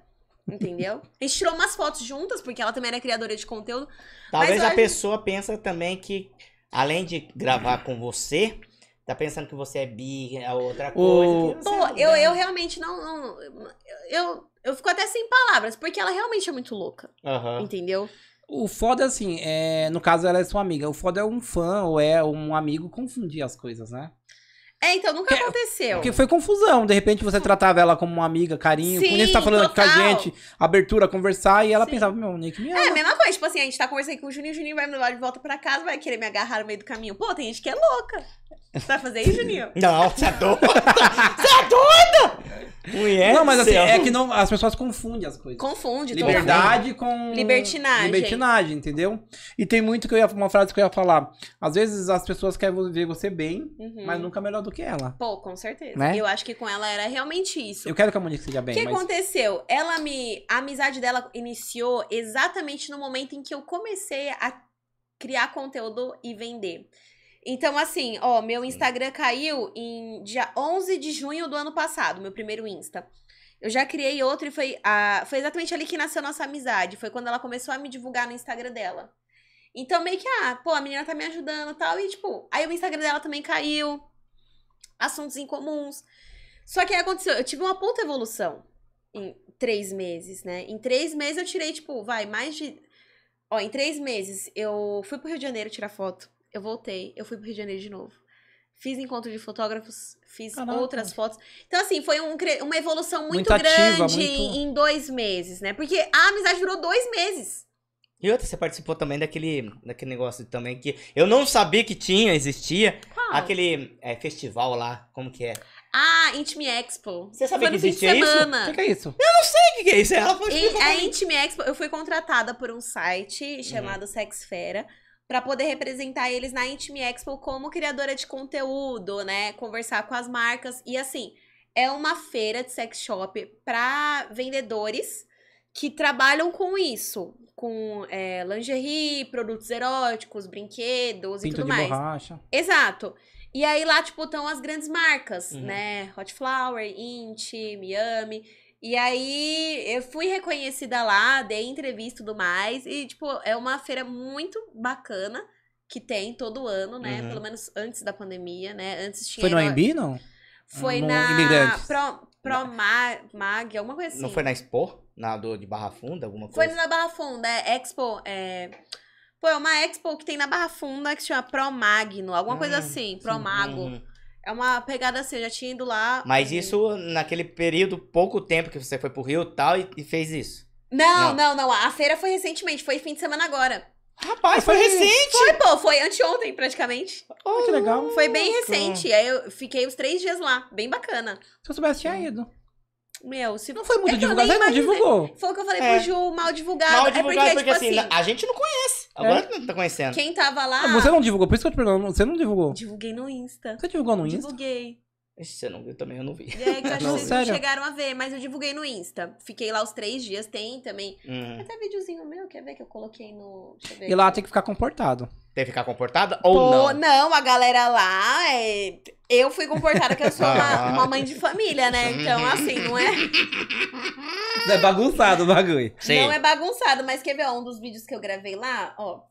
Speaker 3: Entendeu? A gente tirou umas fotos juntas, porque ela também era criadora de conteúdo.
Speaker 1: Talvez
Speaker 3: Mas
Speaker 1: a
Speaker 3: hoje-
Speaker 1: pessoa pensa também que, além de gravar com você, tá pensando que você é bi, é outra
Speaker 2: O-
Speaker 1: coisa. que você
Speaker 3: Pô,
Speaker 1: não
Speaker 3: eu,
Speaker 1: é.
Speaker 3: eu realmente não. não- eu, eu fico até sem palavras, porque ela realmente é muito louca.
Speaker 2: Ah.
Speaker 1: Aham.
Speaker 3: Entendeu?
Speaker 2: O foda, assim, é... no caso ela é sua amiga. O foda é um fã ou é um amigo confundir as coisas, né?
Speaker 3: É, então nunca aconteceu.
Speaker 2: Porque foi confusão. De repente você tratava ela como uma amiga, carinho.
Speaker 3: Sim,
Speaker 2: Quando você tá falando com a
Speaker 3: total.
Speaker 2: gente, abertura, conversar. E ela
Speaker 3: Sim.
Speaker 2: pensava, meu, Nick me ama.
Speaker 3: É, a mesma coisa, tipo assim, a gente tá conversando aqui com o Juninho, o Juninho vai me levar de volta pra casa, vai querer me agarrar no meio do caminho. Pô, tem gente que é louca. Você vai fazer isso,
Speaker 2: [LAUGHS]
Speaker 3: Juninho?
Speaker 1: Não, você é doida! você é doida! Mulher
Speaker 2: não, mas
Speaker 1: do
Speaker 2: assim,
Speaker 1: céu.
Speaker 2: é que não, as pessoas confundem as coisas.
Speaker 3: Confunde, totalmente.
Speaker 2: Liberdade com.
Speaker 3: Libertinagem.
Speaker 2: Libertinagem, entendeu? E tem muito que eu ia. Uma frase que eu ia falar. Às vezes as pessoas querem ver você bem,
Speaker 3: Uhum.
Speaker 1: Hum.
Speaker 2: mas nunca melhor do que ela.
Speaker 3: Pô, com certeza.
Speaker 2: Né?
Speaker 3: Eu acho que com ela era realmente isso.
Speaker 2: Eu quero que a Monique seja
Speaker 3: O
Speaker 2: bem,
Speaker 3: que
Speaker 2: mas.
Speaker 3: aconteceu? Ela me. A amizade dela iniciou exatamente no momento em que eu comecei a criar conteúdo e vender. Então, assim, ó, meu Instagram caiu em dia 11 de junho do ano passado, meu primeiro Insta. Eu já criei outro e foi, a, foi exatamente ali que nasceu nossa amizade. Foi quando ela começou a me divulgar no Instagram dela. Então, meio que, ah, pô, a menina tá me ajudando e tal. E, tipo, aí o Instagram dela também caiu. Assuntos incomuns. Só que aí aconteceu, eu tive uma puta evolução em três meses, né? Em três meses eu tirei, tipo, vai, mais de. Ó, em três meses eu fui pro Rio de Janeiro tirar foto. Eu voltei, eu fui pro Rio de Janeiro de novo. Fiz encontro de fotógrafos, fiz
Speaker 2: Caraca.
Speaker 3: outras fotos. Então, assim, foi um cre- uma evolução muito,
Speaker 2: Muito ativa,
Speaker 3: grande
Speaker 2: muito-
Speaker 3: Em, em dois meses, né? Porque a amizade durou dois meses.
Speaker 1: E outra, você participou também daquele, daquele negócio também que eu não sabia que tinha, existia.
Speaker 3: Qual?
Speaker 1: Aquele é, festival lá, como que é? O
Speaker 3: Ah, Intime Expo.
Speaker 1: Você sabia
Speaker 3: Foi no
Speaker 1: que
Speaker 3: fim de
Speaker 1: existia isso?
Speaker 2: O
Speaker 3: semana.
Speaker 2: que, que é isso?
Speaker 1: que, que é isso? Ela foi
Speaker 3: E
Speaker 1: explicar pra
Speaker 3: a
Speaker 1: mim.
Speaker 3: Intime Expo, eu fui contratada por um
Speaker 2: Uhum.
Speaker 3: site chamado Sexfera pra poder representar eles na Intime Expo como criadora de conteúdo, né? Conversar com as marcas e assim, é uma feira de sex shop pra vendedores que trabalham com isso, com é, lingerie, produtos eróticos, brinquedos e
Speaker 2: Pinto
Speaker 3: tudo
Speaker 2: de
Speaker 3: mais.
Speaker 2: borracha.
Speaker 3: Exato. E aí lá, tipo, estão as grandes marcas,
Speaker 1: Uhum.
Speaker 3: né? Hot Flower, Int, Miami. E aí eu fui reconhecida lá, dei entrevista e tudo mais. E, tipo, é uma feira muito bacana que tem todo ano, né?
Speaker 1: Uhum.
Speaker 3: Pelo menos antes da pandemia, né? Antes tinha.
Speaker 2: Foi no
Speaker 3: era-
Speaker 2: AMB, não?
Speaker 3: Foi
Speaker 2: No
Speaker 3: na
Speaker 2: Imigrantes.
Speaker 3: Pro, Pro Mag, alguma coisa assim.
Speaker 1: Não foi na Expo? Na do, de Barra Funda, alguma
Speaker 3: Foi
Speaker 1: coisa?
Speaker 3: na Barra Funda, é Expo. É... Pô, é uma Expo que tem na Barra Funda que se chama Promagno, alguma coisa
Speaker 1: Ah,
Speaker 3: assim, Promago.
Speaker 1: Uhum.
Speaker 3: É uma pegada assim, eu já tinha ido lá.
Speaker 1: Mas
Speaker 3: assim.
Speaker 1: isso naquele período, pouco tempo que você foi pro Rio e tal, e, e fez isso.
Speaker 3: Não,
Speaker 1: Não.
Speaker 3: não, não. A feira foi recentemente, foi fim de semana agora.
Speaker 1: Rapaz, foi recente!
Speaker 3: Foi, pô, foi anteontem praticamente.
Speaker 2: Ah, que legal.
Speaker 3: Foi bem recente. Aí eu fiquei os três dias lá, bem bacana.
Speaker 2: Se eu soubesse, tinha ido.
Speaker 3: Meu, se.
Speaker 2: Não foi muito
Speaker 3: É que eu
Speaker 2: divulgado,
Speaker 3: nem
Speaker 2: mas não
Speaker 3: imaginei.
Speaker 2: divulgou.
Speaker 3: Foi o que eu falei
Speaker 1: É.
Speaker 3: pro Ju, mal divulgado.
Speaker 1: Mal
Speaker 3: é
Speaker 1: divulgado,
Speaker 3: porque,
Speaker 1: porque,
Speaker 3: tipo
Speaker 1: assim,
Speaker 3: assim, É.
Speaker 1: a gente não conhece. Agora não tá
Speaker 2: Ah,
Speaker 1: conhecendo.
Speaker 3: quem tava lá.
Speaker 2: Você não divulgou, por isso que eu te pergunto. Você não divulgou.
Speaker 3: Divulguei no Insta.
Speaker 2: Você divulgou no Insta?
Speaker 3: Divulguei.
Speaker 1: Ixi, você não viu também, eu não vi.
Speaker 3: E aí
Speaker 2: [LAUGHS]
Speaker 3: que eu acho que
Speaker 2: Não,
Speaker 3: vocês não
Speaker 2: sério?
Speaker 3: chegaram a ver, mas eu divulguei no Insta. Fiquei lá os três dias, tem também.
Speaker 1: Hum.
Speaker 3: Até videozinho meu, quer ver que eu coloquei no. Deixa eu ver
Speaker 2: E lá tem que ficar comportado.
Speaker 1: Tem que ficar comportada ou
Speaker 3: Pô,
Speaker 1: não?
Speaker 3: a galera lá é. Eu fui comportada que eu sou uma,
Speaker 1: Ah.
Speaker 3: uma mãe de família, né? Então, assim, não é,
Speaker 2: É bagunçado o bagulho.
Speaker 1: Sei.
Speaker 3: não é bagunçado. Mas quer ver ó, um dos vídeos que eu gravei lá? Ó.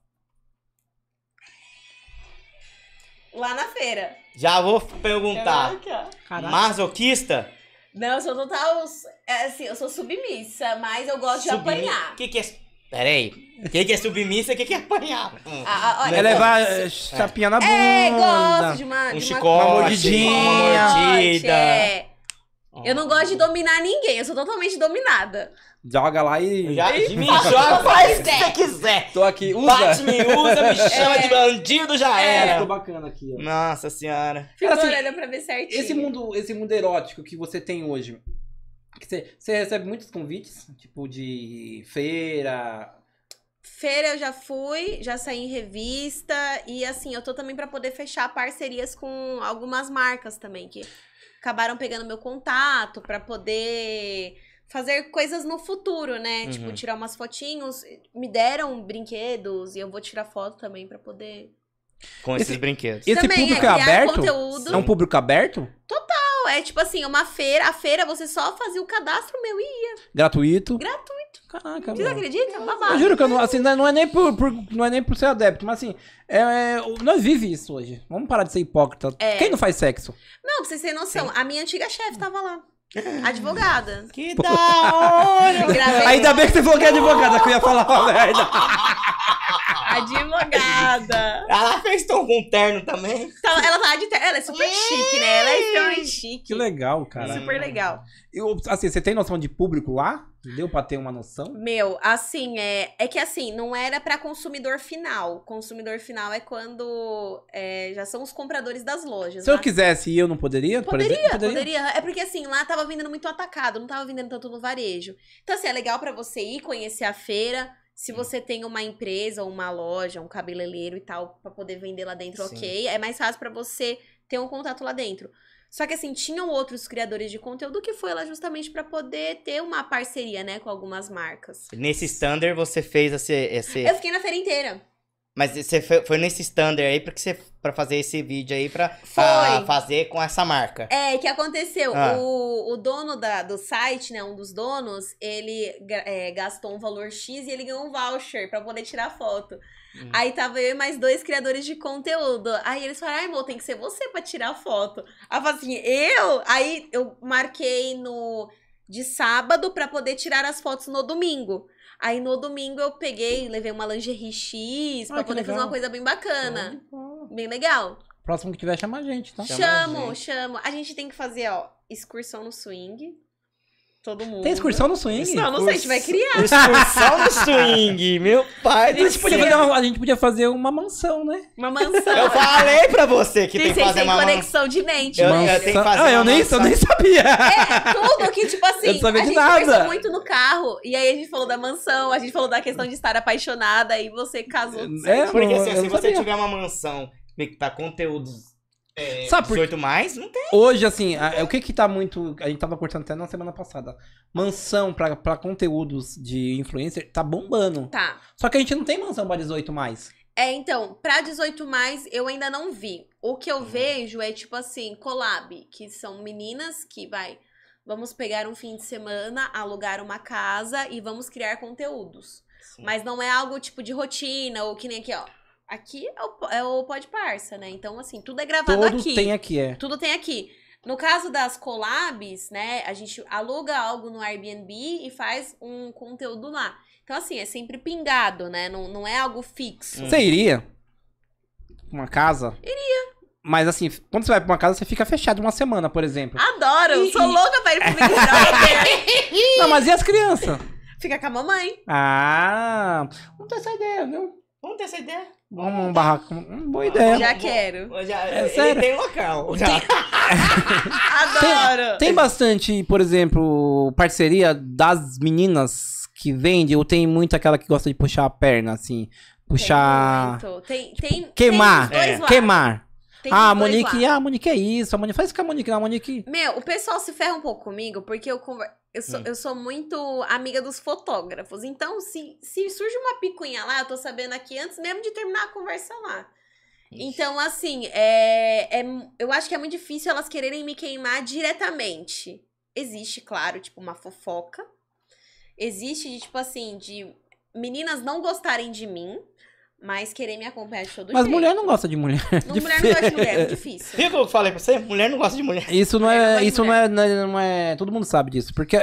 Speaker 3: Lá na feira.
Speaker 1: Já vou
Speaker 3: Quer
Speaker 1: perguntar.
Speaker 3: ver aqui, ó?
Speaker 1: Masoquista?
Speaker 3: Não, eu sou total. é, Assim, eu sou submissa, mas eu gosto de
Speaker 1: Submi-
Speaker 3: apanhar.
Speaker 1: Que que é... Peraí. O que, que é submissa e o que, que é apanhar? Hum.
Speaker 3: Ah, ah, olha,
Speaker 2: É levar
Speaker 3: gosto.
Speaker 2: eh, chapinha na bunda.
Speaker 3: É, gosto de uma.
Speaker 1: Um
Speaker 3: de uma-
Speaker 1: chicote,
Speaker 2: uma mordidinha.
Speaker 1: uma mordida.
Speaker 3: É. Eu não gosto de dominar ninguém, eu sou totalmente dominada.
Speaker 2: Joga lá e.
Speaker 1: Hum. Já, de mim,
Speaker 3: Faça o
Speaker 1: joga,
Speaker 3: que
Speaker 1: faz o que
Speaker 3: quiser.
Speaker 1: você quiser.
Speaker 2: Tô aqui. Usa.
Speaker 1: Bate, me usa, me chama de bandido, já
Speaker 2: É,
Speaker 1: era.
Speaker 2: ficou bacana aqui, ó.
Speaker 1: Nossa senhora.
Speaker 3: Fico
Speaker 2: Cara, assim,
Speaker 3: olhando pra ver certinho.
Speaker 2: Esse mundo, esse mundo erótico que você tem hoje, que você, você recebe muitos convites, tipo de feira.
Speaker 3: Feira eu já fui, já saí em revista. E assim, eu tô também pra poder fechar parcerias com algumas marcas também, que acabaram pegando meu contato pra poder fazer coisas no futuro, né?
Speaker 1: Uhum.
Speaker 3: Tipo, tirar umas fotinhos. Me deram brinquedos e eu vou tirar foto também pra poder.
Speaker 1: Com
Speaker 2: Esse-
Speaker 1: esses brinquedos.
Speaker 2: Esse
Speaker 3: também
Speaker 2: público é,
Speaker 3: criar
Speaker 2: aberto?
Speaker 3: conteúdo.
Speaker 2: É um público aberto?
Speaker 3: Não, é tipo assim, uma feira. A feira você só fazia o cadastro meu e
Speaker 2: Gratuito?
Speaker 3: gratuito. né?
Speaker 2: Caraca,
Speaker 3: Vocês
Speaker 2: mano.
Speaker 3: acreditam?
Speaker 2: Eu
Speaker 3: Babado.
Speaker 2: juro que eu não, assim, não é nem por, por- não é nem por ser adepto, mas assim, é, é, nós vive isso hoje. Vamos parar de ser hipócrita.
Speaker 3: É.
Speaker 2: Quem não faz sexo?
Speaker 3: Não, pra vocês terem noção, a minha antiga chefe tava
Speaker 2: [GASPS]
Speaker 3: lá. Advogada.
Speaker 1: Que da [LAUGHS] hora.
Speaker 3: Gravei
Speaker 2: Ainda bem que você falou que é advogada, que eu ia falar uma
Speaker 3: [LAUGHS]
Speaker 2: merda.
Speaker 3: Advogada.
Speaker 1: Ela Ah, fez tom com terno também.
Speaker 3: Então, ela tá de ter... Ela é super chique, né? Ela é extremamente chique.
Speaker 2: Que legal, cara.
Speaker 3: Super legal.
Speaker 2: Eu, assim, você tem noção de público lá? Deu pra ter uma noção?
Speaker 3: Meu, assim, é, é que assim, não era pra consumidor final. Consumidor final é quando é, já são os compradores das lojas.
Speaker 2: Se eu
Speaker 3: né?
Speaker 2: quisesse ir, eu não poderia? por
Speaker 3: Poderia,
Speaker 2: exemplo?
Speaker 3: poderia, É porque assim, lá tava vendendo muito atacado, não tava vendendo tanto no varejo. Então, assim, é legal pra você ir conhecer a feira. Se você tem uma empresa, uma loja, um cabeleireiro e tal, pra poder vender lá dentro,
Speaker 1: Sim.
Speaker 3: ok. É mais fácil pra você ter um contato lá dentro. Só que assim, tinham outros criadores de conteúdo que foi lá justamente pra poder ter uma parceria, né, com algumas marcas.
Speaker 1: Nesse standard você fez esse... esse...
Speaker 3: Eu fiquei na feira inteira.
Speaker 1: Mas você foi, foi nesse standard aí porque você, pra fazer esse vídeo aí pra,
Speaker 3: Foi.
Speaker 1: pra fazer com essa marca.
Speaker 3: É, que aconteceu.
Speaker 1: Ah.
Speaker 3: O, o dono da, do site, né? Um dos donos, ele gra- é, gastou um valor X e ele ganhou um voucher pra poder tirar foto.
Speaker 1: Hum.
Speaker 3: Aí tava eu e mais dois criadores de conteúdo. Aí eles falaram, ai, amor, tem que ser você pra tirar foto. Aí eu falei assim, eu? Aí eu marquei no de sábado pra poder tirar as fotos no domingo. Aí no domingo eu peguei, levei uma lingerie X pra
Speaker 2: Ah, que
Speaker 3: poder fazer
Speaker 2: legal.
Speaker 3: uma coisa bem bacana. Bem legal.
Speaker 2: Então, Próximo que tiver, chama a gente, tá?
Speaker 1: Chama
Speaker 3: chamo,
Speaker 1: a gente.
Speaker 3: chamo. A gente tem que fazer, ó, excursão no swing. Todo mundo.
Speaker 2: Tem excursão no swing?
Speaker 3: Não, não sei, a gente vai criar.
Speaker 1: Excursão do swing, meu pai
Speaker 2: A
Speaker 1: do
Speaker 2: gente, podia fazer
Speaker 1: céu.
Speaker 2: uma, a gente podia fazer uma mansão, né?
Speaker 3: Uma mansão.
Speaker 1: Eu falei pra você que tem que
Speaker 3: Vocês
Speaker 1: fazer
Speaker 3: têm
Speaker 1: uma mansão.
Speaker 3: conexão de mente.
Speaker 1: Eu- eu
Speaker 3: né?
Speaker 1: tenho que fazer
Speaker 2: ah, eu
Speaker 1: uma
Speaker 2: nem,
Speaker 1: mansão.
Speaker 2: eu nem sabia. [LAUGHS]
Speaker 3: É, tudo que, tipo assim,
Speaker 2: Eu não sabia
Speaker 3: a
Speaker 2: de
Speaker 3: gente
Speaker 2: nada.
Speaker 3: conversou muito no carro. E aí a gente falou da mansão, a gente falou da questão de estar apaixonada e você casou.
Speaker 2: É,
Speaker 1: Porque
Speaker 2: eu
Speaker 1: assim,
Speaker 2: não
Speaker 1: se você
Speaker 2: sabia.
Speaker 1: tiver uma mansão pra conteúdos é,
Speaker 2: Sabe por-
Speaker 1: 18 mais, não tem.
Speaker 2: Hoje, assim, a- o que que tá muito. A gente tava cortando até na semana passada. Mansão pra, pra conteúdos de influencer tá bombando.
Speaker 3: Tá.
Speaker 2: Só que a gente não tem mansão pra 18 mais.
Speaker 3: É, então, pra 18 mais, eu ainda não vi. O que eu
Speaker 2: Uhum.
Speaker 3: vejo é tipo assim, collab, que são meninas que vai, vamos pegar um fim de semana, alugar uma casa e vamos criar conteúdos. Mas não é algo tipo de rotina ou que nem aqui, ó. Aqui é o, po- é o Pod Parça, né? Então, assim, tudo é gravado
Speaker 2: Todo
Speaker 3: aqui.
Speaker 2: tem aqui, é.
Speaker 3: Tudo tem aqui. No caso das collabs, né? A gente aluga algo no Airbnb e faz um conteúdo lá. Então, assim, é sempre pingado, né? Não, não é algo fixo.
Speaker 1: Hum.
Speaker 2: Você iria? Uma casa? Iria. Mas assim, quando você vai pra uma casa, você fica fechado uma semana, por exemplo.
Speaker 3: Adoro!
Speaker 2: E-
Speaker 3: sou
Speaker 2: Tipo, e-
Speaker 3: louca pra ir pro
Speaker 2: [LAUGHS]
Speaker 3: Big Brother!
Speaker 2: Não, mas e as crianças?
Speaker 3: Fica com a mamãe.
Speaker 2: Ah, não tem essa ideia, viu?
Speaker 1: Vamos ter essa ideia?
Speaker 2: Vamos um barraco. Hum, boa ideia.
Speaker 3: Já
Speaker 1: bom.
Speaker 3: quero.
Speaker 1: Já,
Speaker 2: É
Speaker 1: ele
Speaker 2: sério?
Speaker 1: tem
Speaker 2: [LAUGHS]
Speaker 1: local. Já.
Speaker 3: Adoro!
Speaker 2: Tem bastante, por exemplo, parceria das meninas que vende, ou tem muito aquela que gosta de puxar a perna, assim. Puxar.
Speaker 3: Tem, muito. tem, tem,
Speaker 2: Queimar.
Speaker 3: Tem os dois
Speaker 1: É.
Speaker 3: lados.
Speaker 2: Queimar.
Speaker 3: Tem
Speaker 2: ah, a
Speaker 3: os dois
Speaker 2: Monique,
Speaker 3: lados.
Speaker 2: ah, a Monique é isso. A Monique faz com a Monique, não, a Monique.
Speaker 3: Meu, o pessoal se ferra um pouco comigo porque eu conver- Eu sou,
Speaker 1: Hum.
Speaker 3: eu sou muito amiga dos fotógrafos. Então, se, se surge uma picuinha lá, eu tô sabendo aqui antes mesmo de terminar a conversa lá. Então, assim, é, é, mu- eu acho que é muito difícil elas quererem me queimar diretamente. Existe, claro, tipo, uma fofoca. Existe, de, tipo assim, de meninas não gostarem de mim, mas querer me acompanhar de todo
Speaker 2: Mas
Speaker 3: jeito.
Speaker 2: mulher não gosta de
Speaker 3: [LAUGHS]
Speaker 2: mulher.
Speaker 3: não Mulher não gosta de
Speaker 2: [LAUGHS]
Speaker 3: mulher, é muito difícil.
Speaker 1: Viu o que eu falei pra você? Mulher não gosta de mulher.
Speaker 2: Isso não
Speaker 3: Mulher não
Speaker 2: é.
Speaker 3: gosta de
Speaker 2: Isso não é, não, é, não é- Todo mundo sabe disso. Porque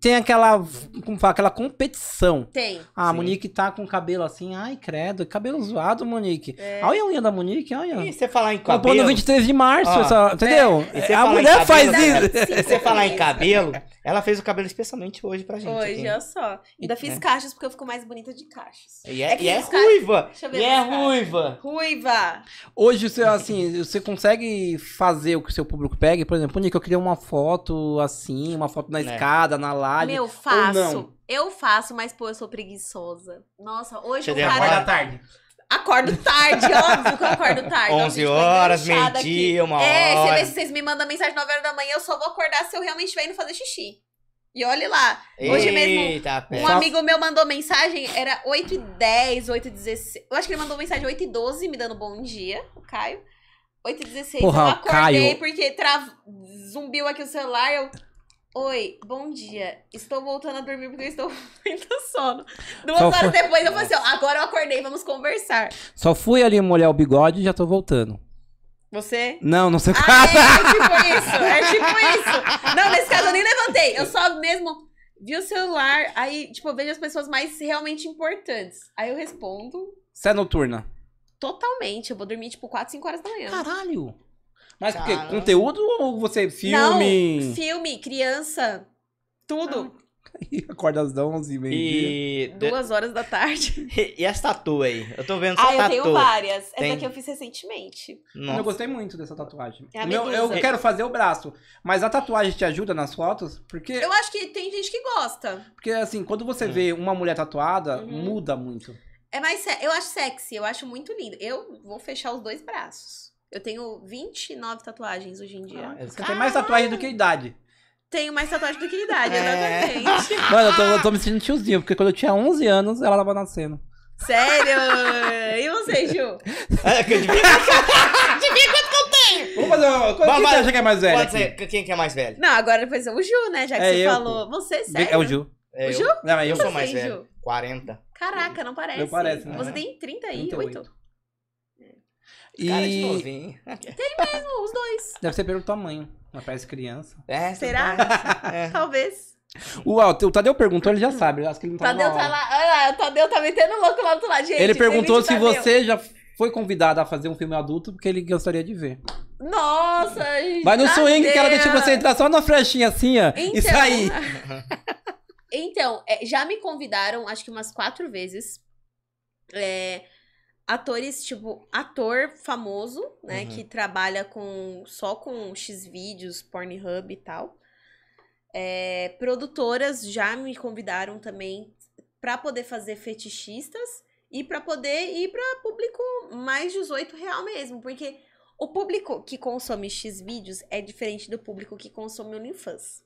Speaker 2: tem aquela. Como fala? Aquela competição.
Speaker 3: Tem.
Speaker 2: Ah, a
Speaker 1: Sim.
Speaker 2: Monique tá com o cabelo assim. Ai, credo, cabelo zoado, Monique.
Speaker 3: É.
Speaker 2: Olha a unha da Monique, olha.
Speaker 1: E você falar em
Speaker 2: Comprou no
Speaker 1: cabelo.
Speaker 2: 23 de março,
Speaker 1: Ó.
Speaker 2: essa- entendeu?
Speaker 3: É.
Speaker 1: E você
Speaker 2: a
Speaker 1: fala em
Speaker 2: mulher
Speaker 1: cabelo,
Speaker 2: faz
Speaker 1: né,
Speaker 2: isso. [LAUGHS]
Speaker 1: Se você falar em cabelo, ela fez o cabelo especialmente hoje pra gente.
Speaker 3: Hoje,
Speaker 1: aqui. Né?
Speaker 3: olha só. Ainda fiz cachos porque eu fico mais bonita de cachos.
Speaker 1: E é,
Speaker 3: que
Speaker 1: e é
Speaker 3: os caras-
Speaker 1: ruiva.
Speaker 3: Deixa eu ver.
Speaker 1: E é
Speaker 3: mais cachos.
Speaker 1: ruiva.
Speaker 3: Ruiva!
Speaker 2: Hoje, você, assim, você consegue fazer o que o seu público pegue? Por exemplo, Nick, eu queria uma foto assim, uma foto na
Speaker 1: É.
Speaker 2: escada, na laje.
Speaker 3: Meu, faço.
Speaker 2: não?
Speaker 3: Eu faço, mas pô, eu sou preguiçosa. Nossa, hoje
Speaker 1: Você
Speaker 3: o
Speaker 1: deu
Speaker 3: cara.
Speaker 1: uma-
Speaker 2: tarde.
Speaker 3: Acordo tarde, é óbvio que eu acordo tarde.
Speaker 1: 11
Speaker 3: Nossa, gente, tô
Speaker 1: horas,
Speaker 3: enganchada aqui.
Speaker 1: meio-dia, uma
Speaker 3: É, você vê
Speaker 1: hora.
Speaker 3: se vocês me mandam mensagem 9 horas da manhã, eu só vou acordar se eu realmente estiver indo fazer xixi. E olhe lá. Hoje mesmo,
Speaker 1: Eita,
Speaker 3: um
Speaker 1: pé.
Speaker 2: Faço-
Speaker 3: amigo meu mandou mensagem, era 8h10, 8h16. Eu acho que ele mandou mensagem 8h12 me dando bom dia, o Caio. 8h16, eu
Speaker 2: Porra, o
Speaker 3: acordei
Speaker 2: Caio.
Speaker 3: porque tra... zumbiu aqui o celular. Eu... Oi, bom dia. Estou voltando a dormir porque eu estou [LAUGHS] com muito sono. Duas
Speaker 2: Só
Speaker 3: horas
Speaker 2: foi-
Speaker 3: depois eu falei assim: ó, agora eu acordei, vamos conversar.
Speaker 2: Só fui ali molhar o bigode e já tô voltando.
Speaker 3: Você?
Speaker 2: Não, não sei.
Speaker 3: Ah, é, é tipo isso, é tipo isso. Não, nesse caso eu nem levantei. Eu só mesmo vi o celular, aí, tipo, eu vejo as pessoas mais realmente importantes. Aí eu respondo
Speaker 2: Você é noturna.
Speaker 3: totalmente. Eu vou dormir, tipo, 4, 5 horas da manhã.
Speaker 2: Caralho. Mas por quê?
Speaker 1: Caramba.
Speaker 2: Conteúdo ou você é
Speaker 3: Não,
Speaker 2: filme?
Speaker 3: filme, criança, tudo.
Speaker 2: [LAUGHS] Acorda às 11 e meio
Speaker 1: E,
Speaker 3: Duas horas
Speaker 1: [LAUGHS]
Speaker 3: da tarde.
Speaker 1: e as tatu aí? Eu tô vendo só
Speaker 3: Ah, eu
Speaker 1: tatu.
Speaker 3: tenho várias.
Speaker 1: tá Tem.
Speaker 3: Essa daqui eu fiz recentemente.
Speaker 2: Eu
Speaker 1: [LAUGHS] Nossa.
Speaker 2: gostei muito dessa tatuagem.
Speaker 3: É a
Speaker 2: Meu, eu
Speaker 3: medusa.
Speaker 2: quero fazer o braço. Mas a tatuagem te ajuda nas fotos? Porque
Speaker 3: Eu acho que tem gente que gosta.
Speaker 2: Porque assim, quando você
Speaker 1: Hum.
Speaker 2: vê uma mulher tatuada,
Speaker 3: Uhum.
Speaker 2: muda muito.
Speaker 3: É mais se- Eu acho sexy, eu acho muito lindo. Eu vou fechar os dois braços. Eu tenho 29 tatuagens hoje em dia.
Speaker 2: É. Você tem mais tatuagem do que idade.
Speaker 3: Tenho mais tatuagem do que idade,
Speaker 1: É.
Speaker 3: exatamente. [LAUGHS]
Speaker 2: Mano, eu tô, eu tô me sentindo tiozinho, porque quando eu tinha 11 anos, ela tava nascendo.
Speaker 3: Sério? E você, Ju?
Speaker 1: Olha que-
Speaker 2: Vamos fazer uma. Qual,
Speaker 1: Vai, vai.
Speaker 2: quem você acha que é mais velho?
Speaker 1: Pode
Speaker 2: aqui?
Speaker 1: ser- Quem que é mais velho?
Speaker 3: Não, agora vai ser o Ju, né? Já que
Speaker 2: É
Speaker 3: você
Speaker 2: eu,
Speaker 3: falou. Você,
Speaker 2: Vê-
Speaker 3: sério?
Speaker 2: É o Ju.
Speaker 1: É,
Speaker 3: O
Speaker 1: eu-
Speaker 3: Ju?
Speaker 2: Não, é eu.
Speaker 1: Eu
Speaker 3: Você,
Speaker 1: sou mais
Speaker 3: Ju?
Speaker 1: velho. 40.
Speaker 3: Caraca, não parece.
Speaker 2: Não parece, né?
Speaker 3: Você tem 38?
Speaker 2: 38.
Speaker 1: Cara de
Speaker 2: E
Speaker 1: novinho.
Speaker 3: Não, os dois.
Speaker 2: deve ser pelo tamanho. Mas parece criança.
Speaker 1: É,
Speaker 3: Será?
Speaker 1: É.
Speaker 3: Talvez.
Speaker 2: Uau, o Tadeu perguntou, ele já sabe. eu Acho que ele não tá
Speaker 3: Tadeu
Speaker 2: na
Speaker 3: tá
Speaker 2: aula.
Speaker 3: lá. Olha lá, o Tadeu tá metendo louco lá do outro lado. Gente,
Speaker 2: Ele perguntou
Speaker 3: demite
Speaker 2: se
Speaker 3: o Tadeu.
Speaker 2: você já foi convidado a fazer um filme adulto porque ele gostaria de ver.
Speaker 3: Nossa, gente.
Speaker 2: Vai no swing que ela deixa
Speaker 3: ladeira.
Speaker 2: você entrar só na flechinha assim, ó, e
Speaker 3: Então.
Speaker 2: sair.
Speaker 3: Então, é, já me convidaram, acho que umas quatro vezes. é, atores, tipo, ator famoso, né?
Speaker 1: Uhum.
Speaker 3: Que trabalha com só com X vídeos, Pornhub e tal. É, produtoras já me convidaram também pra poder fazer fetichistas e pra poder ir pra público mais 18 real mesmo, porque o público que consome X vídeos é diferente do público que consome OnlyFans.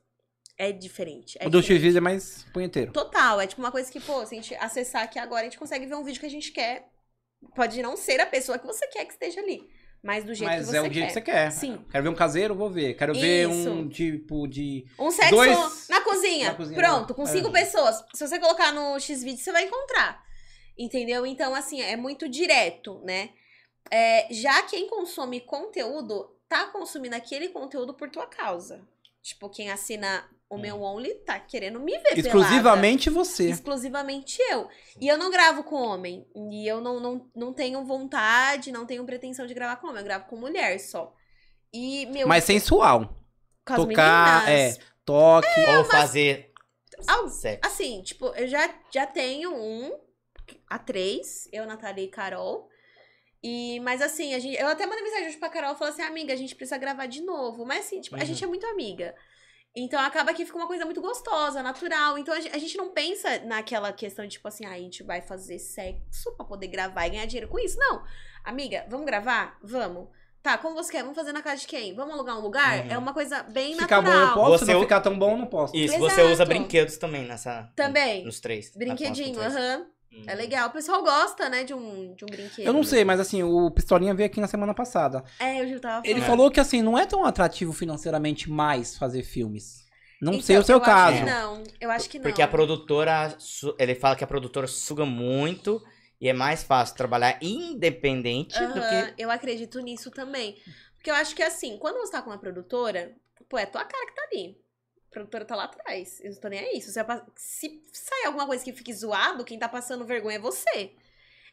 Speaker 3: É diferente. é
Speaker 2: o do
Speaker 3: diferente.
Speaker 2: X-Vídeo é mais punheteiro.
Speaker 3: Total, é tipo uma coisa que, pô, se a gente acessar aqui agora, a gente consegue ver um vídeo que a gente quer. Pode não ser a pessoa que você quer que esteja ali, mas do jeito que
Speaker 2: Mas
Speaker 3: você
Speaker 2: é o dia
Speaker 3: quer.
Speaker 2: que você quer.
Speaker 3: Sim.
Speaker 2: Quero ver um caseiro, vou ver. Quero ver
Speaker 3: Isso.
Speaker 2: um tipo de.
Speaker 3: Um sexo
Speaker 2: Dois-
Speaker 3: na cozinha.
Speaker 2: na cozinha,
Speaker 3: Pronto,
Speaker 2: né?
Speaker 3: com cinco
Speaker 2: É.
Speaker 3: pessoas. Se você colocar no X vídeo, você vai encontrar. Entendeu? Então, assim, é muito direto, né? É, já quem consome conteúdo, tá consumindo aquele conteúdo por tua causa. Tipo, quem assina o meu Only tá querendo me ver. pelada.
Speaker 2: Hum. Exclusivamente você.
Speaker 3: Exclusivamente eu. E eu não gravo com homem. E eu não, não, não tenho vontade, não tenho pretensão de gravar com homem. Eu gravo com mulher só. E, meu,
Speaker 2: Mas sensual.
Speaker 3: com as
Speaker 2: tocar, é.
Speaker 3: meninas,
Speaker 2: Toque.
Speaker 3: É,
Speaker 1: Ou fazer
Speaker 3: Al-
Speaker 1: sexo.
Speaker 3: Assim, tipo, eu já, já tenho um, a três, eu, Natália e Carol. E, mas assim, a gente, eu até mandei mensagem hoje pra Carol, falei assim, amiga, a gente precisa gravar de novo. Mas assim, tipo, a
Speaker 1: Uhum.
Speaker 3: gente é muito amiga. Então acaba que fica uma coisa muito gostosa, natural. Então a gen- a gente, não pensa naquela questão de, tipo assim, ah, a gente vai fazer sexo pra poder gravar e ganhar dinheiro com isso. Não. Amiga, vamos gravar? Vamos. Tá, como você quer? Vamos fazer na casa de quem? Vamos alugar um lugar?
Speaker 1: Uhum.
Speaker 3: É uma coisa bem
Speaker 2: Ficar bom, eu
Speaker 3: natural.
Speaker 2: posso. Se
Speaker 1: Você- é
Speaker 2: não ficar tão bom, eu não posso.
Speaker 1: Isso,
Speaker 3: Exato.
Speaker 1: você usa brinquedos também nessa.
Speaker 3: Também.
Speaker 1: Nos três. na
Speaker 3: Brinquedinho,
Speaker 1: foto, nos três.
Speaker 3: aham.
Speaker 1: Hum.
Speaker 3: É legal. O pessoal gosta, né, de um, de um brinquedo.
Speaker 2: Eu não sei, mas assim, o Pistolinha veio aqui na semana passada.
Speaker 3: É, eu já tava falando.
Speaker 2: Ele
Speaker 1: É.
Speaker 2: falou que assim, não é tão atrativo financeiramente mais fazer filmes. Não
Speaker 3: Então,
Speaker 2: sei o seu
Speaker 3: eu acho que
Speaker 2: caso.
Speaker 3: não, eu acho que não.
Speaker 1: Hum. Porque a produtora. su- Ele fala que a produtora suga muito e é mais fácil trabalhar independente do
Speaker 3: Aham,
Speaker 1: que.
Speaker 3: Eu acredito nisso também. Porque eu acho que assim, quando você tá com uma produtora, pô, é tua cara que tá ali. A produtora tá lá atrás. Eu não tô nem aí. Se, você pa- se sair alguma coisa que fique zoado, quem tá passando vergonha é você.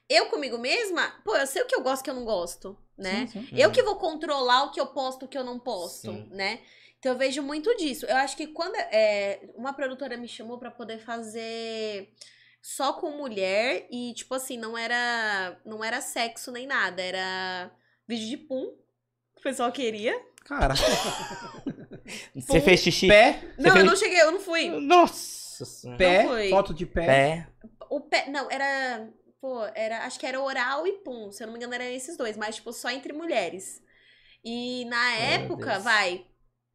Speaker 3: Eu comigo mesma, pô, eu sei o que eu gosto e o que eu não gosto, né?
Speaker 2: Sim, sim.
Speaker 3: Eu que vou controlar o que eu posto e o que eu não posto,
Speaker 1: É. Sim.
Speaker 3: né? Então eu vejo muito disso. Eu acho que quando é, uma produtora me chamou pra poder fazer só com mulher e tipo assim, não era não era sexo nem nada, era vídeo de pum. que O pessoal queria.
Speaker 1: [LAUGHS]
Speaker 2: Cara,
Speaker 1: Você
Speaker 3: Pum.
Speaker 1: fez xixi?
Speaker 2: pé,
Speaker 3: Não,
Speaker 1: fez-
Speaker 3: eu não cheguei, eu não fui.
Speaker 1: Nossa senhora.
Speaker 2: pé,
Speaker 3: foi.
Speaker 2: foto de pé.
Speaker 1: Pé.
Speaker 3: O pé, não, era, pô, era, acho que era oral e pum, se eu não me engano eram esses dois, mas tipo só entre mulheres. E na época,
Speaker 1: Deus.
Speaker 3: vai,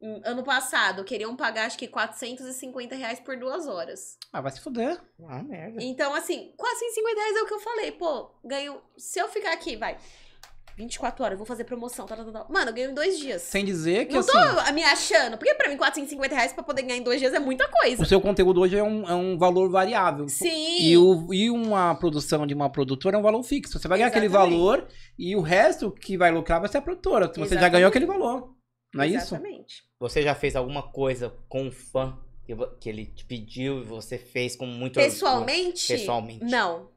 Speaker 3: hum, ano passado, queriam pagar acho que 450 reais por duas
Speaker 2: [LAUGHS]
Speaker 3: horas.
Speaker 2: Ah, vai se fuder.
Speaker 1: Ah, merda.
Speaker 3: Então assim, 450 reais é o que eu falei, pô, ganho, se eu ficar aqui, vai, 24 horas, eu vou fazer promoção, tal, tal, tal. Mano, eu ganho em dois dias.
Speaker 2: Sem dizer que
Speaker 3: Não
Speaker 2: assim,
Speaker 3: tô ah, me achando, porque pra mim 450 reais pra poder ganhar em dois dias é muita coisa.
Speaker 2: o seu conteúdo hoje é um, é um valor variável.
Speaker 3: Sim.
Speaker 2: E, o, e uma produção de uma produtora é um valor fixo. Você vai ganhar aquele
Speaker 3: Exatamente.
Speaker 2: valor e o resto que vai lucrar vai ser a produtora. Você já
Speaker 3: Exatamente.
Speaker 2: ganhou aquele valor. Não é isso?
Speaker 3: Exatamente.
Speaker 1: Você já fez alguma coisa com um fã que, vo- que ele te pediu e você fez com
Speaker 2: Então,
Speaker 1: muito orgulho?
Speaker 3: Pessoalmente?
Speaker 1: Pessoalmente.
Speaker 3: Não,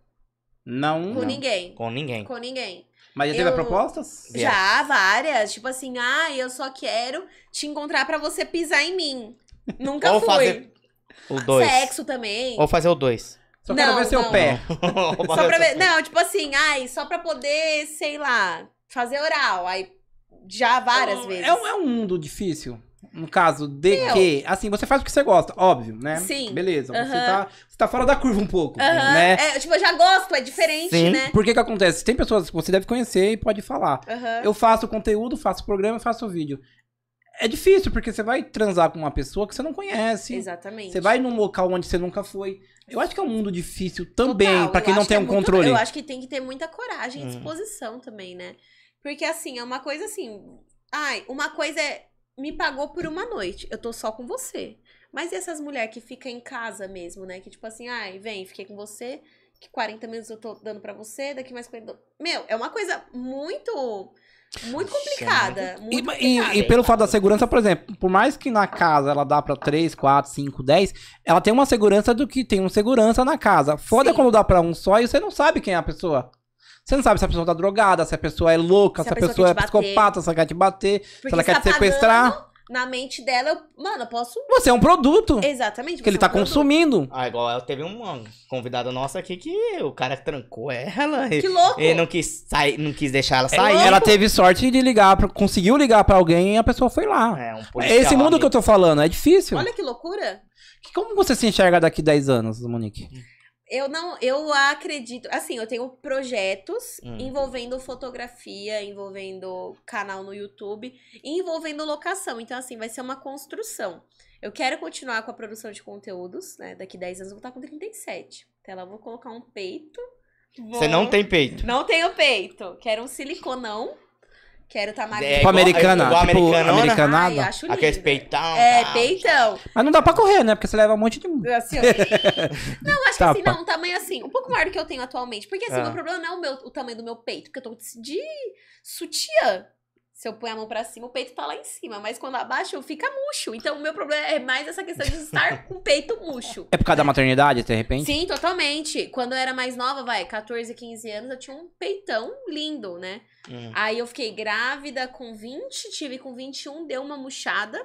Speaker 2: Não.
Speaker 3: com
Speaker 1: Não.
Speaker 3: ninguém.
Speaker 1: Com ninguém.
Speaker 3: Com ninguém.
Speaker 2: Mas já teve
Speaker 3: Eu-
Speaker 2: propostas?
Speaker 1: Yeah.
Speaker 3: Já, várias. Tipo assim, ah, eu só quero te encontrar pra você pisar em mim.
Speaker 1: [LAUGHS]
Speaker 3: Nunca
Speaker 1: Ou
Speaker 3: fui.
Speaker 1: fazer o dois.
Speaker 3: Sexo também.
Speaker 1: Ou fazer o dois.
Speaker 2: Só quero
Speaker 3: Não,
Speaker 2: ver seu
Speaker 3: não.
Speaker 2: pé.
Speaker 1: Ou
Speaker 3: Só
Speaker 1: fazer
Speaker 3: pra
Speaker 1: o [LAUGHS]
Speaker 3: ver.
Speaker 1: seu-
Speaker 3: Não, tipo assim, ai, só pra poder, sei lá, fazer oral. Aí já várias vezes.
Speaker 2: É, um- é um mundo difícil. No caso de
Speaker 3: Meu.
Speaker 2: que, assim, você faz o que você gosta, óbvio, né?
Speaker 3: Sim.
Speaker 2: Beleza, você,
Speaker 3: Aham.
Speaker 2: tá, você tá fora da curva um pouco,
Speaker 3: Aham,
Speaker 2: né?
Speaker 3: é, tipo, eu já gosto, é diferente,
Speaker 1: Sim.
Speaker 3: né?
Speaker 2: Porque que acontece? Tem pessoas que você deve conhecer e pode falar.
Speaker 3: Aham.
Speaker 2: Eu faço conteúdo, faço programa, faço vídeo. É difícil, porque você vai transar com uma pessoa que você não conhece.
Speaker 3: Exatamente.
Speaker 2: Você vai num local onde você nunca foi. Eu acho que é um mundo difícil também,
Speaker 3: Total,
Speaker 2: pra
Speaker 3: eu
Speaker 2: quem não
Speaker 3: acho que
Speaker 2: tem
Speaker 3: é
Speaker 2: um
Speaker 3: muito-
Speaker 2: controle. Uhum.
Speaker 3: eu acho que tem que ter muita coragem e
Speaker 1: Hum.
Speaker 3: disposição também, né? Porque assim, é uma coisa assim. Ai, uma coisa é. Me pagou por uma noite, eu tô só com você. Mas e essas mulheres que ficam em casa mesmo, né? Que tipo assim, ai, vem, fiquei com você, que 40 minutos eu tô dando pra você, daqui mais 40. Meu, é uma coisa muito. Muito complicada.
Speaker 2: E,
Speaker 3: é muito
Speaker 2: é e-
Speaker 3: complicada.
Speaker 2: e pelo fato da segurança, por exemplo, por mais que na casa ela dá pra 3, 4, 5, 10, ela tem uma segurança do que tem um segurança na casa. Foda
Speaker 3: Sim.
Speaker 2: quando dá pra um só e você não sabe quem é a pessoa. Você não sabe se a pessoa tá drogada, se a pessoa é louca, se, a pessoa, é
Speaker 3: quer te bater.
Speaker 2: psicopata, se ela quer te bater, se
Speaker 3: Porque
Speaker 2: ela
Speaker 3: você
Speaker 2: quer
Speaker 3: tá
Speaker 2: te sequestrar.
Speaker 3: pagando, Na mente dela, eu, mano, eu posso.
Speaker 2: Você é um produto
Speaker 3: Exatamente.
Speaker 2: que ele
Speaker 3: você é
Speaker 2: tá
Speaker 3: um produto.
Speaker 2: consumindo.
Speaker 1: Ah, igual ela teve uma convidada nossa aqui que o cara trancou ela. e-
Speaker 3: Que louco! É
Speaker 1: Ele não quis sair, não quis deixar ela
Speaker 2: Aí
Speaker 1: sair.
Speaker 2: ela teve sorte de ligar, pra- conseguiu ligar pra alguém e a pessoa foi lá.
Speaker 1: É um
Speaker 2: É
Speaker 1: policial
Speaker 2: esse mundo
Speaker 1: amigo.
Speaker 2: que eu tô falando, é difícil.
Speaker 3: Olha que loucura.
Speaker 2: Que- Como você se enxerga daqui 10 anos,
Speaker 1: É
Speaker 2: Monique?
Speaker 3: Eu não, eu acredito. Assim, eu tenho projetos
Speaker 1: Hum.
Speaker 3: envolvendo fotografia, envolvendo canal no YouTube, e envolvendo locação. Então, assim, vai ser uma construção. Eu quero continuar com a produção de conteúdos, né? Daqui 10 anos eu vou estar com 37. Então, lá eu vou colocar um peito.
Speaker 1: Você
Speaker 3: Vou-
Speaker 1: não tem peito.
Speaker 3: Não tenho peito. Quero um siliconão. Quero estar tá magrinha.
Speaker 1: É
Speaker 2: tipo
Speaker 1: igual-
Speaker 2: americana,
Speaker 1: é igual
Speaker 2: tipo
Speaker 1: americanona.
Speaker 2: americanada.
Speaker 3: Ai, eu acho lindo.
Speaker 1: Aqueles peitão.
Speaker 3: É,
Speaker 1: tá?
Speaker 3: peitão.
Speaker 2: Mas não dá pra correr, né? Porque você leva um monte de.
Speaker 3: Assim, ó. não, acho que assim,
Speaker 2: Tapa.
Speaker 3: não, um tamanho assim, um pouco maior do que eu tenho atualmente. Porque assim,
Speaker 1: Ah.
Speaker 3: o meu problema não é o, meu, o tamanho do meu peito, porque eu tô de, de sutiã. Se eu pôr a mão pra cima, o peito tá lá em cima. Mas quando abaixa, eu fica murcho. Então, o meu problema é mais essa questão de estar com o peito murcho.
Speaker 2: É por causa da maternidade, de repente?
Speaker 3: Sim, totalmente. Quando eu era mais nova, vai, 14, 15 anos, eu tinha um peitão lindo, né?
Speaker 1: Hum. [LAUGHS]
Speaker 3: Aí eu fiquei grávida com 20, tive com 21, deu uma murchada.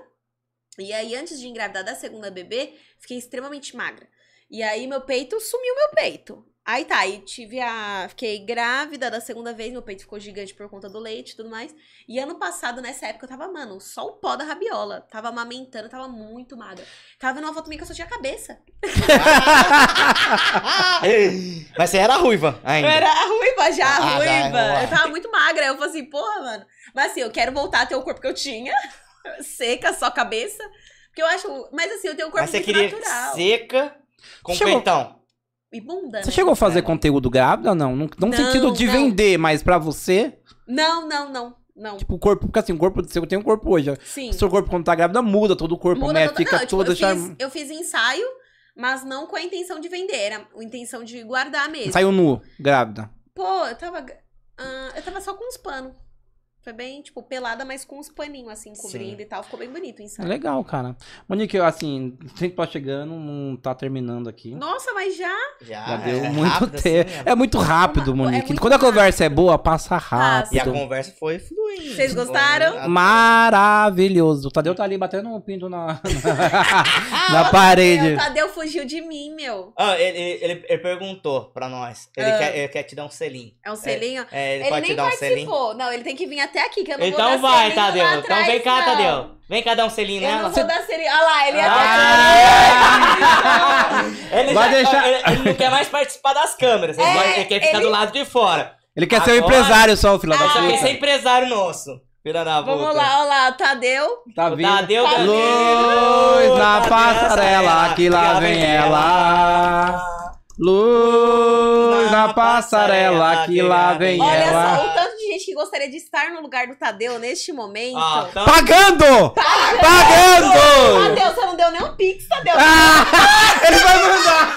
Speaker 3: E aí, antes de engravidar da segunda bebê, fiquei extremamente magra. E aí, meu peito sumiu meu peito. Aí tá, aí tive a. Fiquei grávida da segunda vez, meu peito ficou gigante por conta do leite e tudo mais. E ano passado, nessa época, eu tava, mano, só o pó da rabiola. Tava amamentando, tava muito magra. Tava numa foto minha que eu só tinha a cabeça.
Speaker 1: Mas você era ruiva ainda.
Speaker 3: Eu era a ruiva já, a
Speaker 1: Ah,
Speaker 2: é
Speaker 1: já,
Speaker 3: ruiva.
Speaker 1: vamos lá.
Speaker 3: eu tava muito magra. Eu falei assim, porra, mano. Mas assim, eu quero voltar a ter o corpo que eu tinha. [LAUGHS] Seca, só cabeça. Porque eu acho. Mas assim, eu tenho um corpo
Speaker 1: Mas você
Speaker 3: muito
Speaker 1: queria
Speaker 3: natural.
Speaker 1: seca com
Speaker 2: Chegou-
Speaker 1: peitão.
Speaker 3: E bunda.
Speaker 2: Você
Speaker 3: né?
Speaker 2: chegou a
Speaker 1: É.
Speaker 2: fazer conteúdo grávida ou não? Não, não no
Speaker 3: Não,
Speaker 2: sentido de
Speaker 3: não.
Speaker 2: vender, mas pra você,
Speaker 3: Não, não, não. Não.
Speaker 2: tipo, o corpo. Porque assim, o corpo seu tem um corpo hoje.
Speaker 3: Sim.
Speaker 2: O seu corpo, quando tá grávida, muda todo o corpo,
Speaker 3: Muda
Speaker 2: né?
Speaker 3: total-
Speaker 2: Fica
Speaker 3: não, tipo,
Speaker 2: toda
Speaker 3: eu,
Speaker 2: charm-
Speaker 3: fiz, eu fiz ensaio, mas não com a intenção de vender. Era a intenção de guardar mesmo.
Speaker 2: Saiu nu, grávida.
Speaker 3: Pô, eu tava. ah, eu tava só com uns panos. Foi bem, tipo, pelada, mas com uns paninhos, assim, cobrindo e tal. Ficou bem bonito o
Speaker 2: É
Speaker 3: ensaio.
Speaker 2: legal, cara. Monique, eu, assim, sempre tá chegando, não tá terminando aqui.
Speaker 3: Nossa, mas já
Speaker 1: Já,
Speaker 2: Já deu
Speaker 1: é
Speaker 2: muito
Speaker 1: rápido assim,
Speaker 2: tempo.
Speaker 1: né?
Speaker 2: é muito rápido,
Speaker 3: É
Speaker 2: Monique.
Speaker 3: muito
Speaker 2: Quando a conversa é boa, passa
Speaker 1: E a
Speaker 2: rápido.
Speaker 1: conversa foi fluindo.
Speaker 3: Vocês gostaram?
Speaker 1: Foi-
Speaker 2: Maravilhoso. O Tadeu tá ali batendo um pinto na, [LAUGHS] na, na
Speaker 3: Meu,
Speaker 2: parede.
Speaker 3: o Tadeu fugiu de mim, meu.
Speaker 1: Ah, ele, ele, ele perguntou pra nós. Ele,
Speaker 3: Ah.
Speaker 1: quer, ele quer te dar um selinho.
Speaker 3: É um selinho.
Speaker 1: É, ele,
Speaker 3: ele
Speaker 1: pode te
Speaker 3: nem
Speaker 1: dar um selinho.
Speaker 3: participou. Não, ele tem que vir até aqui, que eu não
Speaker 1: Então
Speaker 3: vou dar
Speaker 1: vai,
Speaker 3: selinho lá
Speaker 1: Tadeu. Então
Speaker 3: atrás,
Speaker 1: vem cá,
Speaker 3: não.
Speaker 1: Tadeu. Vem cá dar um selinho
Speaker 3: Eu
Speaker 1: nela.
Speaker 3: não vou dar selinho. Olha lá, ele é ia
Speaker 1: Ah! Ele,
Speaker 2: Vai
Speaker 1: já-
Speaker 2: deixar-
Speaker 1: ele- ele não quer mais participar das câmeras. Ele,
Speaker 3: É,
Speaker 1: vai- ele quer ficar
Speaker 3: ele-
Speaker 1: do lado de fora.
Speaker 2: Ele quer ser um
Speaker 1: Agora-
Speaker 2: empresário só, filha
Speaker 1: Ele
Speaker 2: da
Speaker 1: só quer ser
Speaker 2: puta.
Speaker 1: empresário nosso. Filha da puta.
Speaker 3: Vamos lá, olha lá, o Tadeu.
Speaker 2: Tá
Speaker 1: O
Speaker 2: vindo.
Speaker 1: Tadeu
Speaker 3: Tadeu.
Speaker 2: Luz na
Speaker 1: Tadeu,
Speaker 2: passarela, que lá vem ela. Luz na passarela, que lá vem
Speaker 3: Olha
Speaker 2: ela.
Speaker 3: só, o tanto de gente que gostaria de estar no lugar do Tadeu neste momento.
Speaker 1: Ah, então-
Speaker 2: Pagando! Pagando!
Speaker 3: Tadeu, você não deu nem um pix, Tadeu.
Speaker 2: Ah, ele vai mandar!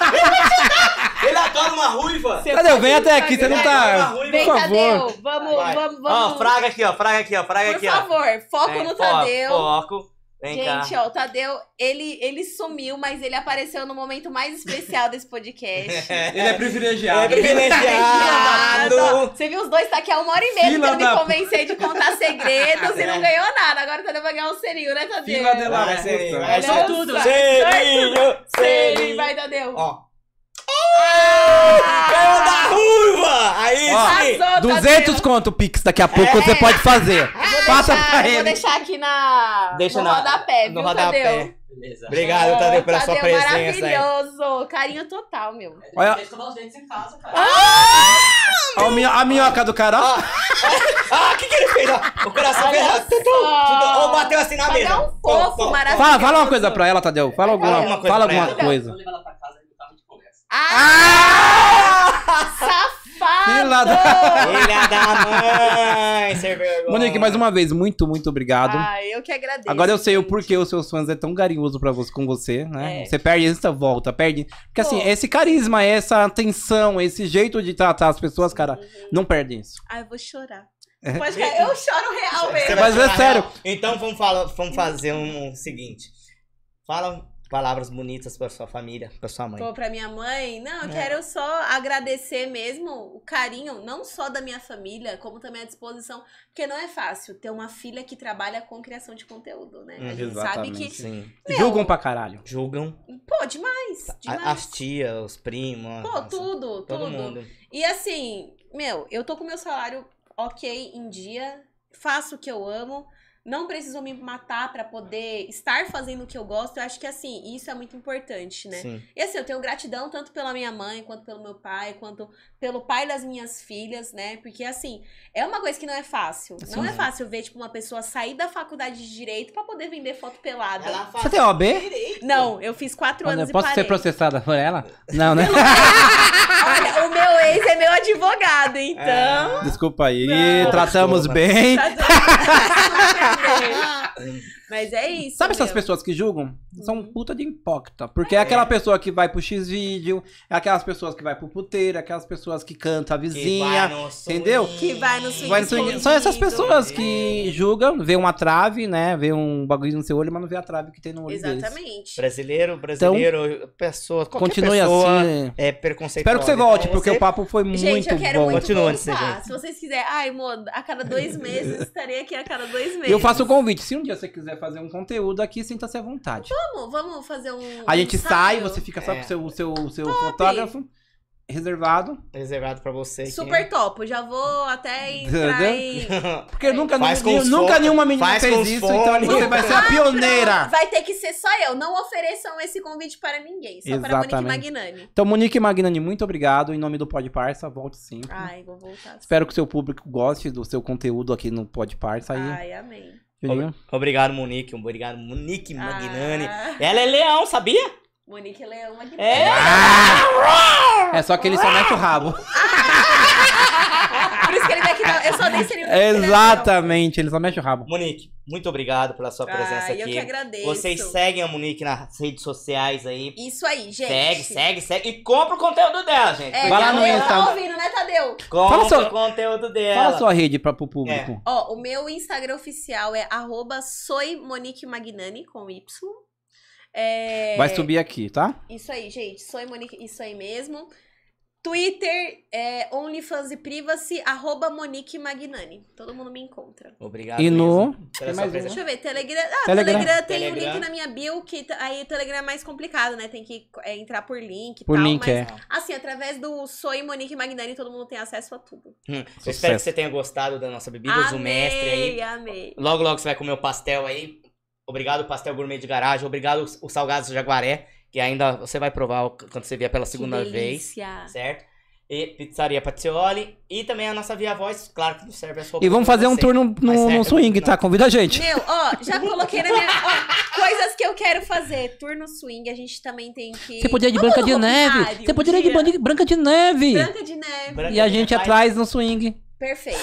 Speaker 1: Ele adora uma ruiva.
Speaker 2: Tadeu, vem até aqui, você não
Speaker 1: Ele adora uma
Speaker 2: tá.
Speaker 1: ruiva.
Speaker 3: Vem,
Speaker 2: por
Speaker 3: Tadeu.
Speaker 2: favor.
Speaker 3: Vamos, vamos, vamos.
Speaker 1: Ó, fraga aqui, ó. Fraga aqui, ó. Fraga
Speaker 3: Por
Speaker 1: aqui, ó.
Speaker 3: favor, foco
Speaker 1: Vem,
Speaker 3: no
Speaker 1: foco,
Speaker 3: Tadeu.
Speaker 1: Foco. Vem cá.
Speaker 3: Gente, ó, o Tadeu, ele, ele sumiu, mas ele apareceu no momento mais especial
Speaker 1: [LAUGHS]
Speaker 3: desse podcast. tá
Speaker 2: Ele é privilegiado.
Speaker 1: privilegiado.
Speaker 3: Você viu os dois tá aqui há uma hora e meia
Speaker 2: Fila
Speaker 3: tentando
Speaker 2: da-
Speaker 3: me convencer
Speaker 1: [LAUGHS]
Speaker 3: de contar segredos e
Speaker 1: É.
Speaker 3: não ganhou nada. Agora o Tadeu vai ganhar um serinho, né, Tadeu?
Speaker 2: Fila da-
Speaker 1: Vai, Selinho.
Speaker 2: Olha
Speaker 1: Vai, Selinho.
Speaker 3: só.
Speaker 1: Selinho,
Speaker 3: Serinho,
Speaker 1: Selinho.
Speaker 3: vai, um- Tadeu.
Speaker 1: Ó. Caiu da
Speaker 3: Ah,
Speaker 1: ruiva! Aí sim!
Speaker 3: arrasou, Tá Tadeu.
Speaker 2: 200 conto Pix daqui a pouco você pode fazer. Passa
Speaker 3: Ah,
Speaker 2: pra
Speaker 3: eu vou
Speaker 2: ele.
Speaker 3: deixar aqui na,
Speaker 1: Deixa
Speaker 3: no
Speaker 1: na-
Speaker 3: rodapé,
Speaker 1: no
Speaker 3: é, viu,
Speaker 1: rodapé.
Speaker 3: Tadeu?
Speaker 1: Obrigado, Tadeu, pela sua
Speaker 3: Tadeu,
Speaker 1: presença aí.
Speaker 3: maravilhoso. Carinho total, meu.
Speaker 2: Olha- Ah!
Speaker 4: Tem que escovar os dentes em casa, cara.
Speaker 2: Ó, o minho- a minhoca do cara.
Speaker 1: Ah, ah, o que, que ele fez? ó? O coração fez. ó, tum, tum, tum, tum, Ou bateu assim na
Speaker 3: Tadeu
Speaker 1: mesa.
Speaker 3: é um fofo, maravilhoso.
Speaker 2: Fala, fala uma coisa pra ela, Tadeu. Fala alguma,
Speaker 1: Fala alguma coisa
Speaker 2: fala
Speaker 1: pra
Speaker 2: alguma
Speaker 1: ela.
Speaker 4: Eu
Speaker 2: coisa.
Speaker 4: vou levar ela pra casa e no carro de conversa.
Speaker 3: Ah!
Speaker 1: Ah!
Speaker 2: Fila
Speaker 3: Safado!
Speaker 2: da-
Speaker 1: Filha da mãe, sem vergonha.
Speaker 2: Monique, mais uma vez, muito, muito obrigado.
Speaker 3: Ah, eu que agradeço.
Speaker 2: Agora eu sei o
Speaker 3: gente.
Speaker 2: porquê os seus fãs é tão carinhoso pra você, com você, né?
Speaker 3: É.
Speaker 2: Você perde essa volta, perde. Porque assim,
Speaker 3: Pô.
Speaker 2: esse carisma, essa atenção, esse jeito de tratar as pessoas, cara,
Speaker 3: Uhum.
Speaker 2: não perde isso.
Speaker 3: Ai, Ah, eu vou chorar. Pode ficar- eu choro
Speaker 1: É.
Speaker 3: real
Speaker 1: Você
Speaker 3: mesmo.
Speaker 1: vai
Speaker 2: Mas é
Speaker 1: chorar,
Speaker 2: sério.
Speaker 1: não. Então vamos, falar, vamos fazer um seguinte. Fala palavras bonitas pra sua família, pra sua mãe?
Speaker 3: Pô, pra minha mãe, não, eu
Speaker 1: É.
Speaker 3: quero só agradecer mesmo o carinho, não só da minha família, como também a disposição. Porque não é fácil ter uma filha que trabalha com criação de conteúdo, né?
Speaker 1: Hum,
Speaker 3: a gente sabe que.
Speaker 1: Sim.
Speaker 2: Julgam pra caralho.
Speaker 1: Julgam
Speaker 3: Pô, demais!
Speaker 1: a-
Speaker 3: Demais.
Speaker 1: as tias, os primos.
Speaker 3: Pô,
Speaker 1: nossa,
Speaker 3: tudo,
Speaker 1: Todo
Speaker 3: tudo.
Speaker 1: mundo.
Speaker 3: E assim, meu, eu tô com meu salário ok em dia, faço o que eu amo, não preciso me matar pra poder estar fazendo o que eu gosto. Eu acho que assim, isso é muito importante, né?
Speaker 1: Sim.
Speaker 3: E assim, eu tenho gratidão tanto pela minha mãe, quanto pelo meu pai, quanto pelo pai das minhas filhas, né? Porque assim, é uma coisa que não é fácil. não
Speaker 1: Sim.
Speaker 3: é fácil ver, tipo, uma pessoa sair da faculdade de direito pra poder vender foto pelada.
Speaker 2: Você tem OAB?
Speaker 3: Não, eu fiz quatro
Speaker 2: Olha,
Speaker 3: anos e
Speaker 2: Ah, né? Posso
Speaker 3: parei.
Speaker 2: ser processada por ela? Não, né?
Speaker 3: [LAUGHS] Olha, o meu ex é meu advogado, então.
Speaker 2: Desculpa aí,
Speaker 3: Não.
Speaker 2: tratamos
Speaker 1: Desculpa.
Speaker 2: bem. [LAUGHS]
Speaker 3: Tá tudo- Mas é isso.
Speaker 2: Sabe essas
Speaker 3: meu.
Speaker 2: pessoas que julgam? São
Speaker 3: Uhum.
Speaker 2: puta de hipócrita. Porque é
Speaker 1: É.
Speaker 2: aquela pessoa que vai pro X-Vídeo, é aquelas pessoas que vai pro puteiro, é aquelas pessoas que canta a vizinha. entendeu?
Speaker 3: Que vai no swing
Speaker 2: Vai no swing. São essas
Speaker 3: escondido.
Speaker 2: pessoas que julgam, vê uma trave, né? Vê um bagulho no seu olho, mas não vê a trave que tem no olho deles.
Speaker 3: Exatamente.
Speaker 1: Brasileiro, brasileiro, pessoa, qualquer
Speaker 2: Então, Continue
Speaker 1: pessoa
Speaker 2: assim.
Speaker 1: é preconceituosa.
Speaker 2: Espero que você volte,
Speaker 1: Então,
Speaker 2: porque
Speaker 1: você-
Speaker 2: o papo foi
Speaker 3: Gente,
Speaker 2: muito
Speaker 3: eu quero
Speaker 2: bom.
Speaker 3: muito
Speaker 1: Continua antes de
Speaker 3: voltar.
Speaker 1: ser
Speaker 3: Se vocês quiserem. Ai, amor, a
Speaker 1: [LAUGHS]
Speaker 3: cada dois meses estarei aqui a cada dois meses.
Speaker 2: E eu faço o convite. Se um dia você quiser fazer um conteúdo aqui, sinta-se à vontade.
Speaker 3: Vamos, vamos fazer um.
Speaker 2: A
Speaker 3: um
Speaker 2: gente sai,
Speaker 3: ensaio?
Speaker 2: você fica só
Speaker 1: É.
Speaker 2: com o seu, o seu, o seu fotógrafo reservado.
Speaker 1: Reservado pra você. né? que-
Speaker 3: Super topo, já vou
Speaker 1: [LAUGHS]
Speaker 3: até entrar em.
Speaker 2: Porque nunca,
Speaker 1: Faz
Speaker 2: ninguém-
Speaker 1: com os
Speaker 2: nunca
Speaker 1: fone-
Speaker 2: nenhuma menina
Speaker 1: faz com
Speaker 2: fez
Speaker 1: os
Speaker 2: isso,
Speaker 1: fone.
Speaker 2: então você vai ser a
Speaker 1: [LAUGHS]
Speaker 2: pioneira.
Speaker 3: Vai ter que ser só eu. Não ofereçam esse convite para ninguém, só para
Speaker 2: Exatamente.
Speaker 3: Monique Magnani.
Speaker 2: Então, Monique Magnani, muito obrigado. Em nome do Pod Parça, volte sempre.
Speaker 3: Ai, vou voltar.
Speaker 2: Espero que o seu público goste do seu conteúdo aqui no Pod Parça. Aí,
Speaker 3: Ai, amém.
Speaker 2: Juninho.
Speaker 1: Obrigado, Monique. Obrigado, Monique Magnani.
Speaker 3: Ah,
Speaker 1: Ela é leão, sabia?
Speaker 3: Monique Leão Magnani.
Speaker 1: É.
Speaker 2: Ah! É só que ele só mete o rabo.
Speaker 3: Por isso que ele vai aqui. Eu só dei se ele
Speaker 2: [LAUGHS] Exatamente, ele só mexe o rabo.
Speaker 1: Monique, muito obrigado pela sua presença
Speaker 3: Ai, Ah, eu
Speaker 1: aqui.
Speaker 3: que agradeço.
Speaker 1: Vocês seguem a Monique nas redes sociais aí.
Speaker 3: Isso aí, gente.
Speaker 1: Segue, segue, segue. E compra o conteúdo dela, gente.
Speaker 3: É,
Speaker 2: Vai lá no
Speaker 3: Tadeu tá
Speaker 2: Insta.
Speaker 3: ouvindo, né, Tadeu?
Speaker 1: Compra
Speaker 2: Fala sua-
Speaker 1: o conteúdo
Speaker 2: Fala
Speaker 1: dela.
Speaker 2: sua rede pra, pro público.
Speaker 3: Ó, o meu Instagram oficial é arroba soimoniquemagnani, com Y. É,
Speaker 2: Vai subir aqui, tá?
Speaker 3: Isso aí, gente. Soy Monique, isso aí mesmo. Twitter, é, OnlyFans e Privacy, arroba Monique Magnani. Todo mundo me encontra.
Speaker 1: Obrigado.
Speaker 2: E no-
Speaker 1: mesmo
Speaker 2: Tem
Speaker 1: Pela sua
Speaker 2: mais
Speaker 1: presença.
Speaker 3: Deixa eu ver, Telegram. Ah,
Speaker 2: Telegram.
Speaker 3: Telegram, tem um
Speaker 1: Telegram.
Speaker 3: link na minha bio, que t- aí o Telegram é mais complicado, né? Tem que é, entrar por link e
Speaker 2: Por
Speaker 3: tal.
Speaker 2: link,
Speaker 3: mas,
Speaker 2: é.
Speaker 3: Assim, através do Soy Monique Magnani, todo mundo tem acesso a tudo.
Speaker 1: Hum,
Speaker 2: Sucesso.
Speaker 1: Eu espero que você tenha gostado da nossa bebida, do mestre aí.
Speaker 3: amei.
Speaker 1: Logo, logo você vai comer o pastel aí. Obrigado, Pastel Gourmet de Garagem. Obrigado, o Salgados Jaguaré, que ainda você vai provar o- quando você vier pela segunda
Speaker 3: que
Speaker 1: vez.
Speaker 3: delícia.
Speaker 1: Certo? E Pizzaria Patioli. E também a nossa Via Voz, claro que não serve a sua
Speaker 2: E vamos fazer um tour num,
Speaker 1: Mas
Speaker 2: num,
Speaker 1: é-
Speaker 2: num swing, tá? Convida a gente.
Speaker 3: Meu, ó,
Speaker 1: [LAUGHS]
Speaker 3: já coloquei na minha. Ó, coisas que eu quero fazer. Turno swing, a gente também tem que.
Speaker 2: Você podia ir de
Speaker 3: Vamos
Speaker 2: Branca de
Speaker 3: no
Speaker 2: Neve.
Speaker 3: Ropinário
Speaker 2: Você
Speaker 3: um
Speaker 2: podia ir de
Speaker 3: dia.
Speaker 2: Bandi- Branca de Neve.
Speaker 3: Branca de neve.
Speaker 2: E a gente atrás no swing.
Speaker 3: Perfeito.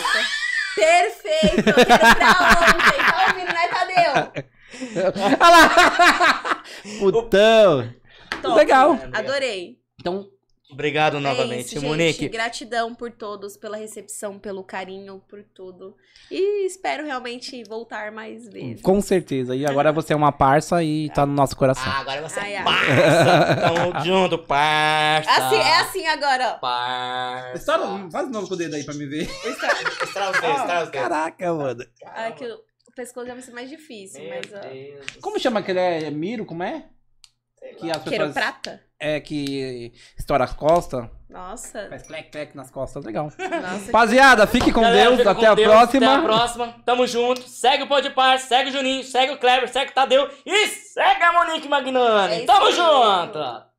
Speaker 3: Perfeito. Eu quero pra ontem. Tá ouvindo, né,
Speaker 1: [LAUGHS]
Speaker 3: Tadeu?
Speaker 2: Olha lá! [LAUGHS] Putão!
Speaker 3: Top.
Speaker 2: Legal.
Speaker 3: Adorei.
Speaker 2: Então,
Speaker 1: Obrigado
Speaker 3: é
Speaker 1: novamente,
Speaker 3: isso, gente.
Speaker 1: Monique.
Speaker 3: Gratidão por todos, pela recepção, pelo carinho, por tudo. E espero realmente voltar mais vezes.
Speaker 2: com certeza. E agora você é uma parça e tá no nosso coração.
Speaker 1: Ah, agora você
Speaker 3: Ai,
Speaker 1: é
Speaker 3: ai.
Speaker 1: parça. Tamo [LAUGHS] junto, parça.
Speaker 3: Assim, é assim agora, ó.
Speaker 1: Parça.
Speaker 2: faz de novo com o dedo aí pra me ver.
Speaker 1: Estrala os dedos, estrala os dedos.
Speaker 2: Caraca, mano.
Speaker 3: Ai, que o o pescoço já vai ser mais difícil,
Speaker 1: Meu
Speaker 3: mas ó.
Speaker 1: Deus do
Speaker 2: Como chama aquele? É Miro, como é? Que as
Speaker 3: Queiro
Speaker 2: pessoas.
Speaker 3: prata?
Speaker 2: É, que estoura as costas.
Speaker 3: Nossa.
Speaker 2: Faz clec, clec nas costas. Legal.
Speaker 3: Nossa,
Speaker 2: Rapaziada, fique com
Speaker 1: Galera,
Speaker 2: Deus.
Speaker 1: fica
Speaker 2: Até
Speaker 1: com
Speaker 2: a
Speaker 1: Deus,
Speaker 2: próxima.
Speaker 1: Até a próxima. Tamo junto. Segue o Pode Par, segue o Juninho, segue o Kleber, segue o Tadeu e segue a Monique
Speaker 3: É
Speaker 1: Magnani.
Speaker 3: isso
Speaker 1: Tamo
Speaker 3: aí.
Speaker 1: junto.